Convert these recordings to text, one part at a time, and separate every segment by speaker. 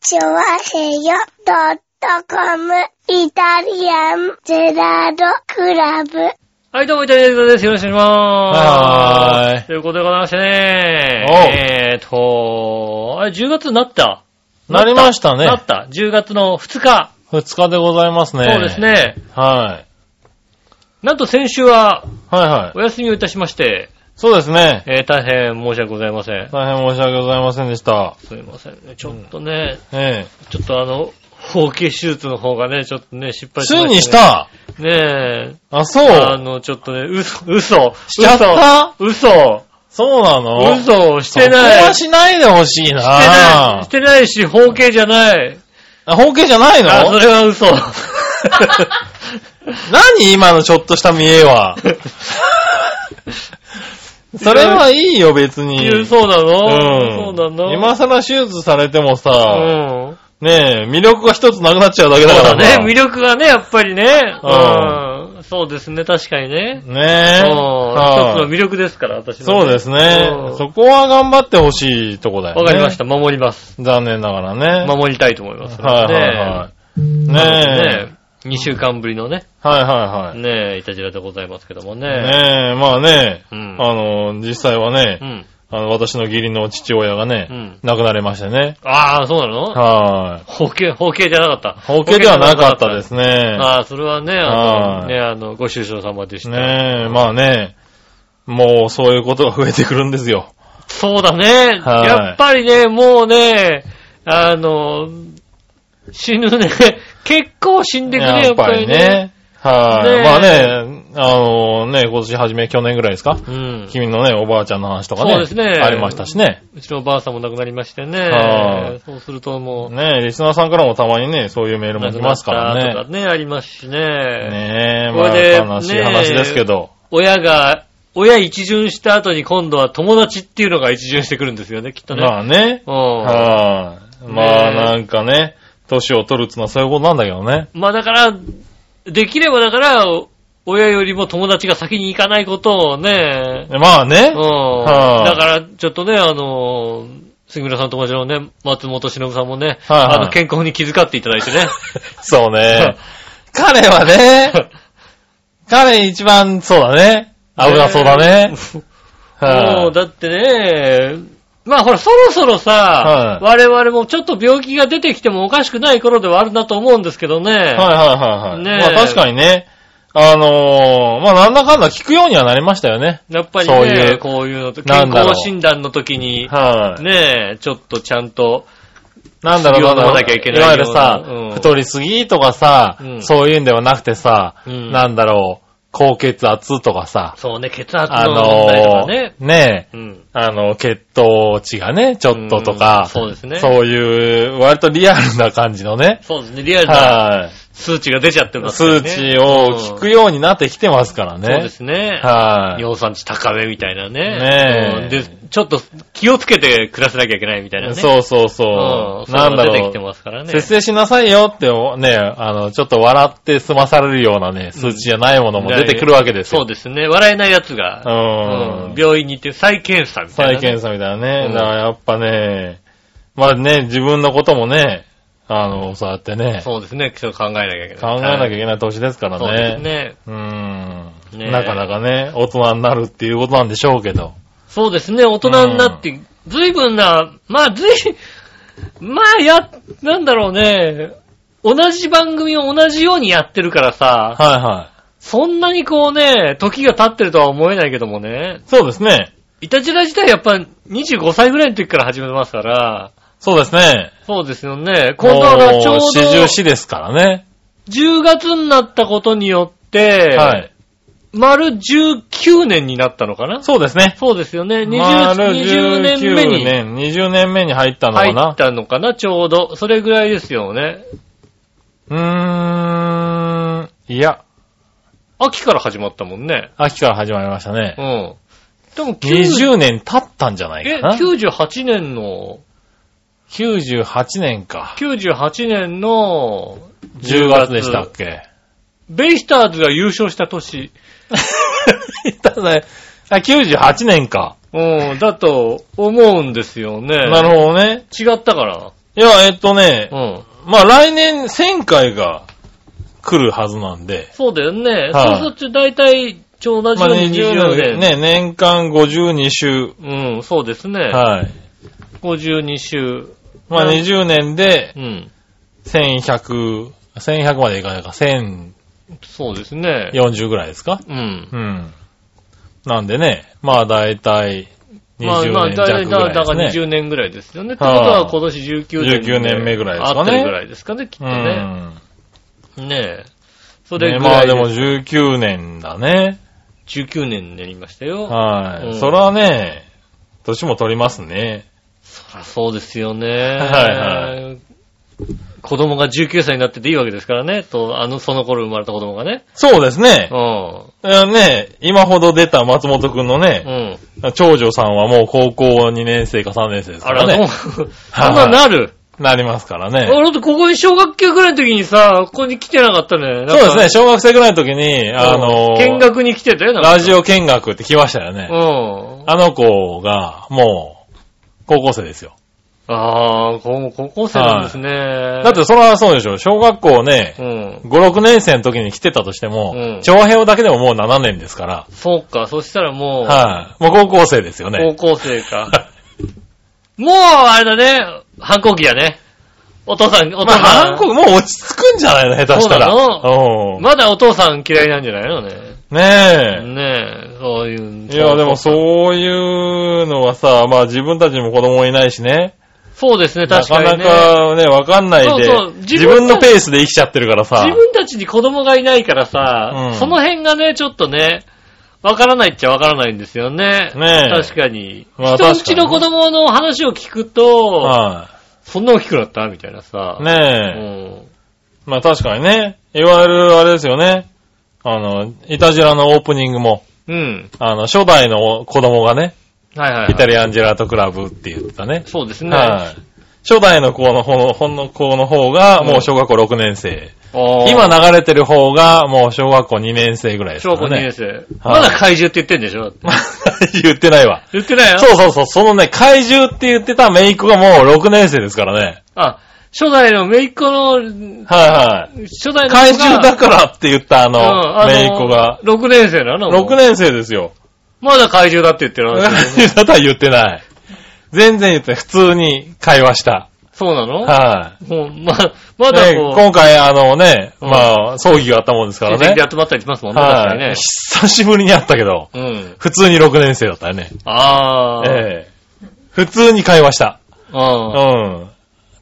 Speaker 1: チョワヘヨドットコムイタリアンゼラードクラブ。
Speaker 2: はい、どうも、イタリアンです。よろしくお願いします。
Speaker 3: はーい
Speaker 2: ということでございましてね。
Speaker 3: おう
Speaker 2: えーと、あれ、10月になった
Speaker 3: なりましたね
Speaker 2: なった。10月の2日。
Speaker 3: 二日でございますね。
Speaker 2: そうです。ね。
Speaker 3: はい。
Speaker 2: なんと先週は
Speaker 3: はいはい。
Speaker 2: お休みをいたしまして、
Speaker 3: そうですね。
Speaker 2: えー大変申し訳ございません。
Speaker 3: 大変申し訳ございませんでした。
Speaker 2: すいませんね。ちょっとね、
Speaker 3: ええ。
Speaker 2: ちょっとあの、包茎手術の方がね、ちょっとね、失敗し
Speaker 3: つい
Speaker 2: ま
Speaker 3: にし
Speaker 2: したね。
Speaker 3: た
Speaker 2: ねえ。
Speaker 3: あ、そ
Speaker 2: あ
Speaker 3: う
Speaker 2: の、ちょっとね、嘘、嘘、
Speaker 3: しちゃった
Speaker 2: 嘘、
Speaker 3: そうなの
Speaker 2: 嘘、嘘をしてない。
Speaker 3: そこはしないでほしい
Speaker 2: してない、
Speaker 3: な
Speaker 2: し。てないし、包茎じゃない。
Speaker 3: あ、本気じゃないの
Speaker 2: あ、それは 嘘。
Speaker 3: 何今のちょっとした見えは。それはいいよ、別に。
Speaker 2: 言うそうなの、
Speaker 3: ん
Speaker 2: そうなの
Speaker 3: 今更手術されても
Speaker 2: う
Speaker 3: さ、
Speaker 2: ん。
Speaker 3: ねえ、魅力が一つなくなっちゃうだけ
Speaker 2: そう
Speaker 3: だから
Speaker 2: だ
Speaker 3: な
Speaker 2: ね、魅力がね、やっぱりね。
Speaker 3: う
Speaker 2: うん。そうですね、確かにね。
Speaker 3: ね
Speaker 2: うん。
Speaker 3: え。
Speaker 2: 一つ
Speaker 3: はい
Speaker 2: の魅力ですから、私の。
Speaker 3: そうですね
Speaker 2: うん。
Speaker 3: そこは頑張ってほしいとこだよね。
Speaker 2: わかりまし。た、守ります。
Speaker 3: 残念ながらね。
Speaker 2: 守りたいと思います。
Speaker 3: はいはい
Speaker 2: ね
Speaker 3: はい。ねえ。
Speaker 2: え。2週間ぶりのね、
Speaker 3: はいはいはい。
Speaker 2: ねえ、いたじらでございますけどもね。
Speaker 3: ねえ、まあね、
Speaker 2: うん。
Speaker 3: あの、実際は
Speaker 2: う
Speaker 3: ね、
Speaker 2: ん。
Speaker 3: あの、私の義理の父親が
Speaker 2: う
Speaker 3: ね、
Speaker 2: ん。
Speaker 3: 亡くなりましてね。
Speaker 2: ああ、そうなの
Speaker 3: は
Speaker 2: 包茎、包茎じゃなかった。。
Speaker 3: い。包茎ではなかったですすね。
Speaker 2: ああ、それはね、あ
Speaker 3: は
Speaker 2: の、
Speaker 3: い
Speaker 2: ね、あの、ご愁傷様でした。
Speaker 3: ねえ、まあね、もうそういうことが増えてくるんですよ。
Speaker 2: そうだね。
Speaker 3: はい
Speaker 2: やっぱりね、もうね、あの、死ぬね。 結構死んでくね、やっぱりね。。
Speaker 3: はい。
Speaker 2: ねえ
Speaker 3: まあね、あのね、今年初め、去年ぐらいですか
Speaker 2: うん。
Speaker 3: 君のね、おばあちゃんの話とかね。
Speaker 2: そうですね
Speaker 3: ありましたしね。
Speaker 2: うちのおばあさんも亡くなりまして
Speaker 3: は
Speaker 2: ね
Speaker 3: い。
Speaker 2: そうするともう、
Speaker 3: ねえ、リスナーさんからもたまにね、そういうメールも
Speaker 2: 亡く
Speaker 3: 来
Speaker 2: な
Speaker 3: ま
Speaker 2: っ
Speaker 3: すから
Speaker 2: たと
Speaker 3: ね。
Speaker 2: かね、ありますしね。
Speaker 3: ねえ、
Speaker 2: こ
Speaker 3: ま
Speaker 2: れで
Speaker 3: あ悲しい話ですけど。
Speaker 2: 親が、親一巡した後に今度は友達っていうのが一巡してくるんですよね、きっとね。
Speaker 3: まあね。
Speaker 2: うん。
Speaker 3: はい。まあなんかね、年を取るってのはそういうことなんだけどね。
Speaker 2: まあだから、できればだから、親よりも友達が先に行かないことをね、
Speaker 3: まあね
Speaker 2: う。ん。
Speaker 3: はい
Speaker 2: だから、ちょっとね、あのー、杉村さんの友達のね、松本忍さんもね、
Speaker 3: はいはい
Speaker 2: あの、健康に気遣っていただいて ね。
Speaker 3: そうね。 彼はね、彼一番、そうだね。危なそうだね。
Speaker 2: も
Speaker 3: は
Speaker 2: う、だってね、まあほら、そろそろさ、
Speaker 3: はい
Speaker 2: 我々もちょっと病気が出てきてもおかしくない頃ではあるなと思うんですけどね。
Speaker 3: いはいはいはい。
Speaker 2: ねえ
Speaker 3: まあ確かにね、あのーまあなんだかんだ聞くようにはなりましたよね。
Speaker 2: やっぱり
Speaker 3: そう
Speaker 2: ね、
Speaker 3: いう
Speaker 2: こういうのと、
Speaker 3: な
Speaker 2: 健
Speaker 3: んだろう
Speaker 2: 康診断の時に、
Speaker 3: はい。
Speaker 2: ねえ、ちょっとちゃんと、
Speaker 3: なんだろう、なんだ
Speaker 2: 飲ま
Speaker 3: ろ
Speaker 2: なきゃいけ
Speaker 3: う、
Speaker 2: ない
Speaker 3: いわゆる
Speaker 2: ようなうん
Speaker 3: さ、太りすぎとかさ
Speaker 2: う、ん
Speaker 3: そういうんではなくてさ
Speaker 2: うん、
Speaker 3: なんだろう、高血圧とかさ、
Speaker 2: そうね、血圧
Speaker 3: あ
Speaker 2: の問題とか
Speaker 3: の
Speaker 2: ね。
Speaker 3: ー、ねえ、
Speaker 2: うん。
Speaker 3: あの、血糖値がね、ちょっとと
Speaker 2: う
Speaker 3: か
Speaker 2: ん、そうですね。
Speaker 3: そういう、割とリアルな感じのね、
Speaker 2: そうですね、リアルな
Speaker 3: は
Speaker 2: 数値が出ちゃって
Speaker 3: い。
Speaker 2: ますから
Speaker 3: 数
Speaker 2: ね。
Speaker 3: 値を聞くようになってきてますから
Speaker 2: うんそうで
Speaker 3: ね。
Speaker 2: すね。
Speaker 3: はい。
Speaker 2: 尿酸値高めみたいなね。
Speaker 3: ねえ
Speaker 2: うんで、ちょっと気をつけて暮らさなきゃいけないみたいなね。
Speaker 3: そうそう
Speaker 2: うん。
Speaker 3: そう。
Speaker 2: な
Speaker 3: なんん
Speaker 2: だ
Speaker 3: だ
Speaker 2: 出て
Speaker 3: ろ
Speaker 2: きて
Speaker 3: う。
Speaker 2: ますからね。
Speaker 3: 節制しなさいよって、ね、あの、ちょっと笑って済まされるようなね、数値じゃないものも出てくるわけですよ。
Speaker 2: そうですね。笑えないやつが、
Speaker 3: うん
Speaker 2: うん病院に行って再検査みたい
Speaker 3: 再
Speaker 2: なね。
Speaker 3: 検査みたいなね。
Speaker 2: うん
Speaker 3: だからやっぱね、まあね、自分のこともね、あの、そうやってね、
Speaker 2: そうですね。ちょっと考えなきゃいけない。
Speaker 3: 考えなきゃい
Speaker 2: い
Speaker 3: けない年ですから
Speaker 2: そうです
Speaker 3: ね。
Speaker 2: ね。
Speaker 3: うーん
Speaker 2: ね
Speaker 3: なかなかね、大人になるっていうことなんでしょうけど。
Speaker 2: そうですね。大人になって、ずいぶんな、まあ、ずい、まあ、や、なんだろうね。同じ番組を同じようにやってるからさ、
Speaker 3: はいはい。
Speaker 2: そんなにこうね、時が経ってるとは思えないけどもね。
Speaker 3: そうですね。
Speaker 2: イタジラ自体やっぱ25歳ぐらいの時から始めてますから、
Speaker 3: そうですね。
Speaker 2: そうですよね。今度はちょうど
Speaker 3: も四十四ですからね。
Speaker 2: 10月になったことによって、
Speaker 3: はい。
Speaker 2: 丸19年になったのかな
Speaker 3: そうですね。
Speaker 2: そうですよね。20,
Speaker 3: 丸
Speaker 2: 20年目
Speaker 3: 19
Speaker 2: に
Speaker 3: 年、20年目に入ったのか
Speaker 2: 入っ
Speaker 3: な。
Speaker 2: たのかなちょうど。それぐらいですよね。
Speaker 3: うーん、いや、
Speaker 2: 秋から始まったもんね。
Speaker 3: 秋から始まりましたね
Speaker 2: う。ん。でも90
Speaker 3: 20年経ったんじゃない
Speaker 2: え
Speaker 3: かな。
Speaker 2: 98年の、
Speaker 3: 98年か。
Speaker 2: 98年の
Speaker 3: 10月でしたっけ。
Speaker 2: ベイスターズが優勝した年。
Speaker 3: ただね、 あ98年か。
Speaker 2: うん、だと思うんですよね。
Speaker 3: なるほどね。
Speaker 2: 違ったから。
Speaker 3: いや、えっとね
Speaker 2: う、ん。
Speaker 3: まあ来年1000回が来るはずなんで、
Speaker 2: そうだよね。
Speaker 3: はい
Speaker 2: そうすると大体、ちょうど同
Speaker 3: まあ
Speaker 2: じように20秒で。
Speaker 3: ね、年間52週、
Speaker 2: うん、そうですね。
Speaker 3: はい。
Speaker 2: 52週。
Speaker 3: まあ
Speaker 2: うん
Speaker 3: 20年で
Speaker 2: うん。
Speaker 3: 1100、1100までいかないか、1040
Speaker 2: そうですね。
Speaker 3: ぐらいですか
Speaker 2: うん。
Speaker 3: うん。なんでね、まあ大体
Speaker 2: まあま
Speaker 3: 20
Speaker 2: あ、
Speaker 3: 年
Speaker 2: だい
Speaker 3: 弱ぐ
Speaker 2: だ
Speaker 3: ら
Speaker 2: い
Speaker 3: い
Speaker 2: だから
Speaker 3: ですね。
Speaker 2: 20年ぐらいですよね。ってこと
Speaker 3: はい
Speaker 2: は今年19年。
Speaker 3: 19年目ぐらいですかね
Speaker 2: 合ってるぐらいですかね、きっとね。ねえ。そ
Speaker 3: うん。
Speaker 2: れ
Speaker 3: ね
Speaker 2: ぐ
Speaker 3: ま
Speaker 2: ら
Speaker 3: あ
Speaker 2: いで
Speaker 3: でも19年だね。
Speaker 2: 19年になりましたよ。
Speaker 3: はい。
Speaker 2: うん
Speaker 3: それはね、年も取りますね。
Speaker 2: そりゃそうですよね。
Speaker 3: はい
Speaker 2: はい。子供が19歳になってていいわけですからね。と、あの、その頃生まれた子供がね。
Speaker 3: そうですね
Speaker 2: う。ん。
Speaker 3: うんね、今ほど出た松本くんの
Speaker 2: う
Speaker 3: ね、
Speaker 2: ん。
Speaker 3: 長女さんはもう高校2年生か3年生です
Speaker 2: あ、
Speaker 3: からら
Speaker 2: もう
Speaker 3: ね。、
Speaker 2: あんななる。
Speaker 3: なりますから
Speaker 2: あだ
Speaker 3: ね。
Speaker 2: ってここに小学級ぐらいの時にさ、ここに来てなかったね。なんか
Speaker 3: そうですね、小学生ぐらいの時に、あの、
Speaker 2: 見学に来てたよ、なんか
Speaker 3: ラジオ見学って来ましたよね。
Speaker 2: うん。
Speaker 3: あの子が、もう、高校生ですよ。
Speaker 2: ああ、こ高校生なんですね。
Speaker 3: だって、それはそうでしょ。小学校ね
Speaker 2: う、ん。
Speaker 3: 5、6年生の時に来てたとしても
Speaker 2: うん、
Speaker 3: 長編だけでももう7年ですから、
Speaker 2: そうか、そしたらもう、
Speaker 3: はい。もう高校生ですよね。
Speaker 2: 高校生 か。もう、あれだね、反抗期だね。お父さん、お父
Speaker 3: まあ、
Speaker 2: さん。
Speaker 3: 韓国もう落ち着くんじゃないの下手したら。
Speaker 2: そうな
Speaker 3: うん
Speaker 2: まだお父さん嫌いなんじゃないのね。
Speaker 3: ね
Speaker 2: ねえ、そういう。
Speaker 3: え。いや、でもそういうのはさ、まあ自分たちも子供いないしね。
Speaker 2: そうですね、
Speaker 3: な
Speaker 2: 確か
Speaker 3: か
Speaker 2: に
Speaker 3: な
Speaker 2: ね。
Speaker 3: かね、わかんないで
Speaker 2: そうそう、自
Speaker 3: 自
Speaker 2: 分
Speaker 3: 分
Speaker 2: の
Speaker 3: のペースで生きちゃってるからさ
Speaker 2: 自。分たちに子供がいないからさ、
Speaker 3: うん
Speaker 2: その辺がね、ちょっとね、わからないっちゃわからないんですよね。
Speaker 3: ねえ
Speaker 2: 確かに。
Speaker 3: まあ
Speaker 2: 人んちの
Speaker 3: 確
Speaker 2: 子
Speaker 3: かにね
Speaker 2: 供の話を聞くと、
Speaker 3: は
Speaker 2: そんな大きくなったみたいなさ。
Speaker 3: い。ね
Speaker 2: う
Speaker 3: え。
Speaker 2: ん。
Speaker 3: まあ確かにね、いわゆるあれですよね。あの、イタジラのオープニングも、
Speaker 2: うん。
Speaker 3: あの、初代の子供がね、
Speaker 2: はいはい、はい。
Speaker 3: イタリアンジェラートクラブって言ってたね。
Speaker 2: そうですね。
Speaker 3: はい。初代の子の方、ほんの子の方が、もう小学校6年生。
Speaker 2: あー
Speaker 3: 今、流れてる方が、もう小学校2年生ぐらいです
Speaker 2: 小
Speaker 3: か
Speaker 2: 学校
Speaker 3: ら
Speaker 2: 2
Speaker 3: ね。
Speaker 2: 年生。まだ怪獣って言ってんでしょだって
Speaker 3: まあ 言ってないわ。
Speaker 2: 言ってないよ。
Speaker 3: そうそうそう、そのね、怪獣って言ってたメイクがもう6年生ですからね。
Speaker 2: あ、初代の姪っ子の、初
Speaker 3: はいはい。
Speaker 2: 代の子が
Speaker 3: 怪獣だからって言ったあ
Speaker 2: うん
Speaker 3: の、メイクが。。
Speaker 2: 6年生なのもう
Speaker 3: 6年生ですよ。
Speaker 2: まだ怪獣だって言って る話だよね。
Speaker 3: だとは言ってない。全然言ってない。普通に会話した。
Speaker 2: そうなの
Speaker 3: は
Speaker 2: もう、ま、ま
Speaker 3: い。
Speaker 2: だ
Speaker 3: で、
Speaker 2: こう、
Speaker 3: 今回あのね、
Speaker 2: うん
Speaker 3: まあ、葬儀があったもんですから
Speaker 2: 親戚
Speaker 3: ね
Speaker 2: で。集まったりしますもんね、確かに
Speaker 3: は
Speaker 2: ね
Speaker 3: い。。久しぶりに会ったけど、
Speaker 2: うん。
Speaker 3: 普通に6年生だったよね。
Speaker 2: ああ。
Speaker 3: ええ。普通に会話した。う
Speaker 2: あ
Speaker 3: ん。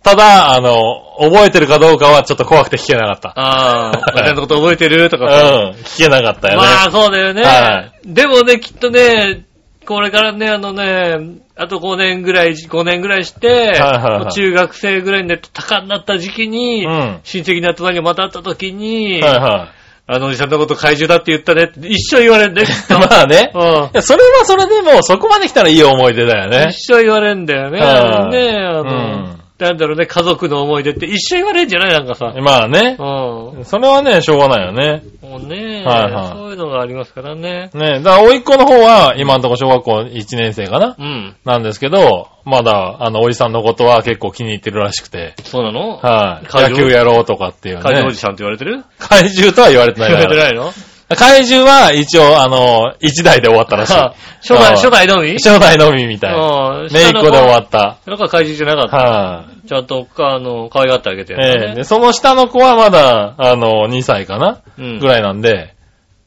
Speaker 3: ただ、あの、覚えてるかどうかはちょっと怖くて聞けなかっ
Speaker 2: あー。お前のこと覚えてると
Speaker 3: た。
Speaker 2: かさ。
Speaker 3: うん。聞けなかったよね。
Speaker 2: まあ、そうだよね。
Speaker 3: は
Speaker 2: でもね、きっとね、これからね、あのね、あと5年ぐらい、5年ぐらいして、
Speaker 3: はいはいはい
Speaker 2: もう中学生ぐらいになって高になった時期に、
Speaker 3: うん
Speaker 2: 親戚の集まりがまた会った時に、
Speaker 3: はいは
Speaker 2: あのおじさんのこと怪獣だって言ったねって一生言われるんだよ、きっ
Speaker 3: い。
Speaker 2: と
Speaker 3: まあね。
Speaker 2: うん
Speaker 3: いやそれはそれでもうそこまで来たらいい思い出だよね。
Speaker 2: 一生言われんだよね。
Speaker 3: はい
Speaker 2: ねえ、あの、
Speaker 3: うん
Speaker 2: なんだろうね、家族の思い出って一生言われんじゃないなんかさ。
Speaker 3: まあね
Speaker 2: うん。。も
Speaker 3: それはね、しょうがないよね。
Speaker 2: うねえ、
Speaker 3: はいはい
Speaker 2: そういうのがありますからね。
Speaker 3: ねだから、甥っ子の方は、今のところ小学校1年生かな
Speaker 2: うん。
Speaker 3: なんですけど、まだ、あの、おじさんのことは結構気に入ってるらしくて、
Speaker 2: そうなの
Speaker 3: はい。
Speaker 2: 怪
Speaker 3: 野
Speaker 2: 獣
Speaker 3: 球やろうとかっていうね。
Speaker 2: 怪獣おじさんって言われてる
Speaker 3: 怪獣とは言われてな
Speaker 2: 言
Speaker 3: い
Speaker 2: わ
Speaker 3: か
Speaker 2: れて
Speaker 3: ら。
Speaker 2: ないの
Speaker 3: 怪獣は一応、あの、1代で終わったらしい。
Speaker 2: あ初代、初代のみ
Speaker 3: 初代のみみたいな。
Speaker 2: うん。
Speaker 3: めいっ子で終わ
Speaker 2: っ
Speaker 3: った。
Speaker 2: た。なんか怪獣じゃなかっ
Speaker 3: はい。
Speaker 2: た。ちゃんと、あの、可愛がってあげてる
Speaker 3: ええ
Speaker 2: んだね
Speaker 3: でその下の子はまだ、あの、2歳かな
Speaker 2: うん
Speaker 3: ぐらいなんで、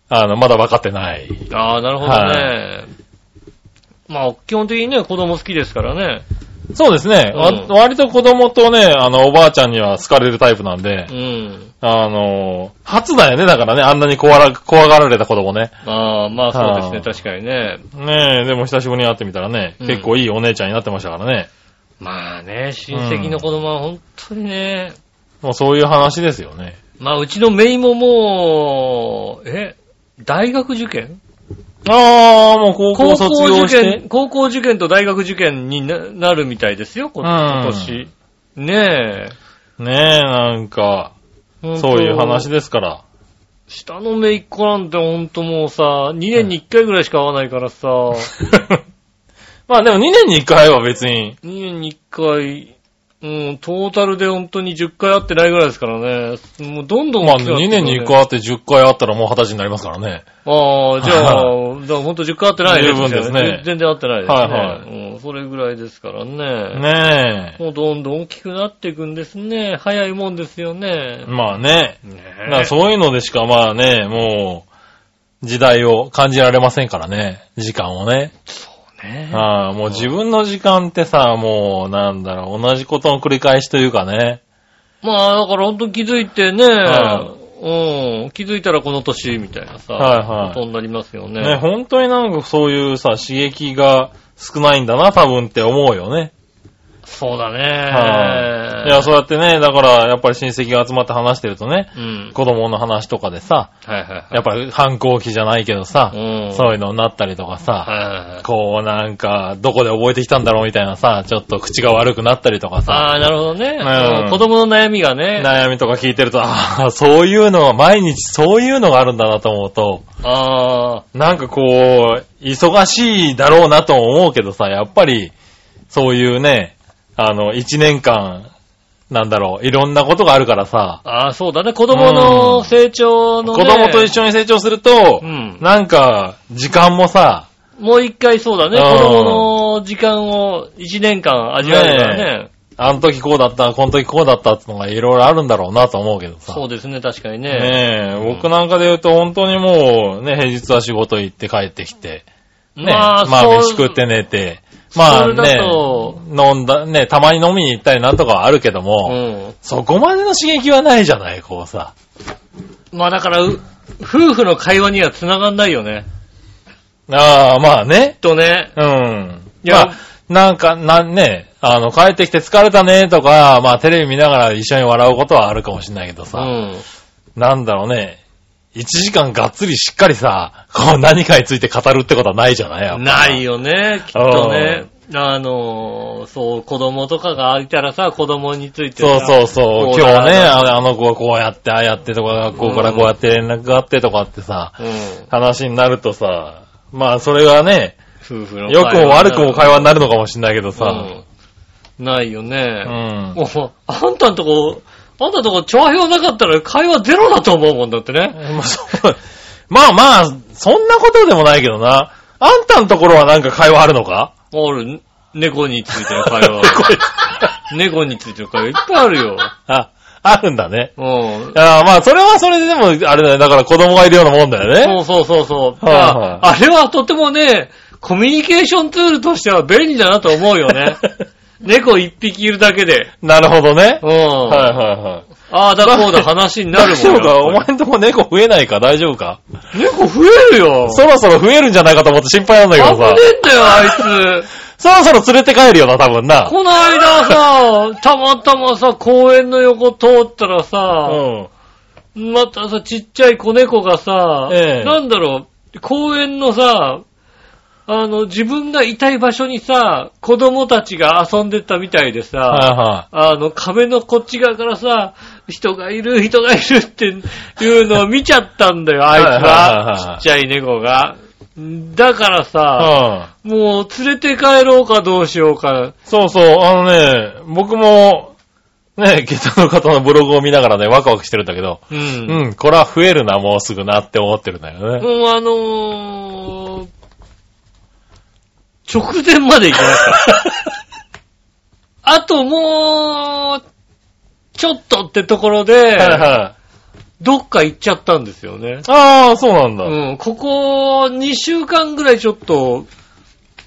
Speaker 3: あの、まだ分かってない。
Speaker 2: ああ、なるほどね。まあ、基本的にね、子供好きですからね。
Speaker 3: そうですね。わ
Speaker 2: うん
Speaker 3: 割と子供とね、あの、おばあちゃんには好かれるタイプなんで、
Speaker 2: うん。
Speaker 3: あの、初だよね、だからね、あんなに怖ら怖がられた子供ね。
Speaker 2: ああ、まあそうですね、
Speaker 3: はあ
Speaker 2: 確かにね。
Speaker 3: ねえ、でも久しぶりに会ってみたらね、
Speaker 2: うん
Speaker 3: 結構いいお姉ちゃんになってましたからね。
Speaker 2: まあね、親戚の子供は本当にね、
Speaker 3: もうそういう話ですよね。
Speaker 2: まあうちのメイももう、え大学受験
Speaker 3: ああ、もう高校卒業
Speaker 2: 受
Speaker 3: して
Speaker 2: 験、。高校受験と大学受験にななるみたいですよ、こ
Speaker 3: うん
Speaker 2: 今年。ね
Speaker 3: ねえ、なんか、
Speaker 2: え。
Speaker 3: そういう話
Speaker 2: で。
Speaker 3: ですから。
Speaker 2: 下の姪っ子なんてほんともうさ、2年に1回ぐらいしか会わないから さ、
Speaker 3: まあでも2年に1回は別に、
Speaker 2: 2年に1回、うん、トータルで本当に10回会ってないぐらいですからね。もうどんどん
Speaker 3: まあ、
Speaker 2: 大きくなってくるね
Speaker 3: 2年に1個あって10回あったらもう20歳になりますからね。
Speaker 2: ああ、じゃあ、だから本当10回会ってない
Speaker 3: 十分ですね
Speaker 2: 全然会ってないですね。
Speaker 3: はい
Speaker 2: はい。うん、それぐらいですからね。
Speaker 3: ね
Speaker 2: もうどんどん大きくなっていくんですね。早いもんですよね
Speaker 3: え。。まあね。
Speaker 2: ね
Speaker 3: だからそういうのでしかまあね、もう、時代を感じられませんからね。時間をね。
Speaker 2: うね。
Speaker 3: ああ、もう自分の時間ってさ、もう、なんだろう、同じことの繰り返しというかね。
Speaker 2: まあ、だから本当に気づいてね、
Speaker 3: は
Speaker 2: うん、気づいたらこの年みたいなさ、
Speaker 3: はいはい
Speaker 2: ことになりますよね。
Speaker 3: ね、本当になんかそういうさ、刺激が少ないんだな、多分って思うよね。
Speaker 2: そうだね。
Speaker 3: はい。いや、そうやってね、だから、やっぱり親戚が集まって話してるとね、
Speaker 2: うん。
Speaker 3: 子供の話とかでさ、
Speaker 2: はいはいはい。
Speaker 3: やっぱり反抗期じゃないけどさ、
Speaker 2: うん。
Speaker 3: そういうのになったりとかさ、
Speaker 2: はいはいはい。
Speaker 3: こうなんか、どこで覚えてきたんだろうみたいなさ、ちょっと口が悪くなったりとかさ、
Speaker 2: ああ、なるほどね。
Speaker 3: うん
Speaker 2: うん子供の悩みがね。
Speaker 3: 悩みとか聞いてると、ああ、そういうのは毎日そういうのがあるんだなと思うと、
Speaker 2: ああ、
Speaker 3: なんかこう、忙しいだろうなとも思うけどさ、やっぱり、そういうね、あの、一年間、なんだろう、いろんなことがあるからさ、
Speaker 2: ああ、そうだね。子供の成長の、
Speaker 3: 子
Speaker 2: ね
Speaker 3: 供と一緒に成長すると、
Speaker 2: うん
Speaker 3: なんか、時間もさ、
Speaker 2: もう一回そうだね。
Speaker 3: うん
Speaker 2: 子供の時間を一年間味わえるからね。
Speaker 3: あの時こうだった、この時こうだったってのがいろいろあるんだろうなと思うけどさ。
Speaker 2: そうですね、確かにね。
Speaker 3: ねえ、
Speaker 2: うん
Speaker 3: 僕なんかで言うと本当にもう、ね、平日は仕事行って帰ってきて、ね、まあ
Speaker 2: そう
Speaker 3: 飯食って寝て、まあ
Speaker 2: それだ
Speaker 3: ね、
Speaker 2: と
Speaker 3: 飲んだ、ね、たまに飲みに行ったりなんとかはあるけども、
Speaker 2: うん。
Speaker 3: そこまでの刺激はないじゃない、こうさ。
Speaker 2: まあだから、う夫婦の会話には繋がんないよね。
Speaker 3: ああ、まあね。
Speaker 2: とね。
Speaker 3: うん。
Speaker 2: いや
Speaker 3: まあ、なんか、なんね、あの、帰ってきて疲れたねとか、まあテレビ見ながら一緒に笑うことはあるかもしれないけど
Speaker 2: う
Speaker 3: さ、
Speaker 2: ん。
Speaker 3: なんだろうね、1時間がっつりしっかりさ、こう何かについて語るってことはないじゃないやっぱ
Speaker 2: ないよね、きっとね。あのー、そう、子供とかがいたらさ、子供について
Speaker 3: そう
Speaker 2: さ
Speaker 3: そうそう
Speaker 2: こ。う
Speaker 3: 今
Speaker 2: だ
Speaker 3: 日ね、あのあの子はこうやって、ああやってとか、学校からこうやって連絡があってとかってさ、
Speaker 2: うん。
Speaker 3: 話になるとさ、まあそれはね、
Speaker 2: 夫婦の
Speaker 3: 良くも悪くも会話に
Speaker 2: な
Speaker 3: なるのかもしれないけどさ、
Speaker 2: うん。ないよ
Speaker 3: う
Speaker 2: ね。
Speaker 3: ん。
Speaker 2: もう、あんたんとこ、あんたんとこ調和表なかったら会話ゼロだと思うもんだってね。
Speaker 3: まあそうまあまあ、そんなことでもないけどな。あんたのところはなんか会話あるのか
Speaker 2: ある、猫についての会話。猫についての会話いっぱいあるよ。
Speaker 3: あ、あるんだね。
Speaker 2: うん。
Speaker 3: あーまあ、それはそれででも、あれだね。だから子供がいるようなもんだよ
Speaker 2: そ
Speaker 3: ね。
Speaker 2: うそうそうそう。
Speaker 3: はいはい
Speaker 2: まああれはとてもね、コミュニケーションツールとしては便利だなと思うよ ね。猫一匹いるだけで。
Speaker 3: なるほどね
Speaker 2: うん。。
Speaker 3: はいはいはい。
Speaker 2: ああ、だこうだ話になる
Speaker 3: 大丈
Speaker 2: も
Speaker 3: 夫
Speaker 2: ん
Speaker 3: かお
Speaker 2: やっぱ
Speaker 3: 前んとこ猫増えないか大丈夫か
Speaker 2: り猫増えるよ。
Speaker 3: そろそろ増えるんじゃないかと思って心配なんだけ
Speaker 2: 危
Speaker 3: どさ
Speaker 2: ね。えんだよ、あいつ。
Speaker 3: そろそろ連れて帰るよな、多分な。
Speaker 2: この間さ、たまたまさ、公園の横通ったら
Speaker 3: う
Speaker 2: さ、
Speaker 3: ん。
Speaker 2: またさ、ちっちゃい子猫がさ、
Speaker 3: ええ
Speaker 2: なんだろう、公園のさ、あの、自分がいたい場所にさ、子供たちが遊んでたみたいでさ、
Speaker 3: はいは
Speaker 2: あの、壁のこっち側からさ、人がいる、人がいるっていうのを見ちゃったんだよ、あいつ
Speaker 3: はいはいはいは
Speaker 2: は。ちっ
Speaker 3: い
Speaker 2: ちゃい猫が。だから
Speaker 3: い。
Speaker 2: さ、
Speaker 3: うん。
Speaker 2: もう連れて帰ろうかどうしようか。
Speaker 3: そうそう、あのね、僕も、ね、ゲストの方のブログを見ながらね、ワクワクしてるんだけど、
Speaker 2: う。
Speaker 3: うんん、これは増えるな、もうすぐなって思ってるんだ よね。
Speaker 2: もうあのー、直前まで行きま した。あともう、ちょっとってところで、
Speaker 3: はいはい。
Speaker 2: どっか行っちゃったんですよね。
Speaker 3: ああ、そうなんだ。
Speaker 2: うん、ここ2週間ぐらいちょっと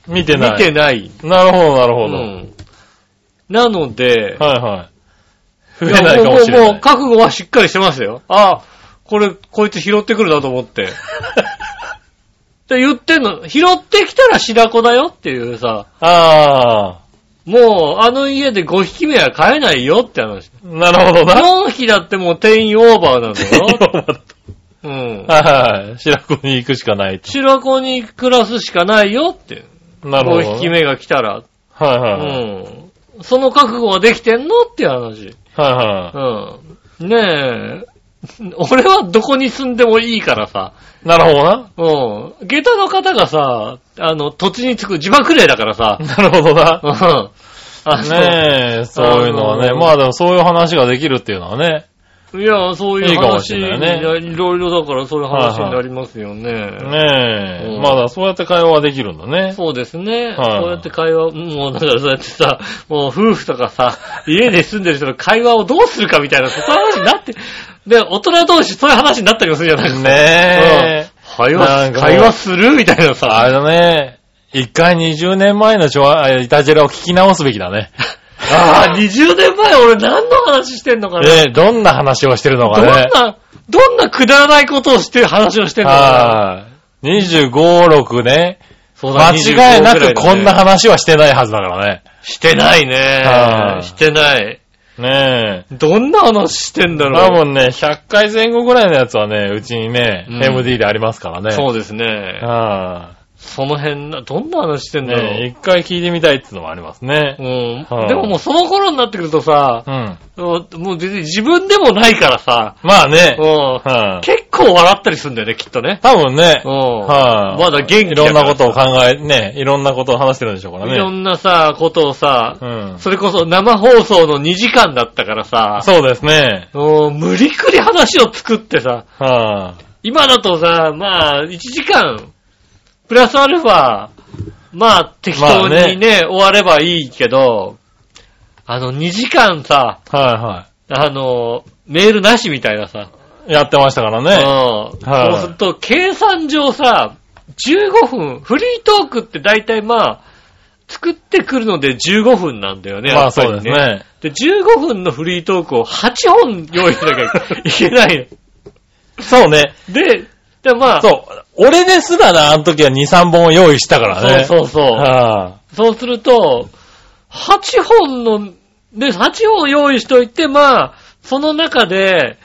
Speaker 3: 見て
Speaker 2: 見
Speaker 3: ない。
Speaker 2: てない。
Speaker 3: なるほど、なるほど。
Speaker 2: うんなので、
Speaker 3: はいはい。増えないかもしれ
Speaker 2: や
Speaker 3: な
Speaker 2: もうもう
Speaker 3: い。
Speaker 2: 覚悟はしっかりしてますよ。ああ、これ、こいつ拾ってくるなと思 って。で言ってんの、拾ってきたら白子だよっていうさ、
Speaker 3: ああ、
Speaker 2: もうあの家で5匹目は飼えないよって話。
Speaker 3: なるほど な。
Speaker 2: 4匹だってもう定員オーバーなんだよ。 うん。
Speaker 3: はいはい。白子に行くしかないと。
Speaker 2: 白子に暮らすしかないよって。
Speaker 3: なるほ
Speaker 2: 5
Speaker 3: ど。
Speaker 2: 匹目が来たら。
Speaker 3: はいは
Speaker 2: う
Speaker 3: いはい。
Speaker 2: ん。その覚悟はできてんのっていう話。
Speaker 3: はいは
Speaker 2: うん。ねえ。 俺はどこに住んでもいいからさ。
Speaker 3: い。なるほどな。
Speaker 2: うん。下駄の方がさ、あの、土地に着く自爆霊だからさ。
Speaker 3: なるほどな。
Speaker 2: うん。あの
Speaker 3: ねえ、そういうのはね。
Speaker 2: あの
Speaker 3: まあでもそういう話ができるっていうのはね。
Speaker 2: いや、そうい
Speaker 3: いういかも
Speaker 2: 話
Speaker 3: し
Speaker 2: に
Speaker 3: れないね
Speaker 2: いろいろだからそういう話になりますよね。
Speaker 3: ね
Speaker 2: う
Speaker 3: え。
Speaker 2: ん
Speaker 3: まだそうやって会話はできるんだね。
Speaker 2: そうですね、
Speaker 3: はい
Speaker 2: そうやって会話、もうだからそうやってさ、もう夫婦とかさ、家で住んでる人の会話をどうするかみたいな、そこの話になって、で、大人同士そういう話になったりもするじゃないですか。
Speaker 3: ねえ。
Speaker 2: 会
Speaker 3: な
Speaker 2: 話、
Speaker 3: んか
Speaker 2: 会話するみたいな
Speaker 3: あ
Speaker 2: さ。
Speaker 3: れだね。一回20年前のちょあイタジェラを聞き直すべきだね。
Speaker 2: ああ、20年前俺何の話してんのかな。
Speaker 3: ねえ、どんな話をしてるの
Speaker 2: ど
Speaker 3: か
Speaker 2: ん
Speaker 3: ね。
Speaker 2: な、どんなくだらないことをして話をしてんのかな。
Speaker 3: はい。25、6ね。
Speaker 2: そうだ
Speaker 3: 間違いな
Speaker 2: 25
Speaker 3: くこんな話はしてないはずだからね。
Speaker 2: してないね
Speaker 3: は。い
Speaker 2: してない。
Speaker 3: ねえ。
Speaker 2: どんな話してんだろう。
Speaker 3: 多分ね、100回前後ぐらいのやつはね、うちにね、
Speaker 2: うん
Speaker 3: MD でありますからね。
Speaker 2: そうですね。
Speaker 3: は
Speaker 2: その辺な、どんな話して
Speaker 3: い。
Speaker 2: んだろう。
Speaker 3: ねえ一回聞いてみたいっていうのもありますね。
Speaker 2: うん
Speaker 3: はい
Speaker 2: でももうその頃になってくるとさ、
Speaker 3: うん。
Speaker 2: もう別に自分でもないからさ、
Speaker 3: まあね
Speaker 2: う。ん
Speaker 3: はい。
Speaker 2: 結構笑ったりするんだよね、きっとね。
Speaker 3: 多分ね
Speaker 2: う。ん
Speaker 3: はい。
Speaker 2: まだ元気
Speaker 3: い
Speaker 2: だ
Speaker 3: ろ
Speaker 2: か
Speaker 3: ん
Speaker 2: ら
Speaker 3: なことを考え、ね、いろんなことを話してるんでしょうからね。
Speaker 2: いろんなさ、ことをさ、
Speaker 3: うん。
Speaker 2: それこそ生放送の2時間だったからさ、
Speaker 3: そうですね。
Speaker 2: うん無理くり話を作ってさ、
Speaker 3: はい。
Speaker 2: 今だとさ、まあ、1時間、プラスアルファ、まあ、適当に
Speaker 3: まあ
Speaker 2: ね、終わればいいけど、あの、2時間さ、
Speaker 3: はいは
Speaker 2: あの、メールなしみたいなさ、
Speaker 3: い。やってましたからね。
Speaker 2: うん。
Speaker 3: はい
Speaker 2: そうすると、計算上さ、15分、フリートークって大体まあ、作ってくるので15分なんだよね。や
Speaker 3: まあ
Speaker 2: っぱ
Speaker 3: そう
Speaker 2: り
Speaker 3: です。ね。
Speaker 2: で、15分のフリートークを8本用意しなきゃいけない
Speaker 3: そうね。
Speaker 2: の。で、でまあ、
Speaker 3: そう。俺ですらな、あの時は2、3本用意したからね。
Speaker 2: そうそうそう
Speaker 3: は
Speaker 2: そうすると、8本の、で、8本用意しといて、まあ、その中で、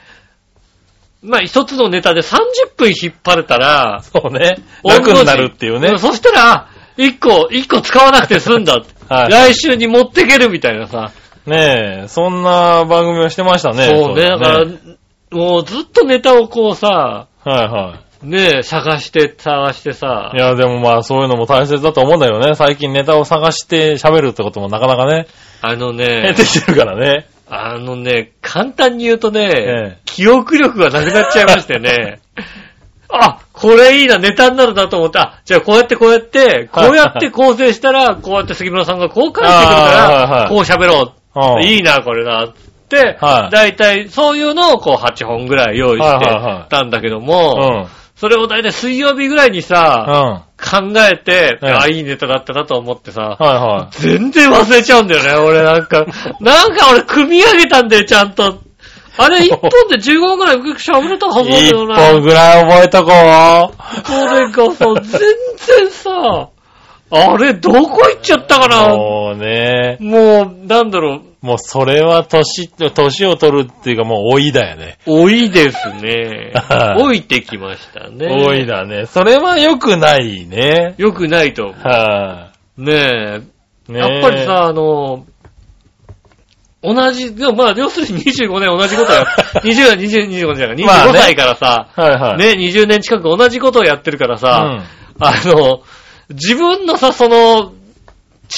Speaker 2: まあ、一つのネタで30分引っ張れたら
Speaker 3: い、そうね。楽になるっていうね
Speaker 2: ん。そしたら、1個、一個使わなくて済んだ。
Speaker 3: はい
Speaker 2: 来週に持ってけるみたいなさ。
Speaker 3: ねえ、そんな番組をしてましたね。
Speaker 2: そうね。だから、
Speaker 3: ね
Speaker 2: もうずっとネタをこうさ、
Speaker 3: はいは
Speaker 2: ねえ、探して、探してさ
Speaker 3: い。い。や、でもまあそういうのも大切だと思うんだよね。最近ネタを探して喋るってこともなかなかね、
Speaker 2: あの
Speaker 3: 減
Speaker 2: ね
Speaker 3: っ、てきてるからね。
Speaker 2: あのね、簡単に言うとね、
Speaker 3: ええ
Speaker 2: 記憶力がなくなっちゃいましてね。 あ、これいいな、ネタになるなと思った。あじゃあこうやってこうやって、こうやって構成したら、こうやって杉村さんがこう書いてくる
Speaker 3: あーはい
Speaker 2: か
Speaker 3: は
Speaker 2: ら、
Speaker 3: い
Speaker 2: こう喋ろ
Speaker 3: う
Speaker 2: う。
Speaker 3: ん
Speaker 2: いいな、これな、って、
Speaker 3: はい
Speaker 2: だいたいそういうのをこう8本ぐらい用意し
Speaker 3: は
Speaker 2: て
Speaker 3: いはいはい
Speaker 2: たんだけど
Speaker 3: う
Speaker 2: も、
Speaker 3: ん。
Speaker 2: それをだいたい水曜日ぐらいにさ、
Speaker 3: うん。
Speaker 2: 考えて、
Speaker 3: ええ
Speaker 2: あ、いいネタだったなと思ってさ、
Speaker 3: は
Speaker 2: 全然忘れちゃうんだよね、俺なんか。なんか俺組み上げたんだよ、ちゃんと。あれ、一本で15分くらい喋れたはいず
Speaker 3: は
Speaker 2: だ
Speaker 3: い。一
Speaker 2: よな。
Speaker 3: 本ぐらい覚えとこう。
Speaker 2: それがさ、全然さ、あれ、どこ行っちゃったかなも
Speaker 3: もうね、
Speaker 2: う、なんだろう、
Speaker 3: もうそれは年、年を取るっていうかもう老いだよね。。
Speaker 2: 老いですね 老いてきましたね。
Speaker 3: 老い。だね。それは良くないね。
Speaker 2: よくないと思
Speaker 3: は
Speaker 2: う。ね
Speaker 3: い、
Speaker 2: え。
Speaker 3: ね
Speaker 2: やっぱり、さ、あの、同じ、でもまあ、要するに25年同じこと や、20代、20 25年じゃな
Speaker 3: まあ
Speaker 2: い、25
Speaker 3: ね
Speaker 2: 歳からさ、
Speaker 3: はいはい。
Speaker 2: ね、20年近く同じことをやってるからさ、あの、自分のさ、その、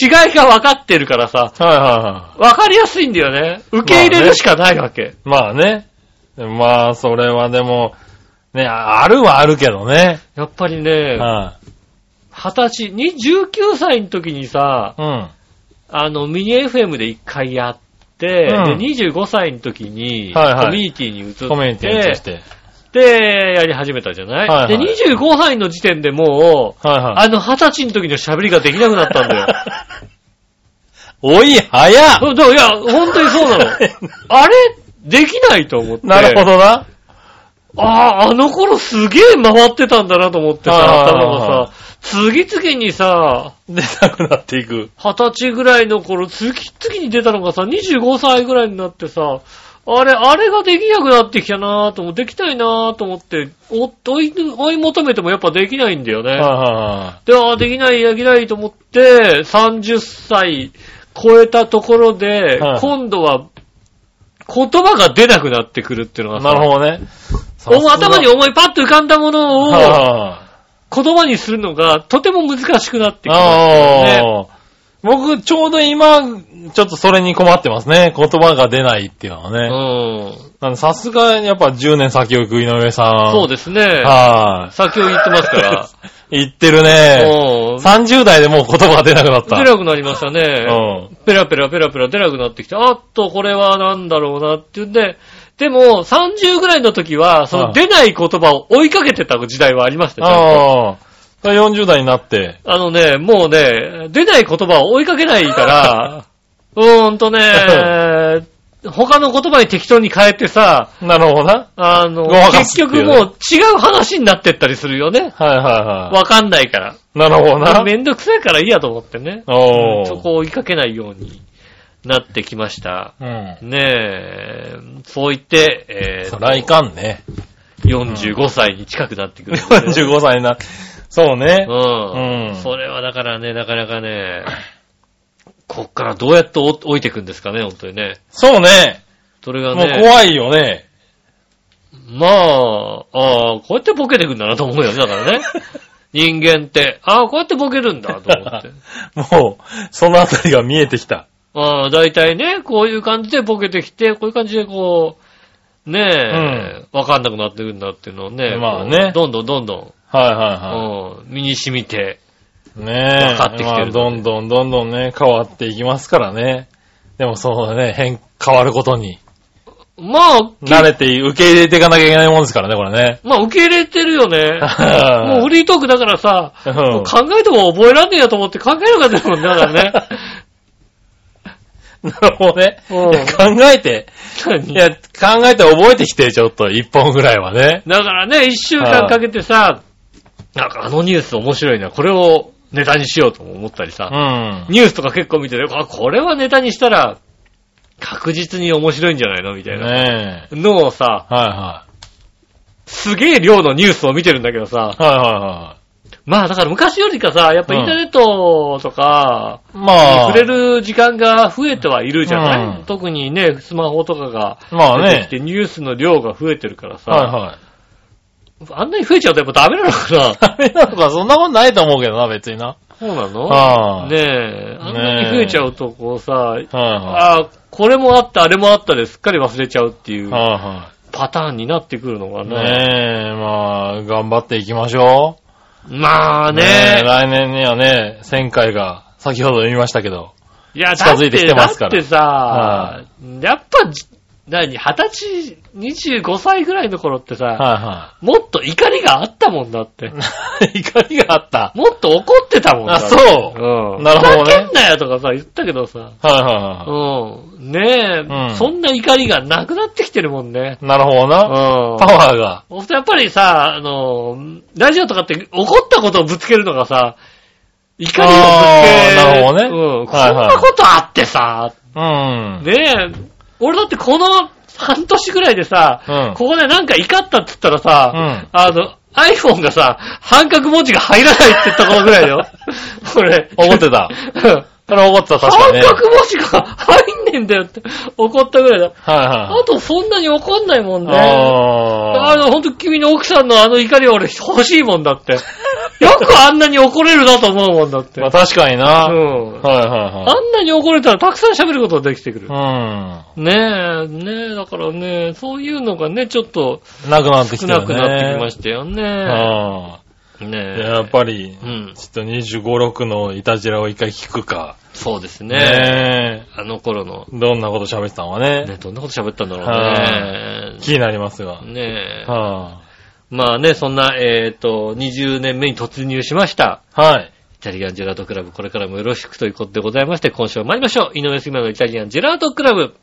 Speaker 2: 違いが分かってるからさ、
Speaker 3: うん。はいはいは
Speaker 2: 分かりやすいんだよね。受け入れるしかないわけ。
Speaker 3: い。まあね。まあ、それはでも、ね、あるはあるけどね。
Speaker 2: やっぱりね、
Speaker 3: は
Speaker 2: 二十歳、に19歳の時にさ、
Speaker 3: い。うん。
Speaker 2: あの、ミニ FM で一回やって、
Speaker 3: うん
Speaker 2: で、25歳の時に、
Speaker 3: はいはい
Speaker 2: コミュニティに移って、
Speaker 3: コミュニティにして。
Speaker 2: で、やり始めたじゃない、
Speaker 3: はいはい
Speaker 2: で、25歳の時点でもう、
Speaker 3: はいはい。
Speaker 2: あの、二十歳の時の喋りができなくなったんだよ。
Speaker 3: 老い、早っ
Speaker 2: そう だからいや、本当にそうなの。あれできないと思って。
Speaker 3: なるほ
Speaker 2: ど。
Speaker 3: どな。
Speaker 2: ああ、あの頃すげえ回ってたんだなと思ってさ、
Speaker 3: あー
Speaker 2: 頭がさ、次々にさ、
Speaker 3: 出なくなっていく。
Speaker 2: 二十歳ぐらいの頃、次々に出たのがさ、25歳ぐらいになってさ、あれ、あれができなくなってきたなぁと思って、できたいなぁと思って、お追い、追い求めてもやっぱできないんだよ
Speaker 3: は
Speaker 2: ね
Speaker 3: い。は
Speaker 2: で、ああ、できない、できないと思って、30歳超えたところで、
Speaker 3: はい
Speaker 2: 今度は、言葉が出なくなってくるっていうの
Speaker 3: い
Speaker 2: が
Speaker 3: はい。
Speaker 2: さ
Speaker 3: なるほどね。
Speaker 2: お頭に
Speaker 3: を、
Speaker 2: 思いパッと浮かんだもの
Speaker 3: はいはい
Speaker 2: を
Speaker 3: はい。
Speaker 2: 言葉にするのがとても難しくなってくる。
Speaker 3: ああ、僕、ちょうど今ちょっとそれに困ってますね。言葉が出ないっていうのは
Speaker 2: う
Speaker 3: ね。
Speaker 2: ん。
Speaker 3: なんでさすがにやっぱ10年先を行く井上さん。
Speaker 2: そう
Speaker 3: で
Speaker 2: ですね。
Speaker 3: は
Speaker 2: 先を言ってます から。
Speaker 3: い。行ってるね。
Speaker 2: うん。
Speaker 3: 30代でもう言葉が出なくなっ
Speaker 2: 出
Speaker 3: た。
Speaker 2: なくなりましたね。
Speaker 3: うん。
Speaker 2: ペラペラペラペラ出なくなってきて、あっと、これはなんだろうなっていうんで、でも、30ぐらいの時は、そ
Speaker 3: は
Speaker 2: の
Speaker 3: い
Speaker 2: 出ない言葉を追いかけてた時代はありましたよちゃんと
Speaker 3: ああ。40代になって。
Speaker 2: あのね、もうね、出ない言葉を追いかけないから、うーんとね、他の言葉に適当に変えてさ、
Speaker 3: なるほどな。
Speaker 2: あの、
Speaker 3: ごまか
Speaker 2: 結
Speaker 3: すって
Speaker 2: 局
Speaker 3: いうね
Speaker 2: もう違う話になってったりするよね。
Speaker 3: はいはいは
Speaker 2: わかんないから。
Speaker 3: い。なるほどな。
Speaker 2: めんどくさいからいいやと思ってね。
Speaker 3: おー
Speaker 2: そこを追いかけないようになってきました。
Speaker 3: うん。
Speaker 2: ねえ、そう言って、え
Speaker 3: そ
Speaker 2: ー、
Speaker 3: りゃいかんね。
Speaker 2: 45歳に近くなってくる、
Speaker 3: 45歳になそうね。
Speaker 2: うん。
Speaker 3: うん
Speaker 2: それはだからね、なかなかね、こっからどうやってお置いていくんですかね、本当にね。
Speaker 3: そうね。
Speaker 2: それが
Speaker 3: もう
Speaker 2: ね、
Speaker 3: 怖いよね。
Speaker 2: まあ、ああ、こうやってボケてくんだなと思うよね、だ からね。人間って、ああ、こうやってボケるんだと思 って。
Speaker 3: もう、そのあたりが見えてきた。
Speaker 2: ああ、大体ね、こういう感じでボケてきて、こういう感じでこう、ねえ、わ、かんなくなってくるんだっていうのをね、
Speaker 3: まあね
Speaker 2: こうどんどんどんどん、
Speaker 3: はいは
Speaker 2: うん身に染みて、
Speaker 3: いはい。ねえ。
Speaker 2: 分かってきてる
Speaker 3: まあどんどんどんどんね、変わっていきますからね。でもそうだね、変、変わることに。
Speaker 2: まあ、
Speaker 3: 慣れて、受け入れていかなきゃいけないもんですからね、これね。
Speaker 2: まあ受け入れてるよ ね。もうフリートークだからさ、
Speaker 3: う
Speaker 2: もうん考えとか覚えらんねえやと思って考えなかったもんね、だからね。
Speaker 3: なるほどね。
Speaker 2: うん
Speaker 3: いや考えて、いや、考えて覚えてきて、ちょっと、一本ぐらいはね。
Speaker 2: だからね、一週間かけてさ、なんかあのニュース面白いな、これをネタにしようとも思ったりさ、
Speaker 3: うん。
Speaker 2: ニュースとか結構見てて、あ、これはネタにしたら、確実に面白いんじゃないのみたいな。
Speaker 3: ねえ。
Speaker 2: のをさ、
Speaker 3: は
Speaker 2: すげえ量のニュースを見てるんだけどさ
Speaker 3: いはい。、はいは
Speaker 2: まあだから昔よりかさ、やっぱインターネットとか、
Speaker 3: いはい。まあ、
Speaker 2: 触れる時間が増えてはいるじゃない、
Speaker 3: うん
Speaker 2: 特にね、スマホとかが
Speaker 3: まあ
Speaker 2: 出てき
Speaker 3: ね
Speaker 2: て、。ニュースの量が増えてるからさ、
Speaker 3: はいはい。
Speaker 2: あんなに増えちゃうとやっぱダメなの かな
Speaker 3: ダメなのか、そんなことないと思うけどな、別にな。
Speaker 2: そうなの
Speaker 3: はい
Speaker 2: ねえ、あんなに増えちゃうとこうさ、
Speaker 3: は
Speaker 2: ああ、これもあった、あれもあったですっかり忘れちゃうってい
Speaker 3: いうは
Speaker 2: パターンになってくるのが
Speaker 3: い。
Speaker 2: ね。
Speaker 3: ねえ、まあ、頑張っていきましょ
Speaker 2: まあ
Speaker 3: う。ね
Speaker 2: ね。
Speaker 3: え来年にはね、1000回が、先ほど言いましたけど。
Speaker 2: いや、
Speaker 3: 近づいてきてますから
Speaker 2: だってだってさ、やっぱ、じ何、二十歳、25歳ぐらいの頃ってさ、
Speaker 3: は
Speaker 2: もっと怒りがあったもんだって
Speaker 3: い。はい。 怒りがあった。
Speaker 2: もっと怒ってたもんだ
Speaker 3: あ、
Speaker 2: って。
Speaker 3: そうう。
Speaker 2: ん。
Speaker 3: なるほどね
Speaker 2: ふざけんなよとかさ、言ったけどさ。
Speaker 3: はいはいは
Speaker 2: うん。ねえ、
Speaker 3: うん
Speaker 2: そんな怒りがなくなってきてるもんね。
Speaker 3: い。なるほど
Speaker 2: うん
Speaker 3: な。。パワーが。
Speaker 2: おやっぱりさ、あの、ラジオとかって怒ったことをぶつけるのがさ、怒りをぶつけ
Speaker 3: あーなるほどね
Speaker 2: うん。こ
Speaker 3: はい
Speaker 2: ん
Speaker 3: はい
Speaker 2: なことあってさ、
Speaker 3: うん。
Speaker 2: ねえ、俺だってこの半年ぐらいでさ、
Speaker 3: うん
Speaker 2: ここでなんか怒ったって言ったら
Speaker 3: う
Speaker 2: さ、
Speaker 3: ん。
Speaker 2: あの、iPhone がさ、半角文字が入らないって言った頃ぐらいだ よ。俺。
Speaker 3: 怒ってた。
Speaker 2: うん
Speaker 3: それ怒ってた、確か
Speaker 2: 半
Speaker 3: にね。
Speaker 2: 角文字が入んねえんだよって怒ったぐらいだ。
Speaker 3: はい
Speaker 2: あ
Speaker 3: は
Speaker 2: とそんなに怒んないもん
Speaker 3: い。
Speaker 2: ね。あ
Speaker 3: あー
Speaker 2: の、ほんと君の奥さんのあの怒りは俺欲しいもんだって。よくあんなに怒れるなと思うもんだって。
Speaker 3: まあ確かにな。
Speaker 2: う
Speaker 3: はい
Speaker 2: ん。あ
Speaker 3: は
Speaker 2: んなに怒れたらたくさん喋ることができてくる
Speaker 3: い。は
Speaker 2: ねえ、ねえ、だからね、そういうのがね、ちょっと
Speaker 3: い。うん。なくなってき
Speaker 2: 少
Speaker 3: てるね。
Speaker 2: なくなってきましたよね。
Speaker 3: ああ。
Speaker 2: ねえ。
Speaker 3: やっぱり、
Speaker 2: うん。
Speaker 3: ちょっと25、6のいたじらを一回聞くか。
Speaker 2: そうですね。
Speaker 3: ね
Speaker 2: あの頃の、
Speaker 3: え。どんなこと喋ってたのかね。
Speaker 2: ね、どんなこと喋ったんだろうね。
Speaker 3: 気になりますが。
Speaker 2: ねえ。
Speaker 3: は
Speaker 2: まあね、そんな、えっ、と、20年目に突入しました。
Speaker 3: あはい。
Speaker 2: イタリアンジェラートクラブ、これからもよろしくということでございまして、今週も参りましょう。井上杉村のイタリアンジェラートクラブ。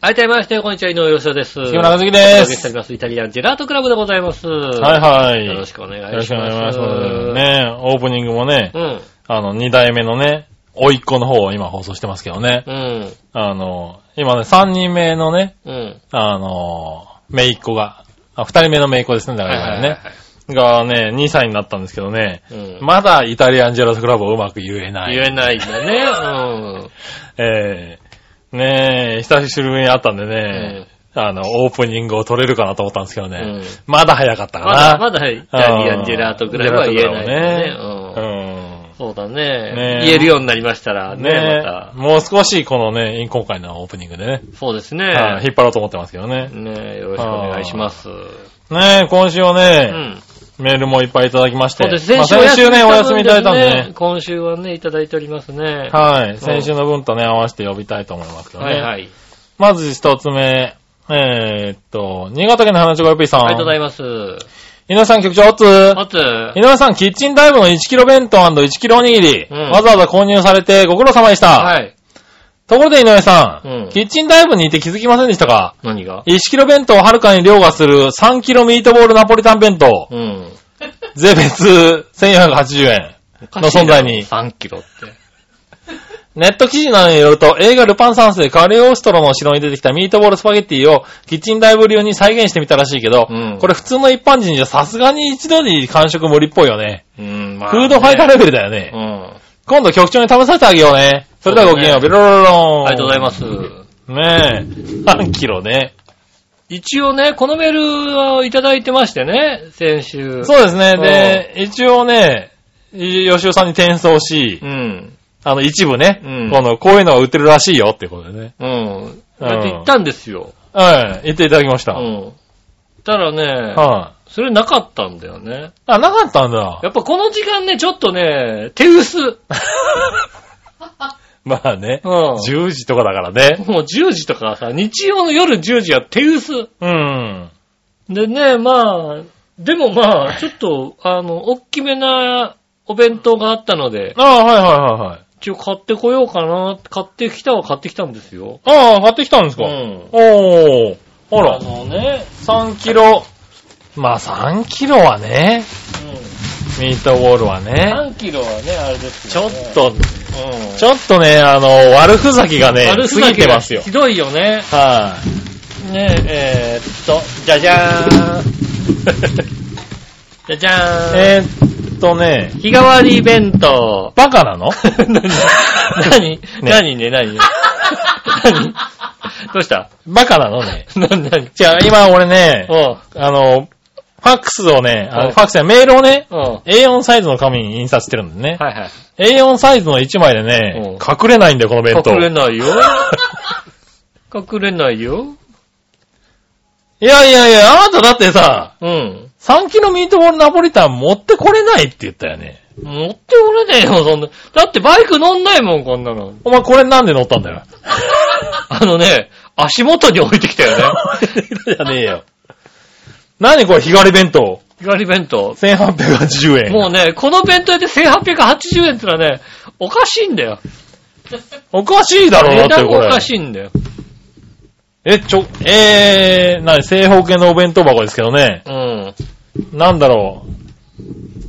Speaker 2: 改めまして、こんにちは、井上洋です。杉
Speaker 3: 木村和樹
Speaker 2: お
Speaker 3: で
Speaker 2: 届けしてお
Speaker 3: す。
Speaker 2: ります。イタリアンジェラートクラブでございます。
Speaker 3: はいはい。
Speaker 2: よろし
Speaker 3: く
Speaker 2: くお願いします。
Speaker 3: よろしくお願いします。ねえ、オープニングもね、
Speaker 2: うん。
Speaker 3: あの、2代目のね、甥っ子の方を今放送してますけどね。
Speaker 2: うん。
Speaker 3: あの、今ね、3人目のね、
Speaker 2: うん。
Speaker 3: あの、姪っ子が、あ、2人目の姪っ子ですね、だから今ね。がね、2歳になったんですけどね、
Speaker 2: うん。
Speaker 3: まだイタリアンジェラートクラブをうまく言えない。
Speaker 2: 言えないんだね。
Speaker 3: ええねえ、久しぶりに会ったんでね、あの、オープニングを取れるかなと思ったんですけどね、
Speaker 2: うん
Speaker 3: まだ早かったか
Speaker 2: まだ、
Speaker 3: な。
Speaker 2: まだイタリアンジェラートぐらいは言えない
Speaker 3: ジェラート
Speaker 2: よね。
Speaker 3: ぐ
Speaker 2: うん
Speaker 3: らいはね
Speaker 2: そうだね
Speaker 3: ね
Speaker 2: 言えるようになりましたら
Speaker 3: うん。
Speaker 2: ね、
Speaker 3: ねえ、
Speaker 2: また。
Speaker 3: もう少しこのね、今回のオープニングでね、
Speaker 2: そうですね。
Speaker 3: はい引っ張ろうと思ってますけどね。
Speaker 2: ねよろしくお願いします。う
Speaker 3: ねえ、今週はね、
Speaker 2: ん。
Speaker 3: メールもいっぱいいただきまして。
Speaker 2: そうです。
Speaker 3: まあ
Speaker 2: 先週
Speaker 3: 先週ね、お休みいただいたんで
Speaker 2: ね
Speaker 3: ね。
Speaker 2: 今週はね、いただいておりますね。
Speaker 3: はい。先週の分とね、合わせて呼びたいと思いますけどね。
Speaker 2: はいはい。
Speaker 3: まず一つ目、えー、っと、新潟県の花千子よぴーさん。
Speaker 2: ありがとうござい
Speaker 3: ま
Speaker 2: ます。
Speaker 3: す。井上さん局長、おつー
Speaker 2: あつ、あ
Speaker 3: 井上さん、キッチンタイムの 1kg 弁当 1kg おにぎり、
Speaker 2: うん
Speaker 3: わざわざ購入されてご苦労様でした。
Speaker 2: はい。
Speaker 3: ところで井上さん、
Speaker 2: うん
Speaker 3: キッチンタイムにいて気づきませんでしたか
Speaker 2: 何が
Speaker 3: ?1kg 弁当をはるかに凌駕する 3kg ミートボールナポリタン弁当、
Speaker 2: うん。
Speaker 3: 税別1480円。の存在に
Speaker 2: 3キロって。
Speaker 3: ネット記事などによると、映画ルパン三世カレーオーストロの城に出てきたミートボールスパゲッティをキッチンダイブ流に再現してみたらしいけど、
Speaker 2: うん
Speaker 3: これ普通の一般人じゃさすがに一度に完食無理っぽいよね。
Speaker 2: うん、まあ
Speaker 3: フ
Speaker 2: ね、
Speaker 3: ードファイターレベルだよね。
Speaker 2: うん。
Speaker 3: 今度局長に試させてあげようね。それではごきげんよう、
Speaker 2: そ
Speaker 3: ビロロロン。
Speaker 2: ありがとうございます。
Speaker 3: ねえ。3キロね。
Speaker 2: 一応ね、このメールをいただいてましてね、先週。
Speaker 3: そうですね。で、一応ね、吉尾さんに転送し
Speaker 2: う、ん。
Speaker 3: あの一部ね、
Speaker 2: うん
Speaker 3: この、こういうのが売ってるらしいよっていうことでね。
Speaker 2: うん。だって行ったんですよ。
Speaker 3: はい。言っていただきまし
Speaker 2: う
Speaker 3: た。はい、
Speaker 2: ん。たらね、それなかったんだよね。
Speaker 3: あ、なかったんだ。
Speaker 2: やっぱこの時間ね、ちょっとね、手 薄。うん。
Speaker 3: まあね。
Speaker 2: もう
Speaker 3: 10時とかだからね。
Speaker 2: 10時とかさ、日曜の夜10時は手薄。
Speaker 3: うん。
Speaker 2: でね、まあ、でもまあ、ちょっと、あの、大きめなお弁当があったので、
Speaker 3: ああ、はいはいはいはい。
Speaker 2: 一応買ってこようかな、買ってきたは買ってきたんですよ。
Speaker 3: ああ、買ってきたんです
Speaker 2: う
Speaker 3: か、
Speaker 2: ん。
Speaker 3: おー。あ
Speaker 2: あ
Speaker 3: ら、
Speaker 2: のね、
Speaker 3: 3キロ。まあ3キロはね、ミートボールは
Speaker 2: うん。
Speaker 3: ね。
Speaker 2: 3キロはね、あれです
Speaker 3: ちょ
Speaker 2: よ、
Speaker 3: っ
Speaker 2: ね。
Speaker 3: と、
Speaker 2: うん。
Speaker 3: ちょっとね、あの、悪ふざけがね、
Speaker 2: 悪ふざ
Speaker 3: 過ぎ
Speaker 2: け
Speaker 3: て
Speaker 2: が
Speaker 3: ますよ。
Speaker 2: ひどいよね。
Speaker 3: は
Speaker 2: ねえ、えーっと、じゃじゃーん。じ ゃじゃ
Speaker 3: い、
Speaker 2: ーん。
Speaker 3: えーっとね、
Speaker 2: 日替わり弁 当。
Speaker 3: バカな の
Speaker 2: 何何ね、何何どうした
Speaker 3: バカなのね。
Speaker 2: 何何
Speaker 3: 違う、今俺ね、
Speaker 2: おう
Speaker 3: あの、ファックスをね、あ
Speaker 2: うん
Speaker 3: のファックスやメールをね、
Speaker 2: おう
Speaker 3: A4 サイズの紙に印刷してるんでね。
Speaker 2: はいはい。
Speaker 3: A4 サイズの1枚で
Speaker 2: うん
Speaker 3: ね、隠れないんだよ、この弁当。
Speaker 2: 隠れない よ。隠れないよ。
Speaker 3: いやいやいや、あなただってさ、
Speaker 2: うん。
Speaker 3: 3キロミートボールナポリタン持ってこれないって言ったよね。
Speaker 2: 持っておれねえよ、そんな。だってバイク乗んないもん、こんなの。
Speaker 3: お前これなんで乗ったんだよ。
Speaker 2: あのね、足元に置いてきたよね。
Speaker 3: じゃねえよ。何これ、日替わり弁当。
Speaker 2: 日替わり弁当。
Speaker 3: 1880円。
Speaker 2: もうね、この弁当屋で1880円ってのはね、おかしいんだよ。
Speaker 3: おかしいだろうな
Speaker 2: 値
Speaker 3: って、
Speaker 2: 段が
Speaker 3: こ
Speaker 2: お
Speaker 3: れ。
Speaker 2: かしいんだよ。
Speaker 3: え、ちょ、えー、なに、正方形のお弁当箱ですけどね。
Speaker 2: うん。
Speaker 3: なんだろう。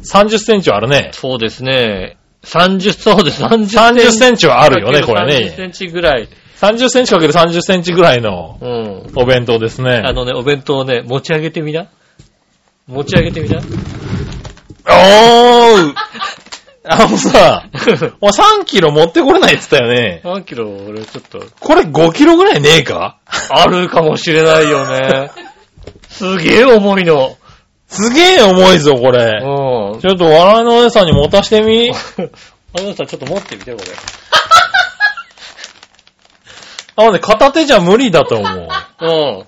Speaker 3: 30センチはあるね。
Speaker 2: そうですね。30、そうです。30センチ。
Speaker 3: 30センチはあるよね、
Speaker 2: か
Speaker 3: こ
Speaker 2: け
Speaker 3: れ
Speaker 2: 30セ
Speaker 3: ね。
Speaker 2: ンチぐらい。
Speaker 3: 30センチかける30センチぐらいの
Speaker 2: うん。
Speaker 3: お弁当ですね。
Speaker 2: あのね、お弁当をね、持ち上げてみな。持ち上げてみな。
Speaker 3: おーあのさ、お前3キロ持ってこれないって言ったよね。
Speaker 2: 何キロ俺ちょっと、
Speaker 3: これ5キロぐらいねえか
Speaker 2: あるかもしれないよね。すげえ重いの。
Speaker 3: すげえ重いぞ、こ
Speaker 2: う
Speaker 3: れ。
Speaker 2: ん。
Speaker 3: ちょっと笑いのお姉さんに持たしてみ。
Speaker 2: あのさんちょっと持ってみて、こ
Speaker 3: あのね、片手じゃ無理だと思う。
Speaker 2: れ。うん。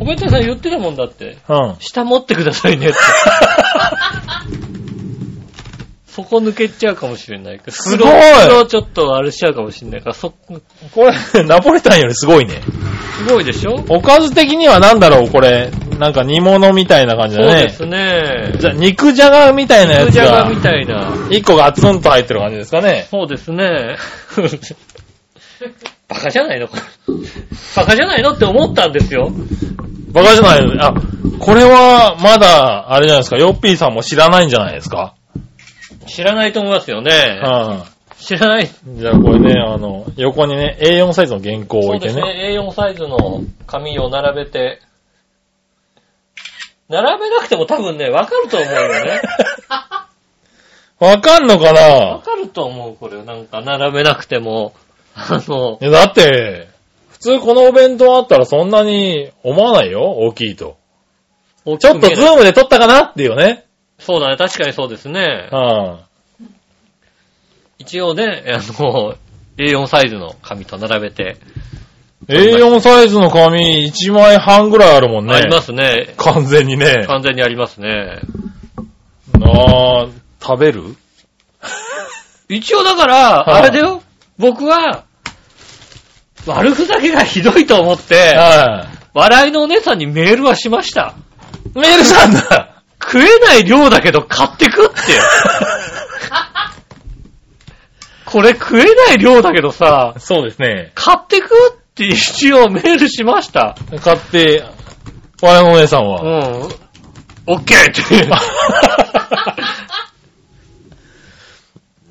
Speaker 2: お弁当さん言ってたもんだって。
Speaker 3: うん。
Speaker 2: 下持ってくださいねって。そこ抜けちゃうかもしれないから。
Speaker 3: すごい
Speaker 2: 袋ちょっとあれしちゃうかもしれないから、そ、
Speaker 3: これ、ナポリタンよりすごいね。
Speaker 2: すごいでしょ
Speaker 3: おかず的にはなんだろう、これ。なんか煮物みたいな感じ
Speaker 2: そう
Speaker 3: だ
Speaker 2: で
Speaker 3: ね。
Speaker 2: すね。
Speaker 3: じゃあ、肉じゃがみたいなや
Speaker 2: 肉
Speaker 3: つ
Speaker 2: じゃが
Speaker 3: が、
Speaker 2: みたいな。
Speaker 3: 1個ガツンと入ってる感じですかね。
Speaker 2: そうですね。 バカじゃないのこれ。バカじゃないのって思ったんですよ。
Speaker 3: バカじゃないのあ、これは、まだ、あれじゃないですか、ヨッピーさんも知らないんじゃないですか。
Speaker 2: 知らないと思いますよね。
Speaker 3: うん。
Speaker 2: 知らない。
Speaker 3: じゃあこれね、あの、横にね、A4 サイズの原稿を置
Speaker 2: そう
Speaker 3: い
Speaker 2: で
Speaker 3: て
Speaker 2: す
Speaker 3: ね。
Speaker 2: ね。A4 サイズの紙を並べて、 並べなくても多分ね、わかると思うよね。
Speaker 3: わかんのか
Speaker 2: わ
Speaker 3: な
Speaker 2: かると思う、これ。なんか、並べなくても。あの、
Speaker 3: いやだって、普通このお弁当あったらそんなに思わないよ大きいと。
Speaker 2: 大き
Speaker 3: ち
Speaker 2: く
Speaker 3: ょっ
Speaker 2: 見え
Speaker 3: と
Speaker 2: ない
Speaker 3: ズームで撮ったかなっていうね。
Speaker 2: そうだね、確かにそうですね
Speaker 3: う。ん。
Speaker 2: 一応ね、あの、A4 サイズの紙と並べて、
Speaker 3: A4 サイズの紙1枚半ぐらいあるもんね。
Speaker 2: ありますね。
Speaker 3: 完全にね。
Speaker 2: 完全にありますね。
Speaker 3: あー、食べる
Speaker 2: 一応だから、
Speaker 3: はい
Speaker 2: あれだよ、僕は、悪ふざけがひどいと思って、
Speaker 3: は
Speaker 2: 笑いのお姉さんにメールはしました。
Speaker 3: い。メールしたんだ
Speaker 2: 食えない量だけど買ってくって。 これ食えない量だけどさ、
Speaker 3: そうですね。
Speaker 2: 買ってくって一応メールしました。
Speaker 3: 買って、我のお姉さん
Speaker 2: う
Speaker 3: は。
Speaker 2: ん。オッケー って。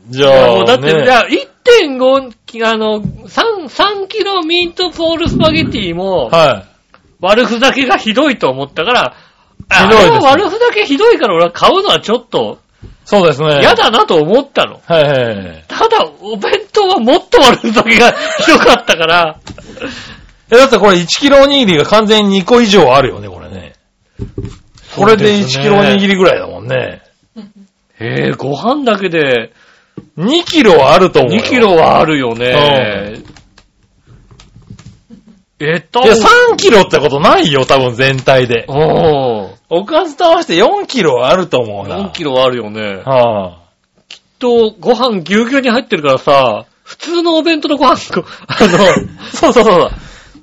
Speaker 3: じ
Speaker 2: いや
Speaker 3: ゃ
Speaker 2: も
Speaker 3: あ、
Speaker 2: うだって、
Speaker 3: ね
Speaker 2: じゃあ、1.5キロ、あの、3、3キロミートポールスパゲティも、
Speaker 3: は
Speaker 2: 悪ふざけがひどいと思ったから、
Speaker 3: ひどいですね
Speaker 2: あれは悪ふざけひどいから俺は買うのはちょっと
Speaker 3: い。そうですね。
Speaker 2: 嫌だなと思ったの。
Speaker 3: はいはいはい。
Speaker 2: ただ、お弁当はもっと悪ふざ けがひどかったから、
Speaker 3: え、だってこれ1キロおにぎりが完全に2個以上あるよね、これね。これで1キロおにぎりぐらいだもんね。
Speaker 2: えー、ご飯だけで
Speaker 3: 2キロはあると思うよ。
Speaker 2: 2キロはあるよね。えっと、
Speaker 3: いや、3キロってことないよ、多分全体で。
Speaker 2: おー
Speaker 3: おかずと合わせて4キロはあると思うな。
Speaker 2: 4キロはあるよね。
Speaker 3: はあ。
Speaker 2: と、ご飯ぎゅうぎゅうに入ってるからさ、普通のお弁当のご飯と、あの、
Speaker 3: そうそうそう。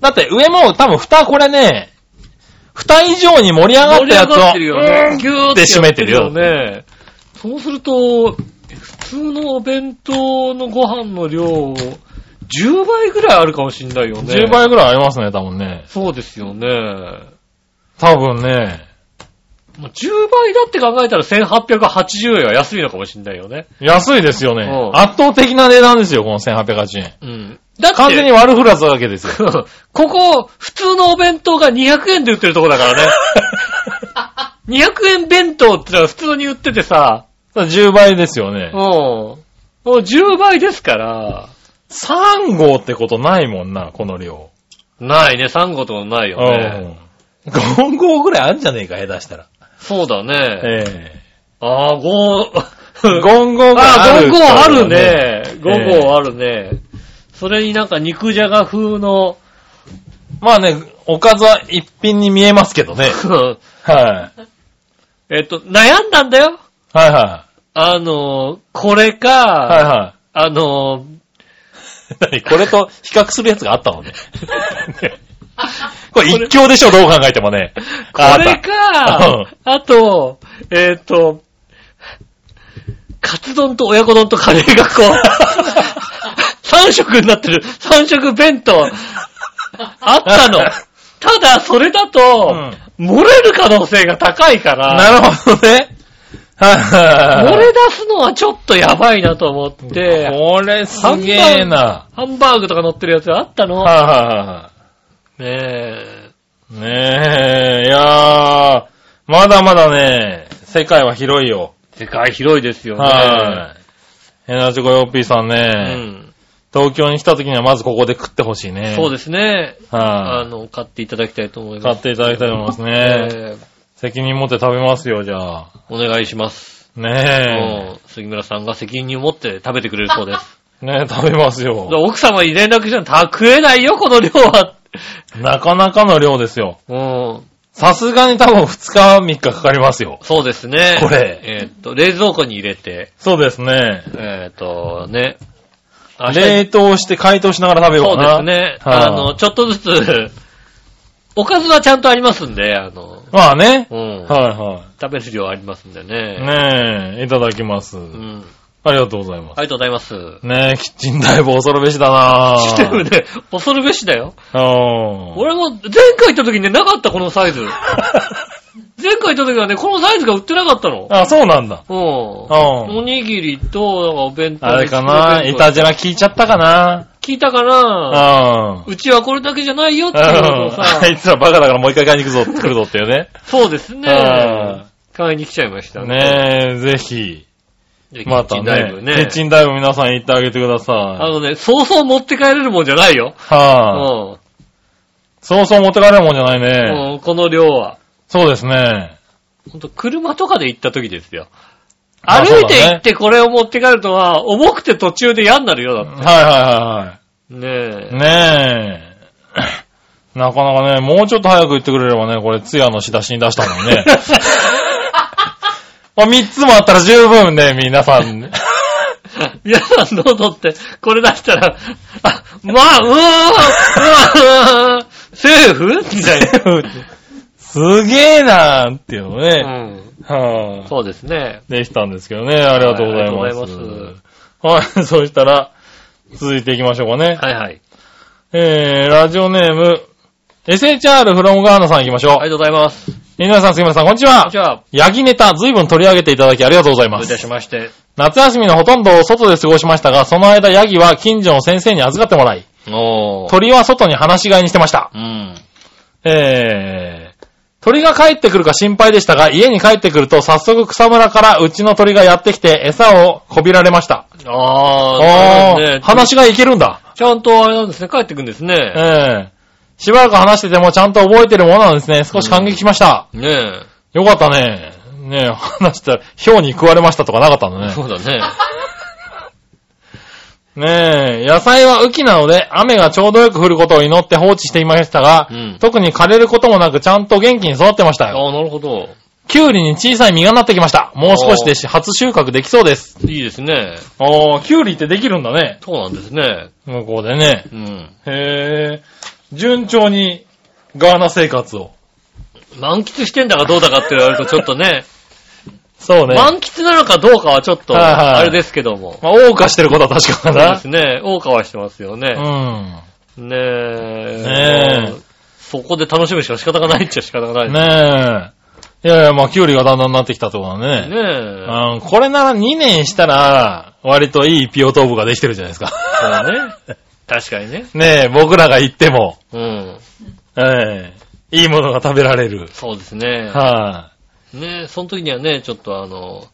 Speaker 3: だって上も多分蓋これね、蓋以上に盛り上がったやつ
Speaker 2: 盛
Speaker 3: を
Speaker 2: り上がってるよね。ぎゅーって
Speaker 3: 閉めてるよ
Speaker 2: ね。そうすると、普通のお弁当のご飯の量、10倍ぐらいあるかもしんないよね。
Speaker 3: 10。倍ぐらいありますね、多分ね。
Speaker 2: そうですよね。
Speaker 3: 多分ね。
Speaker 2: まあ10倍だって考えたら1880円は安いのかもしんないよね。
Speaker 3: 安いですよね
Speaker 2: う。ん
Speaker 3: 圧倒的な値段ですよ、この1880円。
Speaker 2: うん。だって、
Speaker 3: 完全に悪ふらすわけですよ。
Speaker 2: ここ、普通のお弁当が200円で売ってるとこだ からね。200円弁当ってのは普通に売っててさ、
Speaker 3: 10倍ですよね
Speaker 2: うん。。もう10倍ですから、
Speaker 3: 3号ってことないもんな、この量。
Speaker 2: ないね、3個ともないよね。
Speaker 3: うん。5号ぐらいあるんじゃねえか、下手したら。
Speaker 2: そうだね。
Speaker 3: え
Speaker 2: ああ、
Speaker 3: え。5
Speaker 2: 5、
Speaker 3: 号
Speaker 2: ああ、5号ある
Speaker 3: ね
Speaker 2: ね。5号あるね。それになんか肉じゃが風の、
Speaker 3: まあね、おかずは一品に見えますけどね。はい。
Speaker 2: えっと、悩んだんだよ。
Speaker 3: はいは
Speaker 2: あの、これか、
Speaker 3: い。はいは
Speaker 2: あの、
Speaker 3: い。 何これと比較するやつがあったの ね。これ一強でしょ、どう考えてもね。
Speaker 2: これ
Speaker 3: う
Speaker 2: か
Speaker 3: ん、
Speaker 2: あと、えーっ、と、カツ丼と親子丼とカレーがこ う、3色になってる、3色弁当、あったの。ただ、それだと、漏れる可能性が高いから、
Speaker 3: なるほどね。はい はい
Speaker 2: 漏
Speaker 3: はい
Speaker 2: れ出すのはちょっとやばいなと思って、
Speaker 3: これすげえな。
Speaker 2: ハンバーグとか乗ってるやつがあったの。ね
Speaker 3: はいはいは
Speaker 2: え。
Speaker 3: い。ねえ、いやー、まだまだね、世界は広いよ。
Speaker 2: 世界広いですよね。
Speaker 3: はい。エナジコヨッピーさん
Speaker 2: う
Speaker 3: ね、
Speaker 2: ん。
Speaker 3: 東京に来た時にはまずここで食ってほしいね。
Speaker 2: そう
Speaker 3: で
Speaker 2: ですね。
Speaker 3: す。はい
Speaker 2: あ。の、買っていただきたいと思いま
Speaker 3: 買っ
Speaker 2: す。
Speaker 3: ていただきたいと思いますね。
Speaker 2: えー
Speaker 3: 責任持って食べますよ、じゃあ。
Speaker 2: お願いします。
Speaker 3: ね
Speaker 2: うん杉村さんが責任を持って食べてくれるそうです。
Speaker 3: え。ねえ、食べます
Speaker 2: だ
Speaker 3: よ
Speaker 2: から。奥様に連絡したらた食えないよ、この量 は。
Speaker 3: なかなかの量ですよ。
Speaker 2: うん。
Speaker 3: さすがに多分2日3日かかりますよ。
Speaker 2: そうですね。
Speaker 3: これ
Speaker 2: えーっと、冷蔵庫に入れて、
Speaker 3: そうですね。
Speaker 2: えーっと、ね。明日
Speaker 3: 冷凍して解凍しながら食べよ
Speaker 2: そううで
Speaker 3: かな。
Speaker 2: すね。
Speaker 3: は
Speaker 2: あ
Speaker 3: い
Speaker 2: の、ちょっとずつ、おかずはちゃんとありますんで、あの、
Speaker 3: まあね。
Speaker 2: うん。
Speaker 3: は
Speaker 2: 食べる量ありますんで
Speaker 3: い
Speaker 2: ね。
Speaker 3: はい。ねえ、いただきます。
Speaker 2: うん。
Speaker 3: ありがとうございま
Speaker 2: ありがとうございます。
Speaker 3: す。ねえ、キッチンだいぶ恐るべしだ なぁ。
Speaker 2: でもね、恐るべしだよ。
Speaker 3: うん。
Speaker 2: 俺も前回行った時にね、なかった、このサイズ。前回行った時はね、このサイズが売ってなかったの。
Speaker 3: あ、そうなんだ。
Speaker 2: う
Speaker 3: うん
Speaker 2: ん。おにぎりと、なんかお弁当。
Speaker 3: あれかなイタジェラ聞いちゃったかな
Speaker 2: 聞いたから、
Speaker 3: うん。
Speaker 2: うちはこれだけじゃないよっていうのをさ
Speaker 3: あ、いつらバカだからもう一回買いに行くぞ、来るぞっ ていうね。
Speaker 2: そうですね
Speaker 3: うん。
Speaker 2: 買いに来ちゃいました。
Speaker 3: ねえ、ぜひ。
Speaker 2: じゃあ
Speaker 3: ま
Speaker 2: キッチ
Speaker 3: た
Speaker 2: ンライブ
Speaker 3: ね、
Speaker 2: ね。
Speaker 3: キッチンダイブ皆さん行ってあげてください。
Speaker 2: あのね、そうそう持って帰れるもんじゃないよ。
Speaker 3: はぁ、
Speaker 2: うん
Speaker 3: そうそう持ってかれるもんじゃないね。
Speaker 2: うん。この量は。
Speaker 3: そうですね。
Speaker 2: ほんと、車とかで行った時ですよ。
Speaker 3: あ
Speaker 2: 歩いて行っ
Speaker 3: そ
Speaker 2: てこれを持って帰るとは、重くて途中で嫌になるよ、だって。
Speaker 3: はいは
Speaker 2: ね
Speaker 3: い
Speaker 2: え。
Speaker 3: はいはい。ねえ。 なかなかね、もうちょっと早く言ってくれればね、これ、通夜の仕出しに出したのに ね。まあ、3つもあったら十分ね、皆さん。
Speaker 2: 皆さんどうぞって、これ出したら、あ、まあ、うーん、うーん、うーん、セーフみたい
Speaker 3: すげえなーっていうのね。
Speaker 2: な。うん。
Speaker 3: はぁ
Speaker 2: そうですね。
Speaker 3: できたんですけどね。ありがとうございます。
Speaker 2: はいありがとうございま
Speaker 3: はい、 そしたら、続いていきましょうかね。
Speaker 2: はいはい。
Speaker 3: えー、ラジオネーム、SHR フロムガーナさん行きまし
Speaker 2: あ
Speaker 3: ょう。
Speaker 2: りがとうございます。
Speaker 3: 皆さん、杉村さん、こんにちは。
Speaker 2: じゃあ、
Speaker 3: ヤギネタ、随分取り上げていただきありがとうござい
Speaker 2: お
Speaker 3: ま
Speaker 2: 願いいた
Speaker 3: す。
Speaker 2: しまして。
Speaker 3: 夏休みのほとんどを外で過ごしましたが、その間ヤギは近所の先生に預かってもらい、
Speaker 2: おー。
Speaker 3: 鳥は外に放し飼いにしてました。
Speaker 2: うん。
Speaker 3: えー、鳥が帰ってくるか心配でしたが、家に帰ってくると早速草むらからうちの鳥がやってきて餌をこびられました。
Speaker 2: あ
Speaker 3: あ
Speaker 2: ー、そうです
Speaker 3: ー、
Speaker 2: ね。
Speaker 3: 話がいけるんだ。
Speaker 2: ちゃんとあれなんですね、帰ってくんですね。
Speaker 3: ええしばらく話しててもちゃんと覚えてるものなんですね。少し感激しました。
Speaker 2: ねえ。
Speaker 3: よかったね。ねえ、話したら、氷に食われましたとかなかったんだ
Speaker 2: そ
Speaker 3: ね。
Speaker 2: うだね。
Speaker 3: ねえ、野菜は雨季なので、雨がちょうどよく降ることを祈って放置していましたが、
Speaker 2: うん
Speaker 3: 特に枯れることもなくちゃんと元気に育ってましたよ。
Speaker 2: ああ、なるほど。
Speaker 3: きゅうりに小さい実がなってきました。もう少しでし初収穫できそうです。
Speaker 2: いいですね。
Speaker 3: おー、きゅうりってできるんだね。
Speaker 2: そうなんですね。
Speaker 3: 向こうでね。
Speaker 2: うん。
Speaker 3: へえ、順調に、ガーナ生活を。
Speaker 2: 満喫してんだかどうだかって言われるとちょっとね、
Speaker 3: そうね。
Speaker 2: 満喫なのかどうかはちょっと、
Speaker 3: はいはい
Speaker 2: あれですけども。
Speaker 3: まあ、謳歌してることは確か
Speaker 2: そう
Speaker 3: だ
Speaker 2: で
Speaker 3: な。
Speaker 2: すね。大川してますよね。ねえ。
Speaker 3: ねえ
Speaker 2: もうそこで楽しむしか仕方がないっちゃ仕方がな
Speaker 3: う
Speaker 2: い
Speaker 3: ん。
Speaker 2: で
Speaker 3: ねえ。いやいや、まあ、キュウリがだんだんなってきたところだ
Speaker 2: す
Speaker 3: ね。
Speaker 2: ねえ。
Speaker 3: うん、これなら2年したら、割といいピオトープができてるじゃないですか。
Speaker 2: そうね。確かにね。
Speaker 3: ねえ、僕らが行っても、
Speaker 2: うん。
Speaker 3: ええいいものが食べられる。
Speaker 2: そうですね。
Speaker 3: は
Speaker 2: ねえ、その時にはね、ちょっとあの、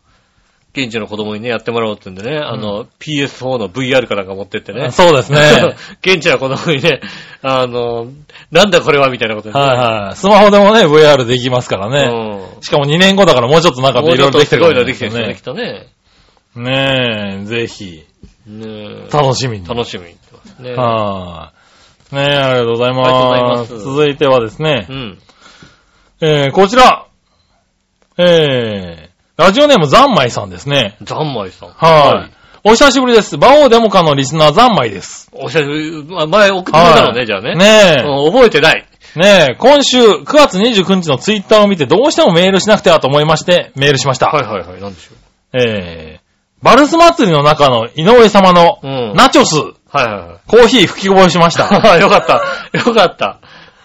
Speaker 2: 現地の子供にね、やってもらおうってんでね、あの、PS4 の VR かなんか持ってって
Speaker 3: い、
Speaker 2: ね。
Speaker 3: そう ですね。 はい、
Speaker 2: 現地の子供にね、あの、なんだこれはみたいなことですね。
Speaker 3: はい、スマホでもね、VR できますからね。
Speaker 2: う
Speaker 3: しかも2年後だからもうちょっとなん
Speaker 2: ん。
Speaker 3: かいろいろできてる
Speaker 2: も
Speaker 3: か
Speaker 2: うちょっとすごい
Speaker 3: も
Speaker 2: のでき
Speaker 3: してれ
Speaker 2: る
Speaker 3: ない
Speaker 2: 人ね、き
Speaker 3: で
Speaker 2: っ
Speaker 3: す
Speaker 2: とね。
Speaker 3: ね。ねえ、ぜひ、
Speaker 2: ねえ
Speaker 3: 楽しみに。
Speaker 2: 楽しみにしてますね。
Speaker 3: はい、ねえ、ありがとうござい
Speaker 2: ありがとうございま
Speaker 3: ますす。続いてはですね
Speaker 2: う、ん。
Speaker 3: えー、こちら。えー、ラジオネームざんまいさんですね。
Speaker 2: ざんまいさん。
Speaker 3: はい。。お久しぶりです。バオーデモカのリスナーざんまいです。
Speaker 2: おしゃれ、ま前送ってくれたの
Speaker 3: は
Speaker 2: ね、
Speaker 3: い
Speaker 2: じゃあね。
Speaker 3: ね
Speaker 2: うん覚えてない。
Speaker 3: え。ねえ、今週9月29日のツイッターを見てどうしてもメールしなくてはと思いましてメールしました。
Speaker 2: はいはいはい、なんでしょ
Speaker 3: えー、バルス祭りの中の井上様の
Speaker 2: う。うん。
Speaker 3: ナチョス、
Speaker 2: はいはいはい。
Speaker 3: コーヒー吹きこぼしま した。
Speaker 2: あよかった。よかった。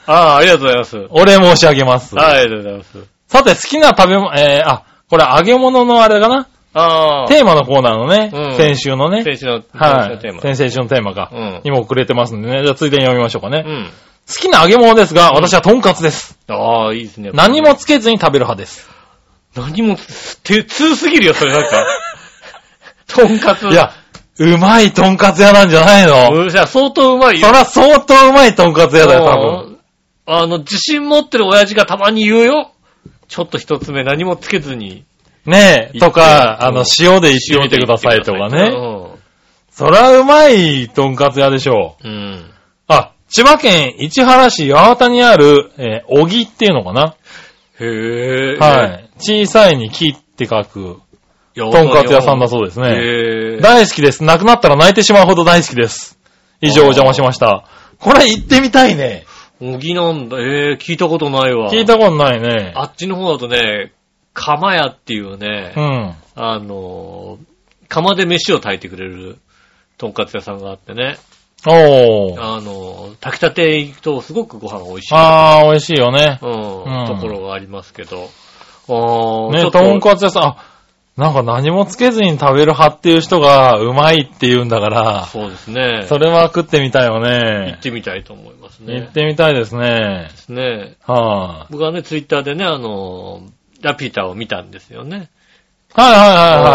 Speaker 2: ああ、ありがとうございます。
Speaker 3: お礼申し上げます。
Speaker 2: はい、ありがとうございます。
Speaker 3: さて、好きな食べ物、えー、あ、これ揚げ物のあれかな
Speaker 2: ああ。
Speaker 3: テーマのコーナーのね、
Speaker 2: うん
Speaker 3: 先週のね。
Speaker 2: 先週の、先
Speaker 3: は
Speaker 2: 週の
Speaker 3: い。
Speaker 2: テー
Speaker 3: 先生週のテーマか。
Speaker 2: うん
Speaker 3: 今遅れてますんでね。じゃあ、ついでに読みましょうかね。
Speaker 2: マ。うん。
Speaker 3: 好きな揚げ物ですが、私はトンカツです。
Speaker 2: ああ、いいですね。
Speaker 3: 何もつけずに食べる派です。
Speaker 2: 何も、手、通すぎるよ、それなん か。とんかつ。
Speaker 3: いや、、うまいトンカツ屋なんじゃないの
Speaker 2: うん、じゃあ相当うまい
Speaker 3: そ
Speaker 2: よ。
Speaker 3: ら相当うまいトンカツ屋だよ、多分。
Speaker 2: うんあの、自信持ってる親父がたまに言うよ。ちょっと一つ目何もつけずに。
Speaker 3: ねえ、と
Speaker 2: うん
Speaker 3: か、あの、塩で一ってみてくださいとかね。そらうまいトンカツ屋でしょう。
Speaker 2: うん。うん。
Speaker 3: あ、千葉県市原市八幡にある、えー、おぎっていうのかな、
Speaker 2: へえ。
Speaker 3: はい。小さいに木って書く、
Speaker 2: いや。
Speaker 3: トンカツ屋さんだそうですね。
Speaker 2: へえ。
Speaker 3: 大好きです。なくなったら泣いてしまうほど大好きです。以上、お
Speaker 2: あー
Speaker 3: 邪魔しました。これ行ってみたいね。
Speaker 2: おぎなんだ。ええ、聞いたことないわ。
Speaker 3: 聞いたことないね。
Speaker 2: あっちの方だとね、釜屋っていうね、
Speaker 3: うん。
Speaker 2: あのー、釜で飯を炊いてくれる、とんかつ屋さんがあってね。
Speaker 3: おー。
Speaker 2: あのー、炊きたて行くとすごくご飯が美味しい。
Speaker 3: あー、美味しいよね。
Speaker 2: うん、
Speaker 3: うん
Speaker 2: ところがありますけど。あーちょ
Speaker 3: ね、
Speaker 2: っと
Speaker 3: とんかつ屋さん、あ、なんか何もつけずに食べる派っていう人がうまいって言うんだから、
Speaker 2: そうですね。
Speaker 3: それは食ってみたいよ
Speaker 2: 行
Speaker 3: ね
Speaker 2: っ。てみたいと思いますね。
Speaker 3: 行ってみたいですね。
Speaker 2: ね
Speaker 3: はぁ、
Speaker 2: 僕はね、ツイッターでね、あのー、ラピュタを見たんですよね。
Speaker 3: はい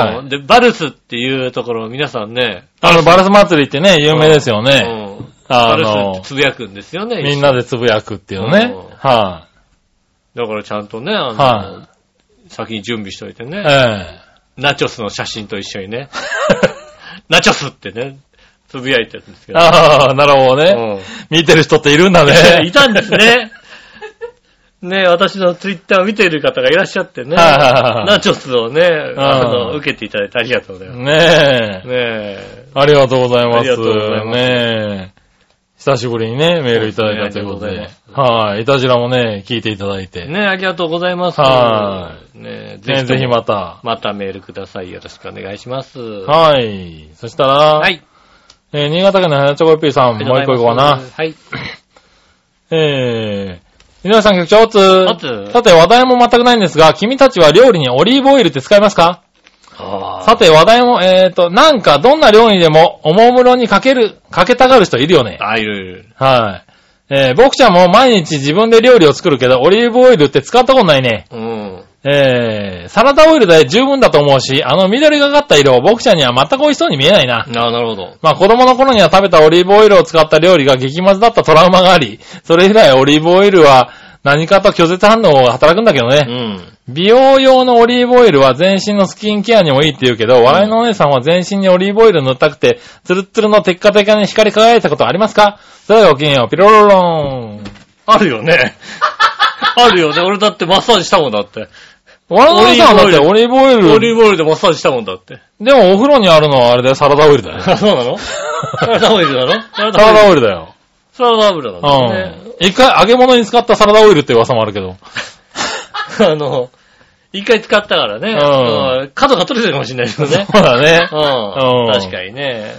Speaker 3: はいは
Speaker 2: う
Speaker 3: い。
Speaker 2: んで、バルスっていうところを皆さんね、
Speaker 3: あの、バラス祭りってね、有名ですよ
Speaker 2: う
Speaker 3: ね。
Speaker 2: ん、バ
Speaker 3: あ
Speaker 2: ルスって
Speaker 3: の、
Speaker 2: つぶやくんですよね。
Speaker 3: みんなでつぶやくっていうね
Speaker 2: うん。
Speaker 3: は
Speaker 2: だからちゃんとね、あの、
Speaker 3: は
Speaker 2: 先に準備しといて
Speaker 3: い。
Speaker 2: ね、
Speaker 3: え
Speaker 2: ナチョスの写真と一緒に ね、ナチョスってね、つぶやいてるんですけ
Speaker 3: え。
Speaker 2: ど。
Speaker 3: ああ、なるほどね。見てる人っているんだ
Speaker 2: うん い
Speaker 3: ね。
Speaker 2: たんですね。ね私のツイッターを見ている方がいらっしゃってね、
Speaker 3: はいはいは
Speaker 2: ナチョスをね、あの、
Speaker 3: うん
Speaker 2: 受けていただいてありがとうござい
Speaker 3: い。
Speaker 2: ます。
Speaker 3: ねえ。
Speaker 2: ねえ。
Speaker 3: ありがとうございます。
Speaker 2: ありがとうございます
Speaker 3: ねえ。久しぶりにね、メールいただいたということ
Speaker 2: ありが
Speaker 3: で
Speaker 2: とう。
Speaker 3: はい。いたじらもね、聞いていただいて。ね
Speaker 2: ねありがとうございます。
Speaker 3: は
Speaker 2: ね
Speaker 3: ぜひ
Speaker 2: とも
Speaker 3: また。
Speaker 2: またメールください。よろしくお願いします。は
Speaker 3: はい。そしたら、
Speaker 2: い。
Speaker 3: えー新潟県の花チョコヨッピーさん、もう一個行こうかな。
Speaker 2: はい。
Speaker 3: えー、皆さん局長、おつー
Speaker 2: おつー
Speaker 3: さて、話題も全くないんですが、君たちは料理にオリーブオイルって使いますかさ
Speaker 2: さ
Speaker 3: て、話題も、えーと、なんか、どんな料理でも、おもむろにかける、かけたがる人いるよね。
Speaker 2: あ、いるいる。
Speaker 3: はい。えー、僕ちゃんも毎日自分で料理を作るけど、オリーブオイルって使ったことないね。
Speaker 2: うん。
Speaker 3: えー、サラダオイルで十分だと思うし、あの緑がかった色、僕ちゃんには全く美味しそうに見えないな。
Speaker 2: ななるほど。
Speaker 3: まあ子供の頃には食べたオリーブオイルを使った料理が激まずだったトラウマがあり、それ以来オリーブオイルは何かと拒絶反応が働くんだけど
Speaker 2: う
Speaker 3: ね。
Speaker 2: ん。
Speaker 3: 美容用のオリーブオイルは全身のスキンケアにもいいって言うけど、笑いのお姉さんは全身にオリーブオイル塗ったくて、ツルッツルのテッカテカに光り輝いたことありますかそれではごきげんよう、ピロロロン。
Speaker 2: あるよ ね。あるよね。俺だってマッサージしたもんだって。
Speaker 3: 笑いのお姉さんはだってオリーブオイル、
Speaker 2: オリーブオイルでマッサージしたもんだって。
Speaker 3: でもお風呂にあるのはあれだよ、 サラダオイルだよ。
Speaker 2: あ、そうなのサラダオイルなのサラ
Speaker 3: サラ
Speaker 2: ダオイル。
Speaker 3: ダオイルだよ。
Speaker 2: サラダ油なんだよね。
Speaker 3: うん。一回揚げ物に使ったサラダオイルって噂もあるけ ど。
Speaker 2: あの、一回使ったからね。
Speaker 3: うん
Speaker 2: うん角が取れてるかもしれないけどね。
Speaker 3: そうだね。
Speaker 2: うん
Speaker 3: う。ん
Speaker 2: 確かにね。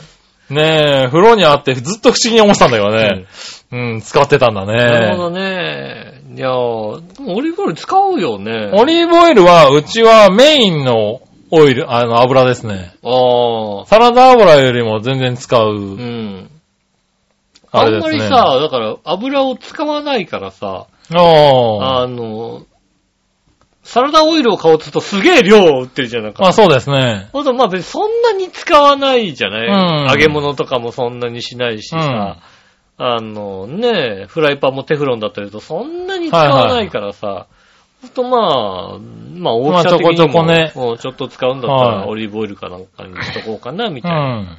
Speaker 3: ねえ、風呂にあってずっと不思議に思ってたんだけどね。うん、使ってたんだね。
Speaker 2: なるほどね。いやーオリーブオイル使うよね。
Speaker 3: オリーブオイルは、うちはメインのオイル、あの、油ですね。
Speaker 2: ああ。
Speaker 3: サラダ油よりも全然使
Speaker 2: う
Speaker 3: う、
Speaker 2: ん。
Speaker 3: あ
Speaker 2: あ
Speaker 3: れ
Speaker 2: ん
Speaker 3: で
Speaker 2: ますり
Speaker 3: ね。
Speaker 2: さ、だから油を使わないからさ、
Speaker 3: ああ。
Speaker 2: あの、サラダオイルを買おうとするとすげえ量を売ってるじゃんない
Speaker 3: まあ
Speaker 2: か。
Speaker 3: そうですね。
Speaker 2: ほんと、まあ別にそんなに使わないじゃない、
Speaker 3: うん
Speaker 2: 揚げ物とかもそんなにしないしさ、あのね、フライパンもテフロンだったりとそんなに使わないからさ、ほんとまあ、まあ大きさ的にも、
Speaker 3: まあちょこちょこね
Speaker 2: もうちょっと使うんだった
Speaker 3: は
Speaker 2: ら
Speaker 3: い
Speaker 2: オリーブオイルかなんかにしとこうかな、み
Speaker 3: う
Speaker 2: たいな。
Speaker 3: ん。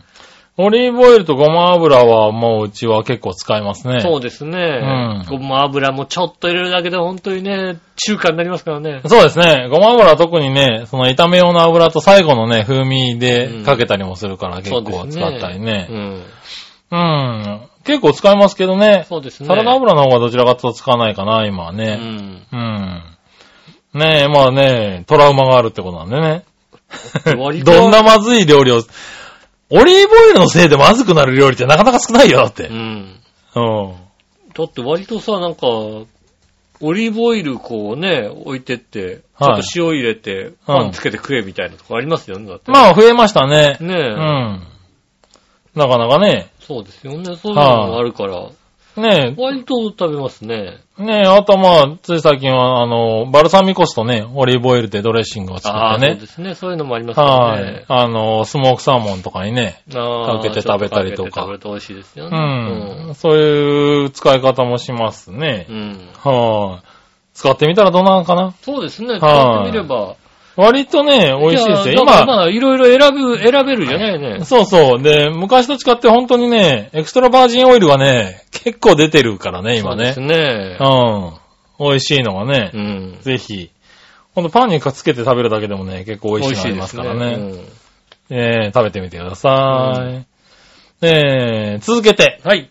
Speaker 3: オリーブオイルとごま油はもううちは結構使いますね。
Speaker 2: そうですね。
Speaker 3: う
Speaker 2: ご
Speaker 3: ん
Speaker 2: ま油もちょっと入れるだけで本当にね、中華になりますからね。
Speaker 3: そうですね。ごま油は特にね、その炒め用の油と最後のね、風味でかけたりもするから結
Speaker 2: そうです
Speaker 3: 構
Speaker 2: ね
Speaker 3: 使ったりね。
Speaker 2: うん。
Speaker 3: うん。結構使いますけどね。
Speaker 2: そうですね。
Speaker 3: サラダ油の方がどちらかというと使わないかな、今は
Speaker 2: う
Speaker 3: ね。
Speaker 2: ん。
Speaker 3: うん。ねえ、まあね、トラウマがあるってことなんでね。
Speaker 2: 割と
Speaker 3: どんなまずい料理を、オリーブオイルのせいでまずくなる料理ってなかなか少ないよ、だって
Speaker 2: う。ん。
Speaker 3: うん。
Speaker 2: だって割とさ、なんか、オリーブオイルこうね、置いてって、ちょっと塩入れて、パンつけて食えみたいなとこありますよね、だって。
Speaker 3: まあ、増えましたね。
Speaker 2: ねえ、
Speaker 3: うん。なかなかね。
Speaker 2: そうですよね。そういうのもあるから、
Speaker 3: ね
Speaker 2: 割と食べますね。
Speaker 3: え、ねえ、あとまあ、つい最近は、あの、バルサミコ酢とね、オリーブオイルでドレッシングを作
Speaker 2: あ
Speaker 3: っ
Speaker 2: あ、
Speaker 3: て
Speaker 2: そう
Speaker 3: ね
Speaker 2: で。すね。そういうのもありますよ
Speaker 3: はい
Speaker 2: ね。。
Speaker 3: あの、スモークサーモンとかにね、
Speaker 2: あー
Speaker 3: かけて食べたりと
Speaker 2: ちょっかけ
Speaker 3: か
Speaker 2: て食べると美味しいですよ
Speaker 3: う
Speaker 2: ね。
Speaker 3: ん。そういう使い方もしますね
Speaker 2: うん。。うん
Speaker 3: はい、使ってみたらどうなのかな
Speaker 2: そうですね。
Speaker 3: い
Speaker 2: 使ってみれば。
Speaker 3: 割とね、美味しいですよ。
Speaker 2: やだから
Speaker 3: 今、
Speaker 2: まあ、いろいろ選ぶ、選べるじゃないね。
Speaker 3: そうそう。で、昔と違って本当にね、エクストラバージンオイルがね、結構出てるからね、今ね。
Speaker 2: そうですね。
Speaker 3: うん。美味しいのがね
Speaker 2: う、ん。
Speaker 3: ぜひ。このパンにかつけて食べるだけでもね、結構美味しいのありますからね。
Speaker 2: うん
Speaker 3: えー、食べてみてください。えー、続けて、
Speaker 2: はい。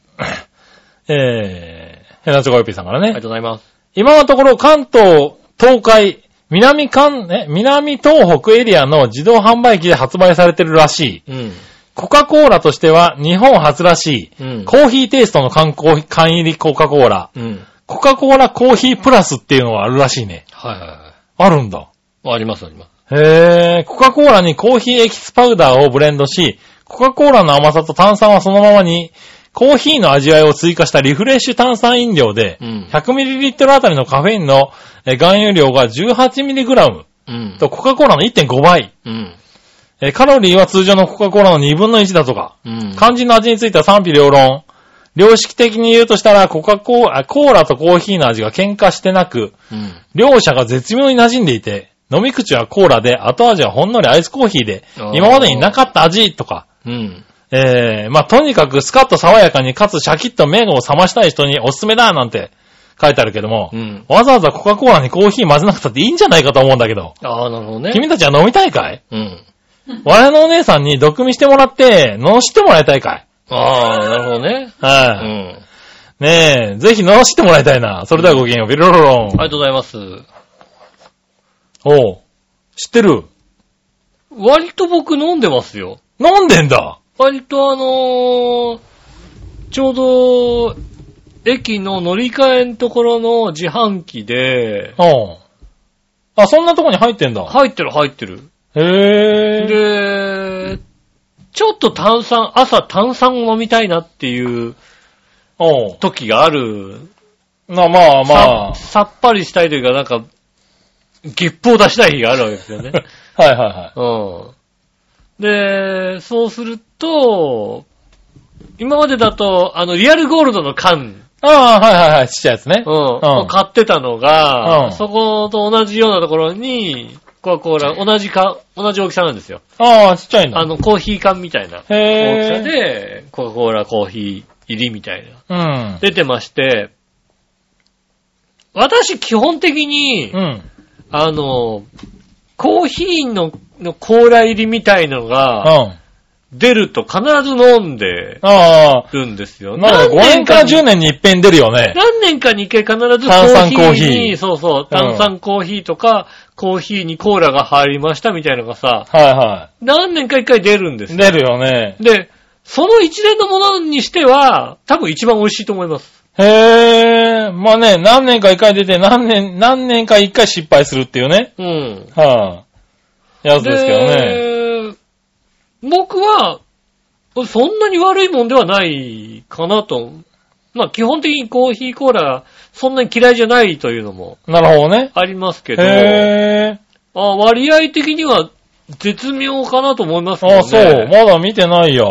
Speaker 3: えー、ヘナチョコヨッピーさんからね。
Speaker 2: ありがとうございます。
Speaker 3: 今のところ関東、東海、南関、え、南東北エリアの自動販売機で発売されてるらしい。
Speaker 2: うん。
Speaker 3: コカ・コーラとしては日本初らし
Speaker 2: う
Speaker 3: い。
Speaker 2: ん。
Speaker 3: コーヒーテイストの缶コーヒ缶入りコカ・コーラ。
Speaker 2: うん。
Speaker 3: コカ・コーラコーヒープラスっていうのがあるらしいね。
Speaker 2: はいはいは
Speaker 3: あるんだ。
Speaker 2: い。ありますあります。
Speaker 3: へー。コカ・コーラにコーヒーエキスパウダーをブレンドし、コカ・コーラの甘さと炭酸はそのままに、コーヒーの味わいを追加したリフレッシュ炭酸飲料で、
Speaker 2: うん。
Speaker 3: 100ml あたりのカフェインのえー含有量が 18mg。
Speaker 4: うん。
Speaker 3: とコカ・コーラの1.5倍。
Speaker 4: うん。
Speaker 3: えーカロリーは通常のコカ・コーラの2分の1だとか。
Speaker 4: うん。
Speaker 3: 肝心の味については賛否両論。良識的に言うとしたら、コカ・コーラ、あコーラとコーヒーの味が喧嘩してなく、
Speaker 4: うん。
Speaker 3: 両者が絶妙に馴染んでいて、飲み口はコーラで、後味はほんのりアイスコーヒーで
Speaker 4: あー、
Speaker 3: 今までになかった味とか、
Speaker 4: うん。
Speaker 3: えー、まあ、とにかくスカッと爽やかに、かつシャキッと目を覚ましたい人におすすめだなんて書いてあるけども
Speaker 4: う、ん。
Speaker 3: わざわざコカ・コーラにコーヒー混ぜなくたっていいんじゃないかと思うんだけど、
Speaker 4: ああ、なるほどね。
Speaker 3: 君たちは飲みたいかい
Speaker 4: うん。
Speaker 3: 我々のお姉さんに毒味してもらって、罵してもらいたいかい
Speaker 4: ああ、なるほどね。
Speaker 3: はい、
Speaker 4: うん。
Speaker 3: ねえ、ぜひ罵してもらいたいな。それではごきげんよう。ビロロロン。
Speaker 4: ありがとうございます。
Speaker 3: おう。知ってる
Speaker 2: 割と僕飲んでますよ。
Speaker 3: 飲んでんだ
Speaker 2: 割とあのーちょうど、駅の乗り換えのところの自販機で、
Speaker 3: うん。あ、そんなとこに入ってんだ。
Speaker 2: 入ってる入ってる。
Speaker 3: へえ。
Speaker 2: で、ちょっと炭酸、朝炭酸を飲みたいなっていう
Speaker 3: おう
Speaker 2: 時がある。
Speaker 3: な、まあまあ。は
Speaker 2: ささっぱりしたいというか、なんか、ゲップを出したい日があるわけですよ ね。
Speaker 3: いはいは
Speaker 2: うん。で、そうすると、今までだと、あの、リアルゴールドの缶、
Speaker 3: い。ああ、はいはいはい。ちっちゃいやつね。
Speaker 2: うん、を買ってたのが、
Speaker 3: うん
Speaker 2: そこと同じようなところに、コアコーラ、同じか、同じ大きさなんですよ。
Speaker 3: ああ、ちっちゃいんだ。
Speaker 2: あの、コーヒー缶みたいな
Speaker 3: へ
Speaker 2: 大き
Speaker 3: え。
Speaker 2: さで、コアコーラコーヒー入りみたいな。
Speaker 3: うん。
Speaker 2: 出てまして、私基本的に、
Speaker 3: うん。
Speaker 2: あの、コーヒーの、のコーラ入りみたいの
Speaker 3: うん。
Speaker 2: が、
Speaker 3: あ
Speaker 2: 出ると必ず飲んで
Speaker 3: あ。
Speaker 2: るんですよ。
Speaker 3: なんか5年から10
Speaker 2: に
Speaker 3: 年に一遍出るよね。
Speaker 2: 何年かに一回必ずコ
Speaker 3: 炭
Speaker 2: ー
Speaker 3: 酸
Speaker 2: ヒ
Speaker 3: コ
Speaker 2: ー
Speaker 3: ー
Speaker 2: に
Speaker 3: ヒー
Speaker 2: そうそう、炭酸コーヒーとか、コーヒーにコーラが入りましたみたいのがさ、
Speaker 3: はいは
Speaker 2: 何年か一回出るんです
Speaker 3: い。
Speaker 2: よ。
Speaker 3: 出るよね。
Speaker 2: で、その一連のものにしては、多分一番美味しいと思います。
Speaker 3: へえ。まあね、何年か一回出て、何年、何年か一回失敗するっていうね。
Speaker 2: うん。
Speaker 3: はい、やつですけどね。
Speaker 2: で僕は、そんなに悪いもんではないかなと。まあ基本的にコーヒーコーラがそんなに嫌いじゃないというのも
Speaker 3: なるほどね。
Speaker 2: ありますけど、
Speaker 3: へぇー。
Speaker 2: あ割合的には絶妙かなと思いますよね。
Speaker 3: あ、そう。まだ見てないや。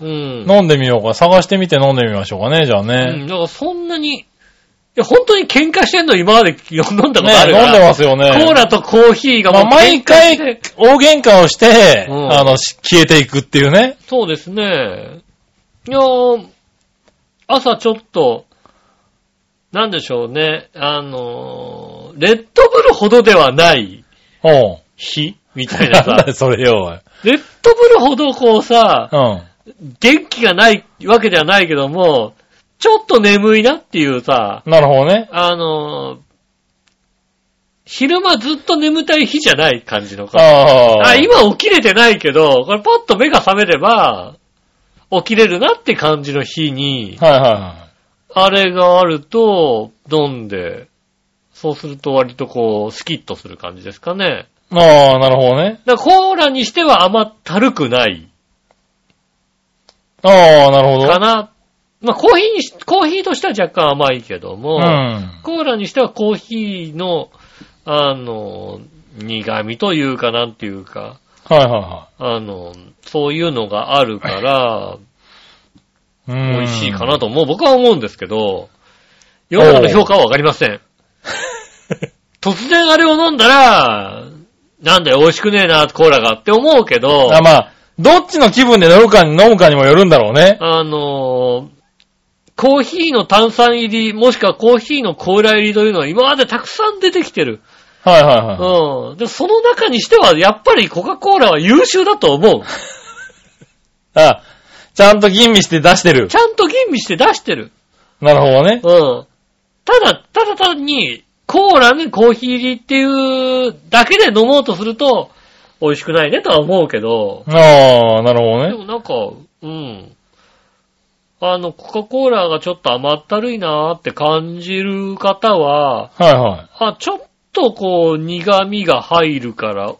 Speaker 2: うん。
Speaker 3: 飲んでみようか。探してみて飲んでみましょうかね、じゃあ
Speaker 2: うん。だ
Speaker 3: ね。
Speaker 2: からそんなに、いや、本当に喧嘩してんの今まで飲んだこと
Speaker 3: ね
Speaker 2: あるから
Speaker 3: 飲んでますよね。
Speaker 2: コーラとコーヒーが
Speaker 3: ま
Speaker 2: も
Speaker 3: あ
Speaker 2: う喧嘩
Speaker 3: 毎
Speaker 2: して
Speaker 3: 回、大喧嘩をして、
Speaker 2: うん
Speaker 3: あの、し消えていくっていうね。
Speaker 2: そうですね。いやー朝ちょっと、なんでしょうね、あのーレッドブルほどではない
Speaker 3: おう
Speaker 2: 日みたいな
Speaker 3: なん
Speaker 2: さ
Speaker 3: だよ、、それよ、おい
Speaker 2: レッドブルほどこうさ、
Speaker 3: うん。
Speaker 2: 元気がないわけではないけども、ちょっと眠いなっていうさ、
Speaker 3: なるほどね。
Speaker 2: あのー昼間ずっと眠たい日じゃない感じのか。
Speaker 3: ああ。
Speaker 2: あ、今起きれてないけど、これパッと目が覚めれば、起きれるなって感じの日に、
Speaker 3: はいはいは
Speaker 2: あれがあると、飲んで、そうすると割とこう、スキッとする感じですかね。
Speaker 3: い。ああ、なるほどね。
Speaker 2: だからコーラにしては甘ったるくない
Speaker 3: ああ、なるほど。
Speaker 2: かな。まあ、コーヒーにし、コーヒーとしては若干甘いけども、
Speaker 3: うん。
Speaker 2: コーラにしてはコーヒーの、あの、苦味というかなんていうか、
Speaker 3: はいは
Speaker 2: あの、そういうのがあるから、
Speaker 3: いはい。うん
Speaker 2: 美味しいかなと思う、僕は思うんですけど、世の中の評価はわかりま せん。突然あれを飲んだら、なんだよ、美味しくねえな、コーラがって思うけど、
Speaker 3: あまあ、どっちの気分で飲むかに、飲むかにもよるんだろうね。
Speaker 2: あのーコーヒーの炭酸入り、もしくはコーヒーのコーラ入りというのは今までたくさん出てきてる。
Speaker 3: はいはいはい。
Speaker 2: うん。で、その中にしては、やっぱりコカ・コーラは優秀だと思う。
Speaker 3: あ、ちゃんと吟味して出してる
Speaker 2: ち。ゃんと吟味して出してる。
Speaker 3: なるほどね。
Speaker 2: うん。ただ、ただ単に、コーラにコーヒー入りっていうだけで飲もうとすると、美味しくないねとは思うけど、
Speaker 3: ああ、なるほ
Speaker 2: で
Speaker 3: ど
Speaker 2: も
Speaker 3: ね。
Speaker 2: なんか、うん。あの、コカ・コーラがちょっと甘ったるいなーって感じる方は、
Speaker 3: はいは
Speaker 2: あ、ちょっとこう、苦味が入るから、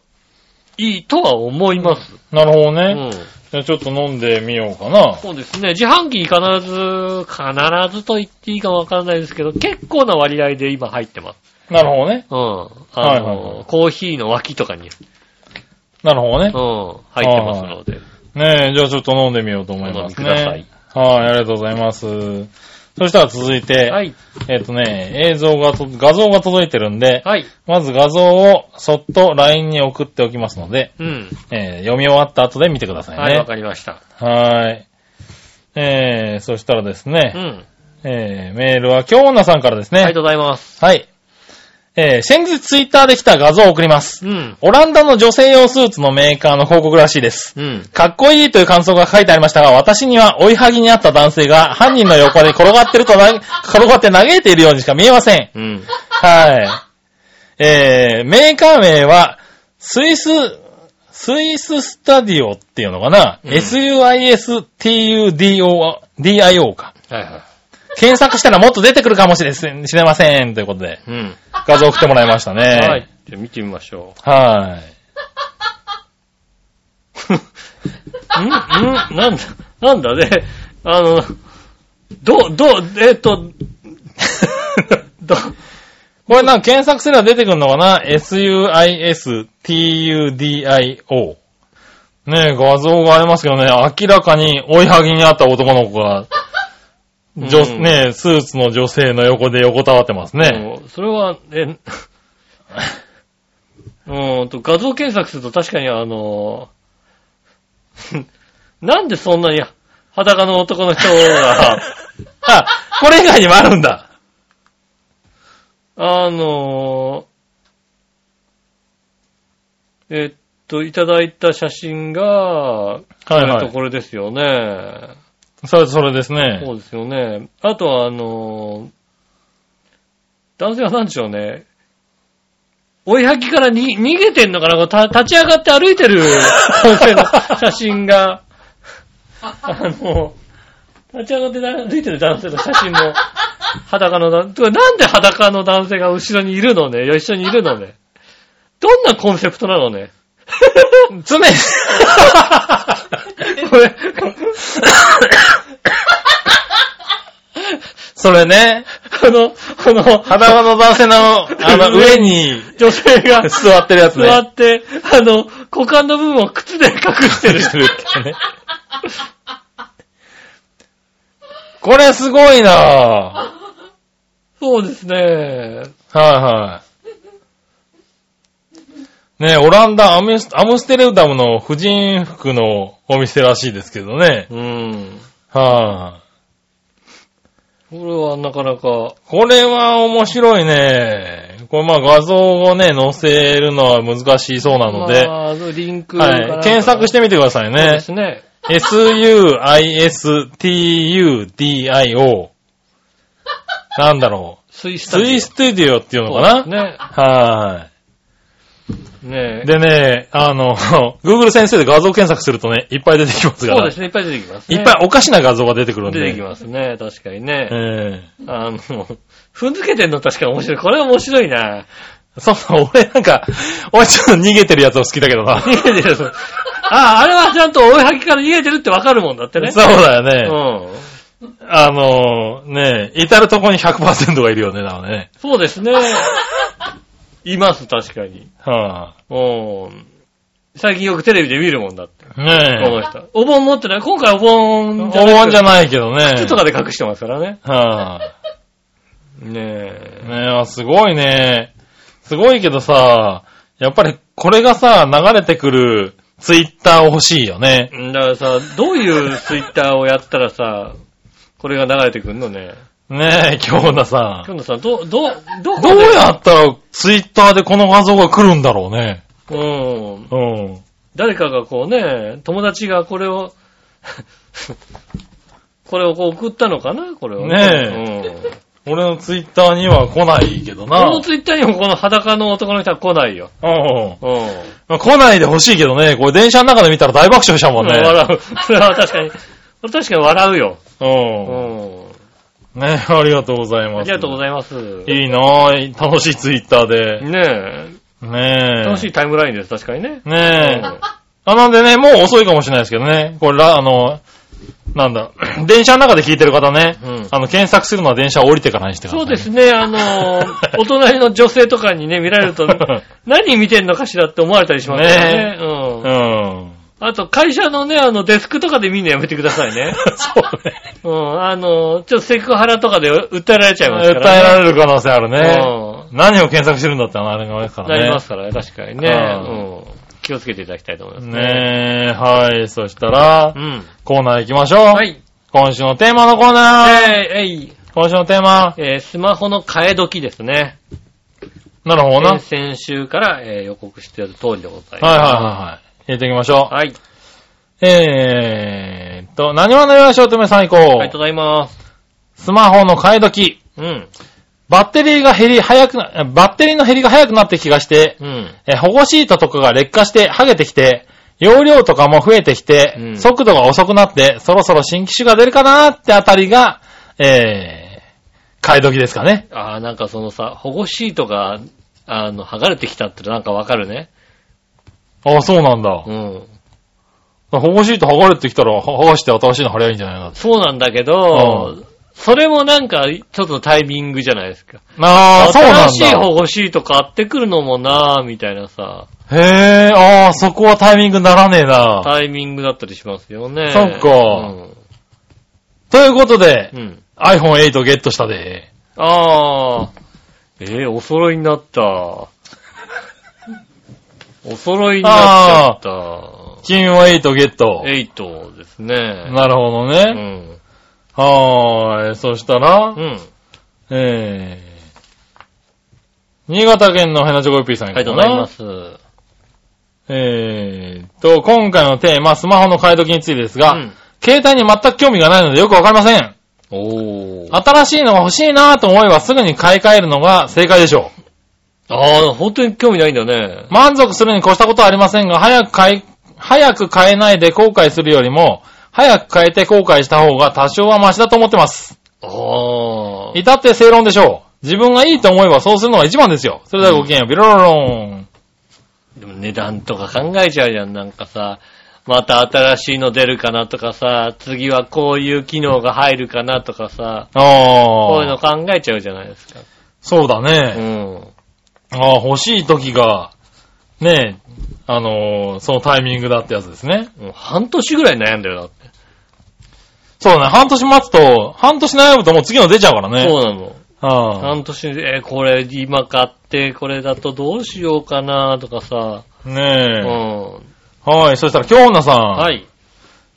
Speaker 2: いいとは思います。
Speaker 3: い。なるほど
Speaker 2: う
Speaker 3: ね。
Speaker 2: ん。
Speaker 3: ちじゃあちょっと飲んでみようかな。
Speaker 2: そうですね。自販機に必ず、必ずと言っていいかわからないですけど、結構な割合で今入ってます。
Speaker 3: なるほどね。
Speaker 2: うん。あの、
Speaker 3: はいはいはい
Speaker 2: コーヒーの脇とかに、うん、
Speaker 3: なるほどね。
Speaker 2: 入ってますので、
Speaker 3: ねえ、じゃあちょっと飲んでみようと
Speaker 2: お
Speaker 3: 思い
Speaker 2: 飲
Speaker 3: ま
Speaker 2: み
Speaker 3: す
Speaker 2: く
Speaker 3: ね。
Speaker 2: ださい。
Speaker 3: はい、ありがとうございます。そしたら続いて、
Speaker 2: はい。
Speaker 3: えっ、とね、映像がと、画像が届いてるんで、
Speaker 2: はい。
Speaker 3: まず画像をそっと LINE に送っておきますので、
Speaker 2: うん。
Speaker 3: えー読み終わった後で見てください
Speaker 2: はい、わ
Speaker 3: ね。
Speaker 2: かりました。
Speaker 3: はい。えー、そしたらです
Speaker 2: う
Speaker 3: ね、
Speaker 2: ん。
Speaker 3: えー、メールは京女さんからです
Speaker 2: あり
Speaker 3: ね
Speaker 2: がと。うございます。
Speaker 3: はい。えー、先日ツイッターで来た画像を送ります。
Speaker 2: うん。
Speaker 3: オランダの女性用スーツのメーカーの広告らしいです。
Speaker 2: うん。
Speaker 3: かっこいいという感想が書いてありましたが、私には追いはぎにあった男性が犯人の横で転がってるとな、転がって嘆いているようにしか見えません。
Speaker 2: うん。
Speaker 3: はい。えー、メーカー名は、スイス、スイススタディオっていうのかな、
Speaker 2: うん
Speaker 3: ?SUISTUDIO か。
Speaker 2: はいはい。
Speaker 3: 検索したらもっと出てくるかもしれせんしれません。ということ で、
Speaker 2: うん。
Speaker 3: 画像送ってもらいましたね。
Speaker 2: はい。じゃあ見てみましょ
Speaker 3: は い。
Speaker 2: う。んんなんだ、なんだね。あの、ど、ど、えっと、 ど、
Speaker 3: これなんか検索すれば出てくるのかな ?suistudio。ねえ、画像がありますけどね、明らかに追いはぎにあった男の子が、女
Speaker 2: うん
Speaker 3: ねえ、スーツの女性の横で横たわってますね。
Speaker 2: もうそれは、え、 うーんと、画像検索すると確かにあの、 なんでそんなに裸の男の人が、
Speaker 3: あ、これ以外にもあるんだ。
Speaker 2: あの、えっと、いただいた写真が、こ
Speaker 3: はい
Speaker 2: れ
Speaker 3: は
Speaker 2: と
Speaker 3: い。
Speaker 2: これですよね。
Speaker 3: それ、それですね。
Speaker 2: そうですよね。あとは、あのー男性は何でしょうね。追いはぎからに逃げてんのかなこうた立ち上がって歩いてる男性の写真が、あの、立ち上がって歩いてる男性の写真も、裸の男、てかなんで裸の男性が後ろにいるのね一緒にいるのねどんなコンセプトなのね
Speaker 3: 常に、
Speaker 2: これ、
Speaker 3: それね、
Speaker 2: あの、あの、
Speaker 3: 裸の男性の、あの、上に
Speaker 2: 女性が、
Speaker 3: 座ってるやつね。
Speaker 2: 座って、あの、股間の部分を靴で隠 してる。
Speaker 3: これすごいなぁ。
Speaker 2: そうですね。
Speaker 3: はいはい。ねオランダアムス、アムステルダムの婦人服のお店らしいですけどね。
Speaker 2: うん。
Speaker 3: はい、
Speaker 2: これはなかなか、
Speaker 3: これは面白いね。これまあ画像をね、載せるのは難しそうなので、
Speaker 2: まあ、リンク
Speaker 3: はい、検索しててみてください
Speaker 2: ね。そう
Speaker 3: ね
Speaker 2: で。すね。
Speaker 3: suistudio。なんだろ
Speaker 2: スイ
Speaker 3: う。
Speaker 2: ス
Speaker 3: スイステディオっていうのかな、
Speaker 2: ね。
Speaker 3: は
Speaker 2: ね
Speaker 3: い。でね、あの、Google 先生で画像検索するとね、いっぱい出てきます
Speaker 2: そ
Speaker 3: か
Speaker 2: う
Speaker 3: ら。
Speaker 2: ですね。いっぱい出てきます、ね。
Speaker 3: いっぱいおかしな画像が出てくるんで。
Speaker 2: 出てきますね。確かにね。
Speaker 3: え
Speaker 2: あの、踏んづけてんの確かに面白い。これは面白いな。
Speaker 3: えそうそう、俺なんか、俺ちょっと逃げてるやつを好きだけどな。
Speaker 2: 逃げてる。そうああ、あれはちゃんと追いはぎから逃げてるってわかるもんだってね。
Speaker 3: そうだよ
Speaker 2: う
Speaker 3: ね。
Speaker 2: ん。
Speaker 3: あの、ね至るとこに100%がいるよね、だからね。
Speaker 2: そうですね。います、確かに。
Speaker 3: は
Speaker 2: うん。最近よくテレビで見るもんだって。
Speaker 3: あ、ね
Speaker 2: この人。お盆持ってない今回お盆
Speaker 3: お盆じゃ
Speaker 2: ない。
Speaker 3: ないけどね。
Speaker 2: 靴とかで隠してますからね。
Speaker 3: はあ、
Speaker 2: ねえ。
Speaker 3: ねえあ、すごいね。すごいけどさ、やっぱりこれがさ、流れてくるツイッター欲しいよね。
Speaker 2: だからさ、どういうツイッターをやったらさ、これが流れてくんのね。
Speaker 3: ねえ、京奈さ
Speaker 2: 今日
Speaker 3: ん。
Speaker 2: のさん、ど、ど、ど
Speaker 3: ど
Speaker 2: こ
Speaker 3: う
Speaker 2: で
Speaker 3: やったらツイッターでこの画像が来るんだろうね。
Speaker 2: うん。
Speaker 3: うん。
Speaker 2: 誰かがこうね、友達がこれを、これをこう送ったのかなこれを
Speaker 3: ね
Speaker 2: え。うん。
Speaker 3: 俺のツイッターには来ないけど
Speaker 2: こ
Speaker 3: な。う
Speaker 2: の
Speaker 3: ん。
Speaker 2: ツイッターにもこの裸の男の人は来ないよ。うん。
Speaker 3: まあ来ないで欲しいけどね、これ電車の中で見たら大爆笑したもんね。
Speaker 2: 笑う。 それは確かに。これ確かに笑うよ。う。
Speaker 3: うんん。ねえ、ありがとうございます。
Speaker 2: ありがとうご
Speaker 3: い
Speaker 2: ざいます。
Speaker 3: ます。いいなあ楽しいツイッターで。
Speaker 2: ねえ。
Speaker 3: ねえ。
Speaker 2: 楽しいタイムラインです、確かにね。
Speaker 3: ねえ。あ、なんでね、もう遅いかもしれないですけどね。これ、らあの、なんだ、 電車の中で聞いてる方ね、
Speaker 4: うん
Speaker 3: あの、検索するのは電車降りてからにしてくださ
Speaker 2: そ
Speaker 3: い、
Speaker 2: うですね、あのー、お隣の女性とかにね、見られる と、何見てんのかしらって思われたりしますからね。うん。
Speaker 3: うん。
Speaker 2: あと、会社のね、あの、デスクとかで見るのやめてくださいね。
Speaker 3: そうね。
Speaker 2: うん。あの、ちょっとセクハラとかで訴えられちゃいま
Speaker 3: 訴
Speaker 2: す
Speaker 3: え
Speaker 2: からね。
Speaker 3: られる可能性あるね。
Speaker 2: う
Speaker 3: 何を検索してるんだってあれがあれですか
Speaker 2: ん。
Speaker 3: らね。
Speaker 2: なりますからね、確かにね。
Speaker 3: うん
Speaker 2: うん。気をつけていただきたいと思いますね。
Speaker 3: ねえ、はい。そしたら
Speaker 2: う、ん。
Speaker 3: コーナー行きましょう。
Speaker 2: はい。
Speaker 3: 今週のテーマのコーナー、
Speaker 2: えい、えい、
Speaker 3: 今週のテーマ、
Speaker 2: えースマホの替え時ですね。
Speaker 3: なるほどな。
Speaker 2: えー先週から、えー予告している通りでござい
Speaker 3: はいはい
Speaker 2: ま
Speaker 3: はいはい。入れていきましょ
Speaker 2: す。はい。はい。
Speaker 3: う。えーっと、何話のよいしおとめ最高
Speaker 2: ありがとうございます。
Speaker 3: スマホの買い時。
Speaker 2: うん。バ
Speaker 3: バッテリーが減り、早くな、バッテリーの減りが早くなって気がして、
Speaker 2: うん。
Speaker 3: え、保護シートとかが劣化して、剥げてきて、容量とかも増えてきて、
Speaker 2: うん
Speaker 3: 速度が遅くなって、そろそろ新機種が出るかなーってあたりが、えー、買い時ですかね。
Speaker 2: ああ、なんかそのさ、保護シートが、あの、剥がれてきたってなんかわかるね。
Speaker 3: ああ、そうなんだ。
Speaker 2: うん。
Speaker 3: 保護シート剥がれてきたら、剥がして新しいの貼りゃいいんじゃないの
Speaker 2: そうなんだけ
Speaker 3: う
Speaker 2: ど、それもなんか、ちょっとタイミングじゃないですか。
Speaker 3: ああ、そうなんだ。
Speaker 2: 新しい保護シート買ってくるのもなぁ、みたいなさ、
Speaker 3: へえ、ああ、そこはタイミングならねえな。
Speaker 2: タイミングだったりしますよね。
Speaker 3: そっかということで
Speaker 2: うん。、うん。
Speaker 3: iPhone8 ゲットしたで。
Speaker 2: ああ。えー、お揃いになった。お揃いになっちゃっ
Speaker 3: 君も8ゲッ
Speaker 2: た。
Speaker 3: ト。
Speaker 2: 8ですね。
Speaker 3: なるほど
Speaker 2: う
Speaker 3: ね。
Speaker 2: ん。
Speaker 3: はーい。そしたら
Speaker 2: う、ん。
Speaker 3: えー、新潟県のヘナチョコヨッピーさん
Speaker 2: あ
Speaker 3: か
Speaker 2: り
Speaker 3: な
Speaker 2: がとうございます。
Speaker 3: えーと、今回のテーマ、スマホの買い時についてですが、
Speaker 2: うん
Speaker 3: 携帯に全く興味がないのでよくわかりません。
Speaker 2: おー。あ
Speaker 3: 新しいのが欲しいなと思えばすぐに買い替えるのが正解でしょう。
Speaker 2: あー、本当に興味ないんだね。
Speaker 3: 満足するに越したことはありませんが、早く買い、早く買えないで後悔するよりも、早く買えて後悔した方が多少はマシだと思ってます。
Speaker 2: あー。
Speaker 3: 至って正論でしょう。自分がいいと思えばそうするのが一番ですよ。それではごきげんよう、ビロロロン。
Speaker 2: でも値段とか考えちゃうじゃん、なんかさ。また新しいの出るかなとかさ、次はこういう機能が入るかなとかさ、こういう
Speaker 3: あ
Speaker 2: の
Speaker 3: あ。
Speaker 2: 考えちゃうじゃないですか。
Speaker 3: そうだ
Speaker 2: う
Speaker 3: ね。
Speaker 2: ん。
Speaker 3: ああ、欲しい時が、ねえ、あのーそのタイミングだってやつですね。
Speaker 2: もう半年ぐらい悩んだよ、だって。
Speaker 3: そうだね。半年待つと、半年悩むともう次の出ちゃうからね。
Speaker 2: そうなの。
Speaker 3: ああ。
Speaker 2: 半年で、えーこれ今買って、これだとどうしようかなとかさ。う
Speaker 3: ねえ。
Speaker 2: ん。
Speaker 3: はい。そしたら、京女さん。
Speaker 2: はい。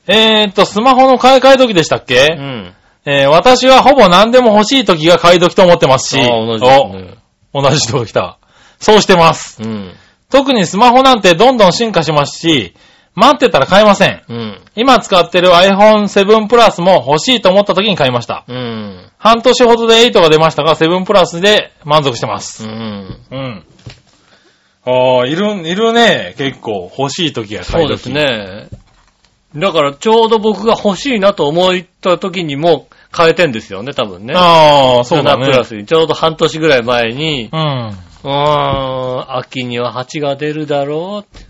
Speaker 3: えーっと、スマホの買い替え時でしたっ
Speaker 2: う
Speaker 3: け、
Speaker 2: ん。
Speaker 3: えー私はほぼ何でも欲しい時が買い時と思ってますし、
Speaker 2: ああ、同じですね。
Speaker 3: お同じとこ来た。そうしてます。
Speaker 2: うん。
Speaker 3: 特にスマホなんてどんどん進化しますし、待ってたら買えません。
Speaker 2: うん。
Speaker 3: 今使ってる iPhone7 プラスも欲しいと思った時に買いました。
Speaker 2: うん。
Speaker 3: 半年ほどで8が出ましたが、7プラスで満足してま
Speaker 2: う
Speaker 3: す。
Speaker 2: ん。
Speaker 3: うん。ああ、いる、いるね。結構、欲しい時が
Speaker 2: そうです。ね。だから、ちょうど僕が欲しいなと思った時にもう変えてんですよね、多分ね。
Speaker 3: ああ、そうだね。
Speaker 2: 7プラスに、ちょうど半年ぐらい前に、
Speaker 3: うん。
Speaker 2: うーん、秋には8が出るだろうって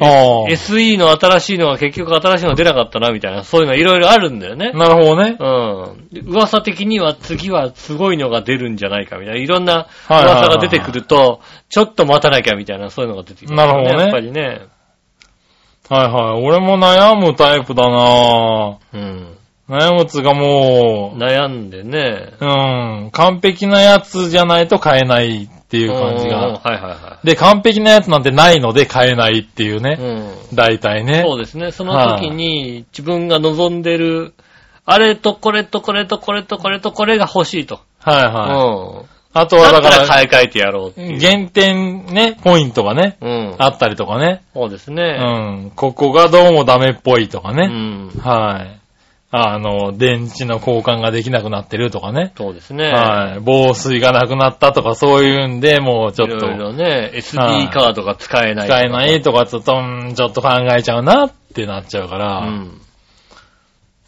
Speaker 3: ああ。
Speaker 2: SE の新しいのが結局新しいのが出なかったな、みたいな、そういうのいろいろあるんだよね。
Speaker 3: なるほどね。
Speaker 2: うん。で噂的には次はすごいのが出るんじゃないか、みたいな。いろんな
Speaker 3: はいはいはい
Speaker 2: 噂が出てくると、ちょっと待たなきゃ、みたいな、そういうのが出てきますよ
Speaker 3: なるほどね
Speaker 2: やっぱりね。
Speaker 3: はいはい。俺も悩むタイプだなぁ。
Speaker 2: うん。
Speaker 3: 悩むつがも
Speaker 2: 悩んでね。
Speaker 3: う、うん、完璧なやつじゃないと買えないっていう感じ
Speaker 2: うん
Speaker 3: が。
Speaker 2: はいは
Speaker 3: で、完璧なやつなんてないので買えないっていう
Speaker 2: いはい。
Speaker 3: ね。
Speaker 2: うん。
Speaker 3: 大体ね。
Speaker 2: そうですね。その時に自分が望んでる、あれとこれとこれとこれとこれとこれが欲しいと。
Speaker 3: はいうはい。
Speaker 2: ん。
Speaker 3: あとは
Speaker 2: だ
Speaker 3: だ
Speaker 2: から
Speaker 3: か
Speaker 2: 買い替えてやろうって
Speaker 3: ら、
Speaker 2: いう。
Speaker 3: 減点ね、ポイントがね、
Speaker 2: うん。
Speaker 3: あったりとかね。
Speaker 2: そうです
Speaker 3: う
Speaker 2: ね。
Speaker 3: ん。ここがどうもダメっぽいとか
Speaker 2: う
Speaker 3: ね。
Speaker 2: ん。
Speaker 3: はい。あの、電池の交換ができなくなってるとかね。
Speaker 2: そうですね。
Speaker 3: はい。防水がなくなったとかそういうんで、もうちょっと。
Speaker 2: いろいろね、
Speaker 3: はい
Speaker 2: SD カードが使えない。
Speaker 3: 使えないとか、ちょっと、うんちょっと考えちゃうなってなっちゃうか
Speaker 2: う
Speaker 3: ら、
Speaker 2: ん。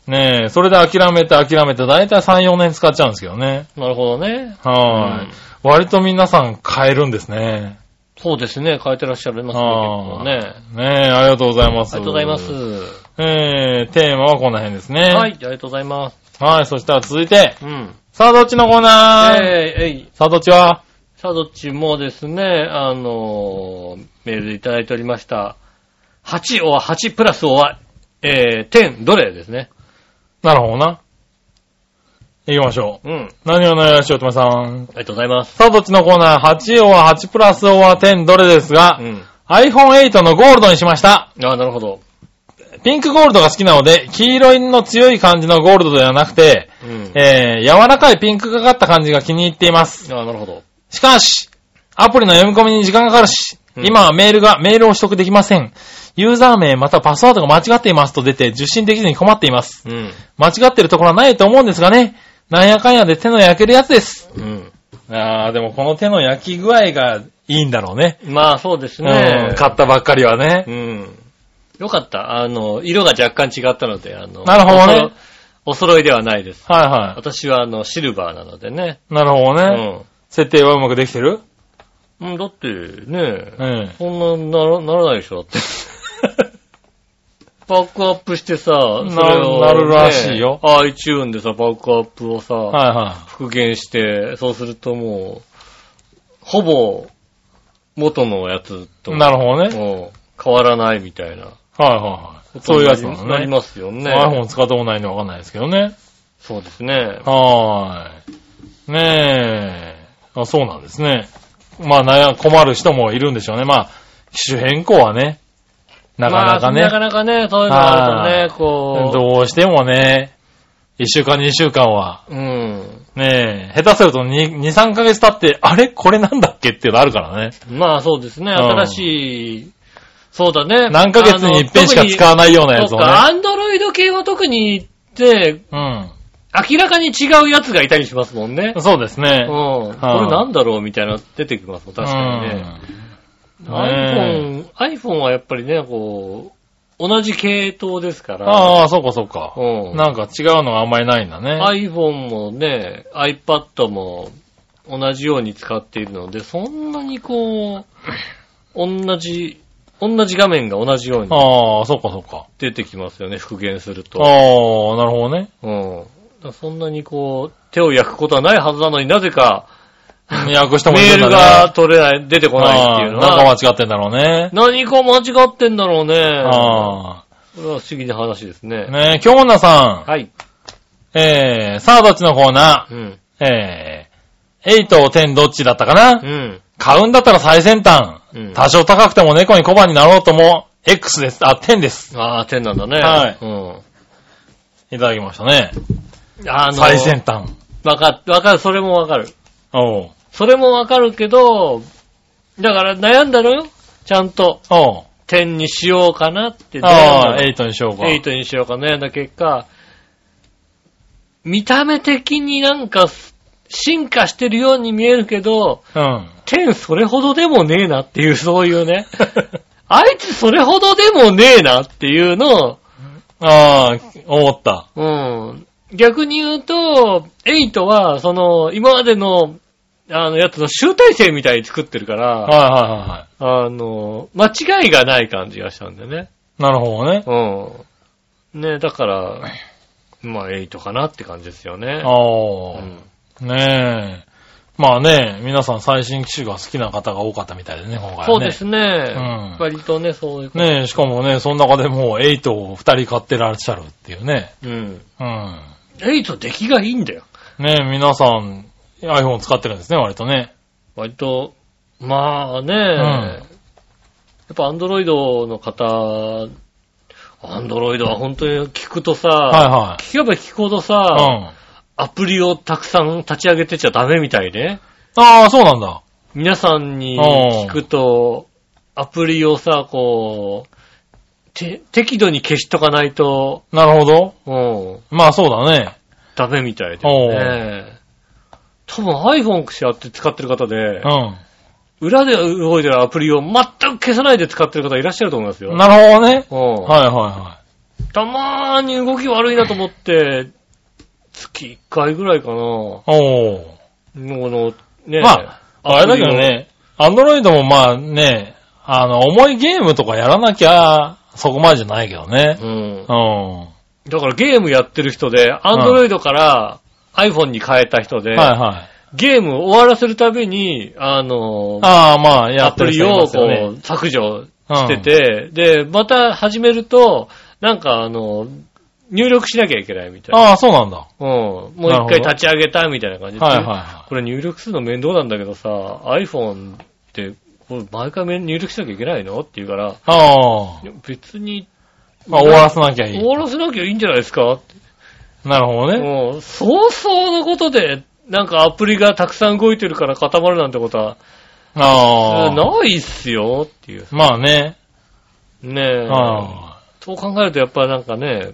Speaker 3: ねえ、それで諦めて諦めて、だいたい3、4年使っちゃうんですけどね。
Speaker 2: なるほどね。
Speaker 3: はーい、
Speaker 2: うん
Speaker 3: 割と皆さん買えるんですね。
Speaker 2: そうですね、変えてらっしゃるますね、結構
Speaker 3: ああ
Speaker 2: ね。
Speaker 3: ねえ、ありがとうございます。
Speaker 2: ありがとうございます。
Speaker 3: えー、テーマはこの辺ですね。
Speaker 2: はい、あり。がとうございます。
Speaker 3: はい、そしたら続いて、
Speaker 2: うん。
Speaker 3: さあどっちのコー
Speaker 2: え
Speaker 3: ナー、
Speaker 2: ー、えい、
Speaker 3: さあどっちは
Speaker 2: さあ、どっちもですね、あのーメールでいただいておりました。8おは8プラスおは、えー、10、どれですね。
Speaker 3: なるほどな。行きましょ
Speaker 2: うん。
Speaker 3: う。何を悩ましおとめさん。
Speaker 2: ありがとうございます。
Speaker 3: さあどっちのコーナー ?8 は8プラスは10どれですが、
Speaker 2: うん。
Speaker 3: iPhone8 のゴールドにしました。
Speaker 2: ああ、なるほど。
Speaker 3: ピンクゴールドが好きなので、黄色いの強い感じのゴールドではなくて、
Speaker 2: うん。
Speaker 3: えー、柔らかいピンクがかった感じが気に入っています。
Speaker 2: ああ、なるほど。
Speaker 3: しかし、アプリの読み込みに時間がかかるし、
Speaker 2: うん
Speaker 3: 今はメールが、メールを取得できません。ユーザー名またパスワードが間違っていますと出て受信できずに困っています。
Speaker 2: うん。
Speaker 3: 間違ってるところはないと思うんですがね。なんやかんやで手の焼けるやつです。
Speaker 2: うん。
Speaker 3: あー、でもこの手の焼き具合がいいんだろうね。
Speaker 2: まあ、そうです
Speaker 3: う
Speaker 2: ね
Speaker 3: ん。買ったばっかりはね。
Speaker 2: うん。よかった。あの、色が若干違ったので、あの、
Speaker 3: なるほどね
Speaker 2: おそろお揃いではないです。
Speaker 3: はいは
Speaker 2: 私は、あの、シルバーなのでね。
Speaker 3: い。なるほど
Speaker 2: う
Speaker 3: ね。
Speaker 2: ん。
Speaker 3: 設定はうまくできてる
Speaker 2: うん、だって、ね
Speaker 3: うん。
Speaker 2: そんななら、ならないでしょ、だって。 バックアップしてさ、それを、
Speaker 3: なるらしいよ
Speaker 2: ね iTune でさ、バックアップをさ、
Speaker 3: はいは
Speaker 2: 復元して、そうするともう、ほぼ、元のやつと、
Speaker 3: い。なるほどね。
Speaker 2: もう変わらないみたいな。
Speaker 3: はいはいはい。そういうやつなの
Speaker 2: なり
Speaker 3: ね。
Speaker 2: ますよね。
Speaker 3: iPhone 使ったことないんでわかんないですけどね。
Speaker 2: そうですね。
Speaker 3: はーい。ねえ。あ、そうなんですね。まあ、悩困る人もいるんでしょうね。まあ、機種変更はね、なかなかね
Speaker 2: まあ、な、かなかね、そういうのがあるとね、
Speaker 3: うん
Speaker 2: こ
Speaker 3: どうしてもね、1週間2週間は、
Speaker 2: う、うん。
Speaker 3: ねえ、下手すると2、2 3ヶ月経って、あれこれなんだっけっていうのあるから ね。
Speaker 2: まあそうですね、
Speaker 3: ん
Speaker 2: 新しい、そうだね。
Speaker 3: 何ヶ月に一遍しか使わないようなやつ
Speaker 2: そ
Speaker 3: を
Speaker 2: う
Speaker 3: ね。
Speaker 2: か、アンドロイド系は特にって、
Speaker 3: う
Speaker 2: 明らかに違うやつがいたりしますもんね。
Speaker 3: ん。そうですね
Speaker 2: うん。。これなんだろうみたいなの出てきますもん、確かにね。
Speaker 3: うん。ねえ
Speaker 2: iPhone、iPhone はやっぱりね、こう、同じ系統ですから。
Speaker 3: ああ、そうかそうか。
Speaker 2: うん
Speaker 3: なんか違うのがあんまりないんだね。
Speaker 2: iPhone もね、iPad も同じように使っているので、そんなにこう、同じ、同じ画面が同じように
Speaker 3: ああ、そうかそうか。
Speaker 2: 出てきますよね、復元する
Speaker 3: ああ
Speaker 2: と。、
Speaker 3: なるほどね。
Speaker 2: うん。だからそんなにこう、手を焼くことはないはずなのになぜか、
Speaker 3: 訳したもい
Speaker 2: メー
Speaker 3: るん
Speaker 2: ル
Speaker 3: だね。
Speaker 2: が取れない、出てこないっていうの
Speaker 3: ああな
Speaker 2: は、
Speaker 3: んか間違ってんだろうね。
Speaker 2: 何か間違ってんだろうね。
Speaker 3: あ
Speaker 2: これは不思議な話ですね。
Speaker 3: あ。ねえ、京女さん。
Speaker 2: はい。
Speaker 3: えー、さあどっちのコーナ
Speaker 2: うん。
Speaker 3: ーえー、8、10どっちだったかな
Speaker 2: うん。
Speaker 3: 買うんだったら最先端。
Speaker 2: うん。
Speaker 3: 多少高くても猫に小判になろうとも、X です。あ、10です。
Speaker 2: ああ、点なんだね。
Speaker 3: はい
Speaker 2: うん。
Speaker 3: いただきましたね。
Speaker 2: あの、
Speaker 3: 最先端。
Speaker 2: わかる、わかる、それもわかる。
Speaker 3: おう。
Speaker 2: それもわかるけど、だから悩んだのよ。ちゃんと、
Speaker 3: おう。
Speaker 2: 点にしようかなって。
Speaker 3: ああ、8にしようか。
Speaker 2: エイトにしようか悩んだ結果、見た目的になんか、進化してるように見えるけど、
Speaker 3: うん。
Speaker 2: 点それほどでもねえなっていう、そういうね。あいつそれほどでもねえなっていうのを、
Speaker 3: ああ、思った。
Speaker 2: うん。逆に言うと、8は、その、今までの、あの、やつの集大成みたいに作ってるから、
Speaker 3: はいはいはいは
Speaker 2: あの、間違いがない感じがしたんだよね。
Speaker 3: い。なるほどね。
Speaker 2: うん。ね、だから、まあ、8かなって感じですよね。う
Speaker 3: ああ、
Speaker 2: ん。
Speaker 3: ねえ。まあね、皆さん最新機種が好きな方が多かったみたいでね、今回はね。
Speaker 2: そうですね。
Speaker 3: うん
Speaker 2: 割とね、そういう。
Speaker 3: ねえ、しかもね、その中でもう8を2人買ってらっしゃるっていうね。
Speaker 2: うん。
Speaker 3: うん。
Speaker 2: 8出来がいいんだよ。
Speaker 3: ねえ、皆さん iPhone 使ってるんですね、割とね。
Speaker 2: 割と、まあね、やっぱアンドロイドの方、アンドロイドは本当に聞くとさ、
Speaker 3: は
Speaker 2: 聞けば聞くほどさ、
Speaker 3: いはい。うん。
Speaker 2: アプリをたくさん立ち上げてちゃダメみたいね。
Speaker 3: ああ、そうなんだ。
Speaker 2: 皆さんに
Speaker 3: うん
Speaker 2: 聞くと、アプリをさ、こう、て適度に消しとかないと、
Speaker 3: なるほど。
Speaker 2: うん、
Speaker 3: まあそうだね。
Speaker 2: ダメみたいですね。多分 iPhone くしあって使ってる方で
Speaker 3: う、
Speaker 2: 裏で動いてるアプリを全く消さないで使ってる方いらっしゃると思いますよ。
Speaker 3: ん。なるほどね。
Speaker 2: うん
Speaker 3: はいはいは
Speaker 2: たまーに動き悪いなと思って、月1回ぐらいかな。
Speaker 3: い。おー。
Speaker 2: もうあの、ね
Speaker 3: まあれだけどね、アンドロイドもまあね、あの、重いゲームとかやらなきゃ、そこまでじゃないけどね。
Speaker 4: うん。
Speaker 3: うん。
Speaker 2: だからゲームやってる人で、アンドロイドから iPhone に変えた人で、
Speaker 3: はいはい。
Speaker 2: ゲームを終わらせるたびに、あの、
Speaker 3: ああ、まあ、や
Speaker 2: ア
Speaker 3: って
Speaker 2: プ
Speaker 3: る
Speaker 2: リ
Speaker 3: 人い
Speaker 2: を
Speaker 3: ます
Speaker 2: こ
Speaker 3: よね。
Speaker 2: う削除してて、で、また始めると、なんかあの、入力しなきゃいけないみたいな。
Speaker 3: ああ、そうなんだ。
Speaker 2: うん。もう一回立ち上げたみたいな感じで。
Speaker 3: はいはいは
Speaker 2: これ入力するの面倒なんだけどさ、iPhone って、これ毎回入力しなきゃいけないのって言うから、
Speaker 3: い。ああ
Speaker 2: い。や別に
Speaker 3: まあ、終わらせなきゃい
Speaker 2: 終
Speaker 3: い。
Speaker 2: わらせなきゃいいんじゃないですかって
Speaker 3: なるほどね。
Speaker 2: もう、早々のことで、なんかアプリがたくさん動いてるから固まるなんてことは、
Speaker 3: ああ。
Speaker 2: ないっすよっていう。
Speaker 3: まあね。
Speaker 2: ねえ。
Speaker 3: あ
Speaker 2: そう考えるとやっぱなんかね、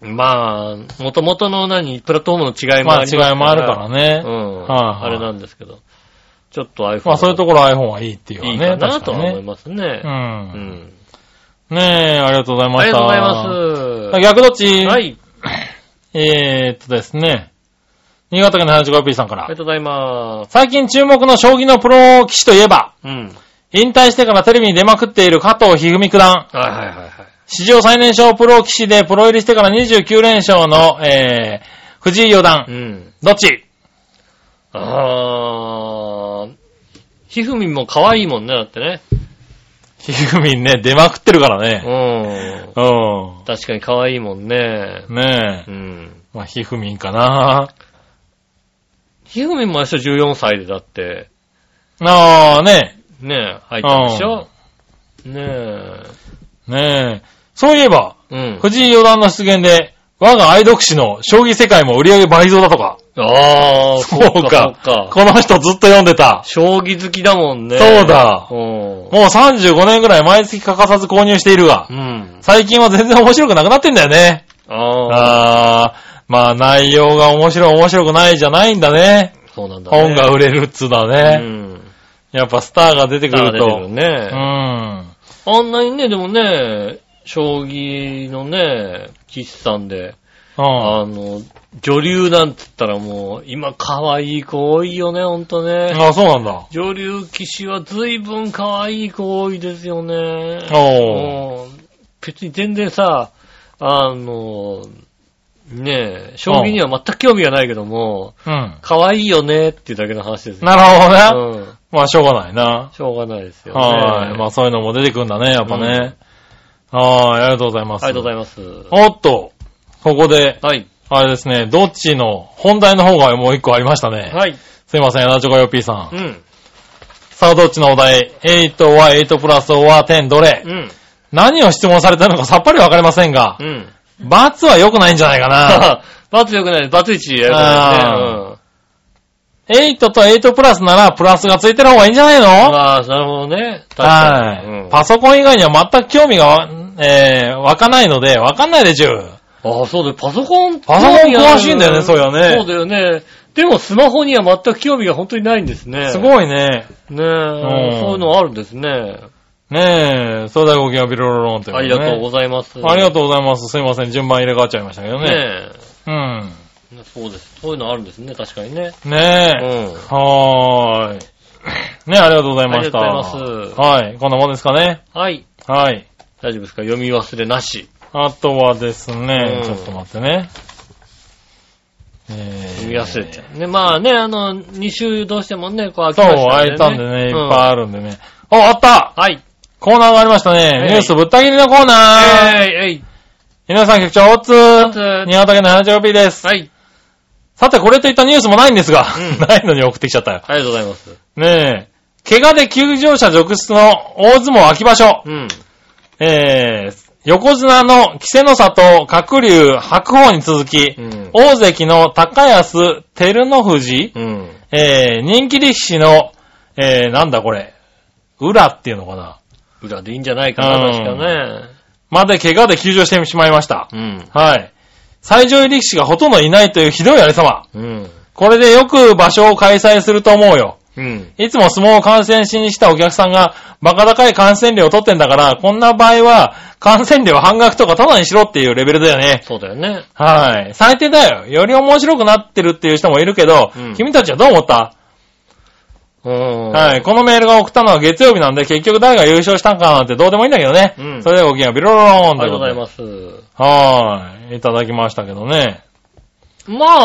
Speaker 2: まあ、元々の何、プラットフォームの違
Speaker 3: あ
Speaker 2: いも
Speaker 3: ま
Speaker 2: あ
Speaker 3: あ、
Speaker 2: ります
Speaker 3: 違いもあるからね。
Speaker 2: うん。
Speaker 3: はい
Speaker 2: あれなんですけど。ちょっと iPhone
Speaker 3: まあ、そういうところ iPhone はいいっていうの
Speaker 2: いい
Speaker 3: はね。
Speaker 2: かなと
Speaker 3: 確
Speaker 2: は
Speaker 3: かに
Speaker 2: 思い
Speaker 3: ね。
Speaker 2: ますね。
Speaker 3: う。
Speaker 2: うんん。
Speaker 3: ねえ、ありがとうございま
Speaker 2: あり
Speaker 3: し
Speaker 2: がと
Speaker 3: た。
Speaker 2: うございます。
Speaker 3: 逆どっち
Speaker 2: はい。
Speaker 3: えー、っとですね。新潟県の 75P さんか
Speaker 2: あ
Speaker 3: ら
Speaker 2: りが。とうございます。
Speaker 3: 最近注目の将棋のプロ棋士といえば、
Speaker 2: うん。
Speaker 3: 引退してからテレビに出まくっている加藤一二三九段。
Speaker 2: はいはいはいはい。
Speaker 3: 史上最年少プロ棋士でプロ入りしてから29連勝の、えー、藤井四
Speaker 2: う
Speaker 3: 段。
Speaker 2: ん。
Speaker 3: どっち
Speaker 2: あー、ひふみんも可愛いもんね、だってね。
Speaker 3: ひふみんね、出まくってるからね。
Speaker 2: う。
Speaker 3: うん
Speaker 2: 確かに可愛いもんね。
Speaker 3: ん。ね
Speaker 2: う
Speaker 3: え。
Speaker 2: ん。
Speaker 3: まあ、ひふみんかな。
Speaker 2: ひふみんも明日14歳でだって、
Speaker 3: ああ、ね
Speaker 2: ねえ、入ったんでしょねえ。
Speaker 3: え。ねえ。そういえば、
Speaker 2: うん。
Speaker 3: 藤井四段の出現で、我が愛読誌の将棋世界も売り上げ倍増だとか。
Speaker 2: あー、そうか、そうか。
Speaker 3: この人ずっと読んでた。
Speaker 2: 将棋好きだもんね。
Speaker 3: そうだ。
Speaker 2: うん。
Speaker 3: もう35年ぐらい毎月欠かさず購入しているが
Speaker 2: う、ん。
Speaker 3: 最近は全然面白くなくなってんだよね。
Speaker 2: ああ、
Speaker 3: あー、まあ内容が面白い面白くないじゃないんだね。
Speaker 2: そうなんだ、ね。
Speaker 3: 本が売れるっつうのは
Speaker 2: う
Speaker 3: ね。
Speaker 2: ん。
Speaker 3: やっぱスターが出てく
Speaker 2: 出
Speaker 3: る
Speaker 2: てくる
Speaker 3: と。う
Speaker 2: ね。
Speaker 3: ん。
Speaker 2: あんなにね、でもね、将棋のね、喫茶んで、
Speaker 3: うん。
Speaker 2: あの、女流なんつったらもう、今可愛い子多いよね、ほんとね。
Speaker 3: あ、そうなんだ。
Speaker 2: 女流棋士は随分可愛い子多いですよね。
Speaker 3: おー。
Speaker 2: うん別に全然さ、あの、ねえ、将棋には全く興味がないけども、
Speaker 3: うん。
Speaker 2: 可愛いよねっていうだけの話ですよ。
Speaker 3: なるほど
Speaker 2: う
Speaker 3: ね。
Speaker 2: ん。
Speaker 3: まあしょうがないな。
Speaker 2: しょうがないですよね。
Speaker 3: はい。まあそういうのも出てくるんだね、やっぱね。はい、ありがとうございます。
Speaker 2: ありがとうござ
Speaker 3: い
Speaker 2: います。
Speaker 3: ます。おっと、ここで、
Speaker 2: はい。
Speaker 3: あれですね、どっちの本題の方がもう一個ありましたね。
Speaker 2: はい。
Speaker 3: すいません、ナチョコヨッピーさん
Speaker 2: う。ん。
Speaker 3: さあ、どっちのお題 ?8 は8プラス O は10どれ
Speaker 2: うん。
Speaker 3: 何を質問されたのかさっぱりわかりませんが
Speaker 2: う、ん。
Speaker 3: 罰は良くないんじゃない かな。
Speaker 2: バツ良くないです。バツ1やるからね。
Speaker 3: 8と8プラスならプラスがついてる方がいいんじゃない
Speaker 2: うん。
Speaker 3: の
Speaker 2: まあ、なるほどね。確かに。
Speaker 3: は
Speaker 2: うん
Speaker 3: い。パソコン以外には全く興味がわ、えー、湧かないので、わかんないでちゅう。
Speaker 2: ああ、そうだよ。パソコン。
Speaker 3: パソコン詳しいんだよねそうやね
Speaker 2: そうだよね。でも、スマホには全く興味が本当にないんですね。
Speaker 3: す
Speaker 2: ね
Speaker 3: ごいね。
Speaker 2: え。そういうのあるんですね。
Speaker 3: ねえ、それではごきげんようビロロロンという
Speaker 2: あ
Speaker 3: こと
Speaker 2: り
Speaker 3: でね
Speaker 2: がとうございます。
Speaker 3: ありがとうございます。すいません、順番入れ替わっちゃいましたけどね。
Speaker 2: ね
Speaker 3: うん。
Speaker 2: え。そうです。そういうのあるんですね。確かにね。
Speaker 3: ね
Speaker 2: う
Speaker 3: え。
Speaker 2: ん。
Speaker 3: はーい。ね、ありがとうございました。
Speaker 2: ありがとうございます
Speaker 3: はい、こんなもんですかね。
Speaker 2: はい。
Speaker 3: はい。
Speaker 2: 大丈夫ですか読み忘れなし。
Speaker 3: あとはですね、
Speaker 2: うん
Speaker 3: ちょっと待ってね。え
Speaker 2: 読み忘れちゃう。ね、まあね、あの、2週どうしてもね、こう開き
Speaker 3: そ
Speaker 2: ま
Speaker 3: う
Speaker 2: した、ね。、
Speaker 3: 空いたんでね、いっぱいあるんでね。お、あった
Speaker 2: い。はい。
Speaker 3: コーナーがありました
Speaker 2: は
Speaker 3: ね。
Speaker 2: い
Speaker 3: ニュースぶった切りのコーナー
Speaker 2: えい、えい。
Speaker 3: 皆さん局長、おつ
Speaker 2: おつ
Speaker 3: ー新潟県の花城 P です。
Speaker 2: はい。
Speaker 3: さて、これといったニュースもないんですが、
Speaker 2: うん
Speaker 3: ないのに送ってきちゃったよ。
Speaker 2: ありがとうございます。
Speaker 3: ねえ。怪我で救助者続出の大相撲秋場所。
Speaker 2: うん。
Speaker 3: えー、横綱の稀勢の里、鶴竜、白鵬に続き、
Speaker 2: うん。
Speaker 3: 大関の高安、照ノ富士、
Speaker 2: うん。
Speaker 3: えー、人気力士の、えー、なんだこれ、裏っていうのかな。
Speaker 2: 裏でいいんじゃないかな、
Speaker 3: うん
Speaker 2: 確かね。
Speaker 3: まで怪我で休場してしまいました。
Speaker 2: うん。
Speaker 3: はい。最上位力士がほとんどいないというひどいありさま。
Speaker 2: うん。
Speaker 3: これでよく場所を開催すると思うよ。
Speaker 2: うん。
Speaker 3: いつも相撲を観戦しにしたお客さんが、バカ高い感染料を取ってんだから、こんな場合は、感染料半額とかただにしろっていうレベルだよね。
Speaker 2: そうだよね。
Speaker 3: はい。最低だよ。より面白くなってるっていう人もいるけど、
Speaker 2: うん
Speaker 3: 君たちはどう思った
Speaker 2: うん。
Speaker 3: はい。このメールが送ったのは月曜日なんで、結局誰が優勝したんかなんてどうでもいいんだけどね。
Speaker 2: うん
Speaker 3: それではごきげんよう、ビロロローン
Speaker 2: ありがとうござい
Speaker 3: す。
Speaker 2: ます。
Speaker 3: はーい。いただきましたけどね。
Speaker 2: まあ、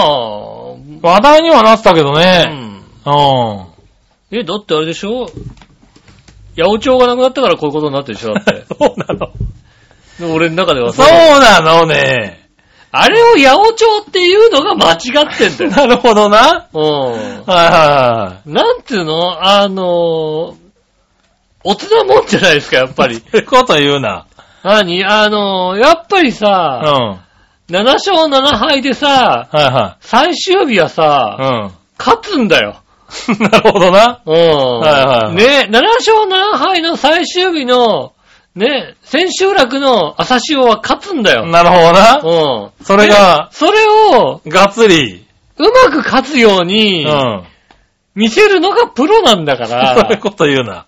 Speaker 3: 話題にはなってたけど
Speaker 2: う
Speaker 3: ね。
Speaker 2: ん。
Speaker 3: うん。
Speaker 2: え、だってあれでしょ八百長がなくなったからこういうことになってるでしょだ って。
Speaker 3: そうなの。
Speaker 2: で俺の中では
Speaker 3: そう
Speaker 2: う。
Speaker 3: なのね。
Speaker 2: あれを八百長っていうのが間違ってんだよ。
Speaker 3: なるほどな。
Speaker 2: う
Speaker 3: はいはいはい。
Speaker 2: ん。なんていうのあのー、おつなもんじゃないですか、やっぱり。
Speaker 3: そういうこと言うな。
Speaker 2: 何あのー、やっぱり
Speaker 3: うん。
Speaker 2: さ、
Speaker 3: は
Speaker 2: 7勝7敗でさ、
Speaker 3: いは
Speaker 2: 最終日はさ
Speaker 3: い。、う
Speaker 2: 勝つんだよ。
Speaker 3: ん。 なるほどな。
Speaker 2: うん。
Speaker 3: はいはい
Speaker 2: ね、7勝7敗の最終日の、ね、千秋楽の朝潮は勝つんだよ。
Speaker 3: なるほどな。
Speaker 2: うん。
Speaker 3: それ
Speaker 2: ね、
Speaker 3: が
Speaker 2: それを、
Speaker 3: がっつり。
Speaker 2: うまく勝つよう
Speaker 3: う
Speaker 2: に、
Speaker 3: ん。
Speaker 2: 見せるのがプロなんだか
Speaker 3: そ ういう
Speaker 2: ら、
Speaker 3: こと言うな。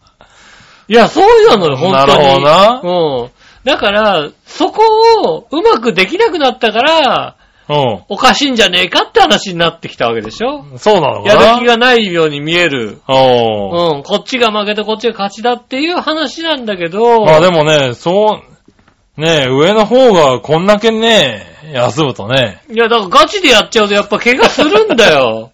Speaker 2: いや、そういうのよ、本当に。
Speaker 3: なるほ
Speaker 2: どな。うん。だから、そこをうまくできなくなったから、
Speaker 3: う
Speaker 2: おかしいんじゃねえかって話になってきたわけでしょ
Speaker 3: ん。そうなの
Speaker 2: や
Speaker 3: かな。
Speaker 2: る気がないように見える。
Speaker 3: おー
Speaker 2: うん、こっちが負けてこっちが勝ちだっていう話なんだけど、
Speaker 3: まあでもね、そう、ね上の方がこんだけね、休むとね。
Speaker 2: いや、だからガチでやっちゃうとやっぱ怪我するんだ よ。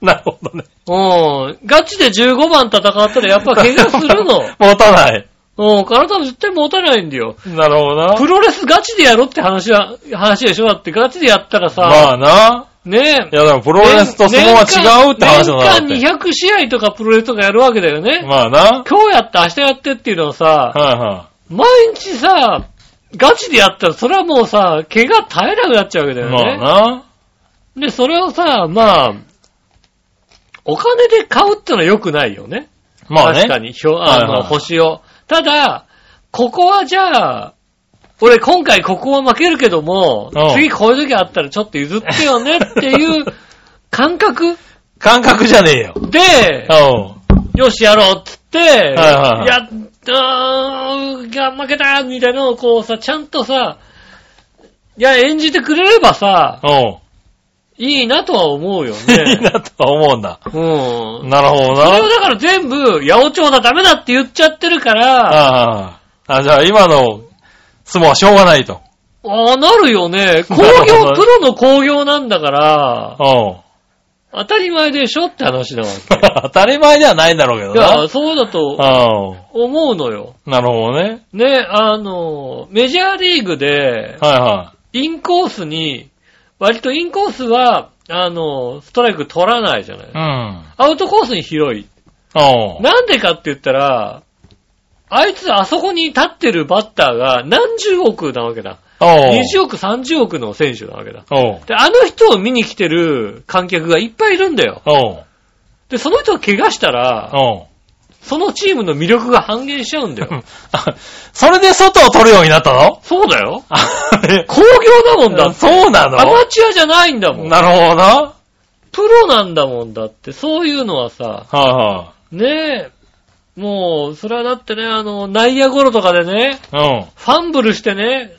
Speaker 3: なるほどね。
Speaker 2: うん。ガチで15番戦ったらやっぱ怪我するの。
Speaker 3: 持たない。
Speaker 2: うん。体も絶対持たないんだよ。
Speaker 3: なるほどな
Speaker 2: プ。ロレスガチでやろって話は、話でしょだってガチでやったらさ、
Speaker 3: まあな。
Speaker 2: ね
Speaker 3: いや、だからプロレスと相撲は違うって話なんだ
Speaker 2: だ
Speaker 3: っ
Speaker 2: 年
Speaker 3: て。
Speaker 2: 間200試合とかプロレスとかやるわけだよね。
Speaker 3: まあな。
Speaker 2: 今日やって明日やってっていうのをさ、
Speaker 3: はいは
Speaker 2: 毎日さ、ガチでやったらそれはもうさ、怪我絶えなくなっちゃうわけだ
Speaker 3: い。
Speaker 2: よ
Speaker 3: ま
Speaker 2: ね。
Speaker 3: あな。
Speaker 2: で、それをさ、まあ、お金で買うってのは良くないよね。
Speaker 3: まあね。
Speaker 2: 確かに、ひょあの、
Speaker 3: はいはい
Speaker 2: 星を。ただ、ここはじゃあ、俺今回ここは負けるけども
Speaker 3: うん、
Speaker 2: 次こういう時あったらちょっと譲ってよねっていう 感覚
Speaker 3: 感覚じゃねえよ。
Speaker 2: で、
Speaker 3: おう
Speaker 2: よしやろうっつって、
Speaker 3: いはい
Speaker 2: やっうーん、いや負けたみたいなのをこうさ、ちゃんとさ、いや、演じてくれればさ、
Speaker 3: おう
Speaker 2: いいなとは思うよね。
Speaker 3: いいなとは思うんだ。
Speaker 2: うん。
Speaker 3: なるほど
Speaker 2: それを
Speaker 3: な。
Speaker 2: だから全部、八百長だダメだって言っちゃってるから、
Speaker 3: ああ。あ、じゃあ今の相撲はしょうがないと。
Speaker 2: ああ、なるよね。工業
Speaker 3: なるほど、ね
Speaker 2: プロの工業なんだから、
Speaker 3: おう
Speaker 2: 当たり前でしょって話だわけ。
Speaker 3: 当たり前ではないんだろうけど
Speaker 2: いや、
Speaker 3: な。
Speaker 2: そうだと
Speaker 3: おう
Speaker 2: 思うのよ。
Speaker 3: なるほどね。
Speaker 2: ね、あの、メジャーリーグで、
Speaker 3: はいは
Speaker 2: インコースに、割とインコースは、あの、ストライク取らないじゃない
Speaker 3: い。う。ん。
Speaker 2: アウトコースに広い。
Speaker 3: おう
Speaker 2: なんでかって言ったら、あいつあそこに立ってるバッターが何十億なわけだ。
Speaker 3: おう
Speaker 2: 20億、30億の選手なわけだ。
Speaker 3: おう
Speaker 2: で、あの人を見に来てる観客がいっぱいいるんだよ。
Speaker 3: おう
Speaker 2: で、その人が怪我したら、
Speaker 3: おう
Speaker 2: そのチームの魅力が半減しちゃうんだよ。
Speaker 3: それで外を取るようになったの
Speaker 2: そうだよ。
Speaker 3: あれ
Speaker 2: 工業だもんだって。
Speaker 3: そうなの
Speaker 2: アマチュアじゃないんだもん。
Speaker 3: なるほどな。は
Speaker 2: プロなんだもんだって。そういうのはさ、
Speaker 3: いは
Speaker 2: ねえ、もう、それはだってね、あの、内野ゴロとかでね、
Speaker 3: い。うん。
Speaker 2: ファンブルしてね、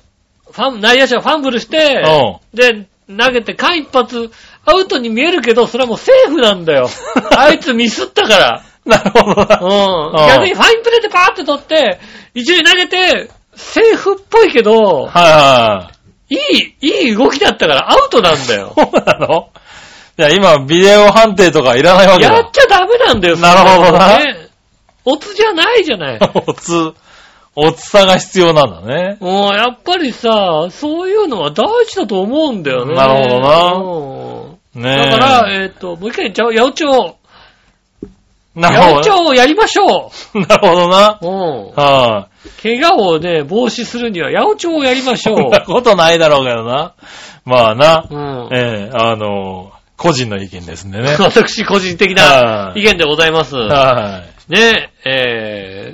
Speaker 2: ファン、内野手がファンブルして、
Speaker 3: おう
Speaker 2: で、投げて間一発、アウトに見えるけど、それはもうセーフなん だよ。あいつミスったから。
Speaker 3: なるほどな。
Speaker 2: うん。逆にファインプレーでパーって取って、一塁投げて、セーフっぽいけど、
Speaker 3: はいはい。
Speaker 2: いい、いい動きだったからアウトなんだ よ。
Speaker 3: そうなのいや、今、ビデオ判定とかいらないわけ
Speaker 2: や
Speaker 3: だ
Speaker 2: っ。ちゃダメなんだよ、
Speaker 3: なるほどな
Speaker 2: そんのねオツじゃないじゃ ない。
Speaker 3: おつ、おつさが必要なんだね。
Speaker 2: もうやっぱりさ、そういうのは大事だと思うんだよね。
Speaker 3: なる
Speaker 2: ほ
Speaker 3: ね
Speaker 2: ど
Speaker 3: え。
Speaker 2: だから、えっ、と、もう一回、じゃあ、八百長。
Speaker 3: な
Speaker 2: 八百
Speaker 3: るほ
Speaker 2: 長をやりましょ
Speaker 3: ど。 なるほどな。
Speaker 2: う。うん。
Speaker 3: は
Speaker 2: 怪我をね、防止するには八百長をやりまし
Speaker 3: い。
Speaker 2: ょ
Speaker 3: そんなことないだろうけどな。まあな
Speaker 2: う。。うん。
Speaker 3: ええあの個人の意見ですんでね。
Speaker 2: 私個人的な
Speaker 3: はい
Speaker 2: 意見でございます。
Speaker 3: はい。
Speaker 2: ねえ、え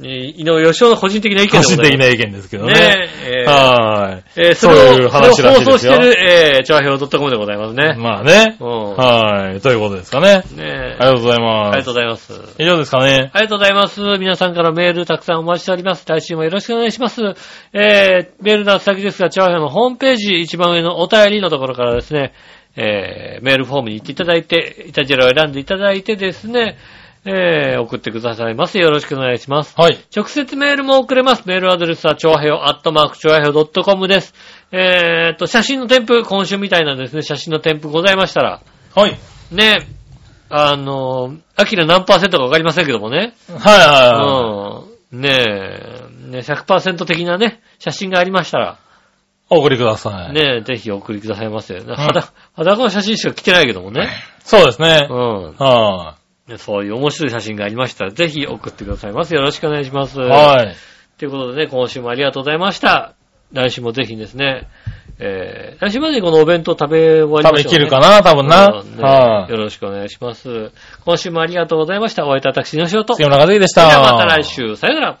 Speaker 2: ー、ね井上義雄の個人的な意見でご
Speaker 3: 個
Speaker 2: ざい
Speaker 3: 人
Speaker 2: ます。
Speaker 3: 的な意見ですけど
Speaker 2: ね。
Speaker 3: ね。
Speaker 2: えー
Speaker 3: は
Speaker 2: えーそ
Speaker 3: そうい
Speaker 2: れ
Speaker 3: う
Speaker 2: を、それを
Speaker 3: 話らし
Speaker 2: 放
Speaker 3: いで
Speaker 2: 送
Speaker 3: す
Speaker 2: し
Speaker 3: よ
Speaker 2: てる、えー、チャーヒョウ .com でございます
Speaker 3: い。
Speaker 2: ね。
Speaker 3: まあね。
Speaker 2: うん。
Speaker 3: はい。ということですかね。
Speaker 2: ねえ
Speaker 3: ありがとうござい
Speaker 2: あり
Speaker 3: ま
Speaker 2: が
Speaker 3: す
Speaker 2: とう。ございます。
Speaker 3: 以上ですかね。
Speaker 2: ありがとうございます。皆さんからメールたくさんお待ちしております。来週もよろしくお願いします。えー、メールの宛先ですが、チャーハンのホームページ一番上のお便りのところからですね、えー、メールフォームに行っていただいて、イタジェラを選んでいただいてですね、えー、送ってくださいませ。よろしくお願いします。
Speaker 3: はい。
Speaker 2: 直接メールも送れます。メールアドレスは、ちょうへよ、アットマーク、ちょうへよ .com です。えーと、写真の添付、今週みたいなんですね、写真の添付ございましたら、
Speaker 3: はい。
Speaker 2: ね、あの、アキラ何パーセントかわかりませんけどもね、
Speaker 3: はいは
Speaker 2: うん、ねえ、ね、100%的なね、写真がありましたら、
Speaker 3: い。お送りください。
Speaker 2: ねえ、ぜひお送りくださいませ。裸、裸の写真しか来てないけどもね、
Speaker 3: そうですね。
Speaker 2: う
Speaker 3: は
Speaker 2: んね、そういう面白い写真がありましたら、ぜひ送ってくださいませ。よろしくお願いします。
Speaker 3: い。はい。
Speaker 2: ということでね、今週もありがとうございました。来週もぜひですね、えー、来週までにこのお弁当食べ終わり
Speaker 3: 食
Speaker 2: ま
Speaker 3: べ
Speaker 2: しょう、ね。
Speaker 3: きるかな、多分な。
Speaker 2: うんね
Speaker 3: は
Speaker 2: よろしくお願いします。今週もありがとうございました。お会いいた私の仕
Speaker 3: い。
Speaker 2: 事。
Speaker 3: 杉村和之でし
Speaker 2: それで
Speaker 3: た。
Speaker 2: はまた来。週。さよなら。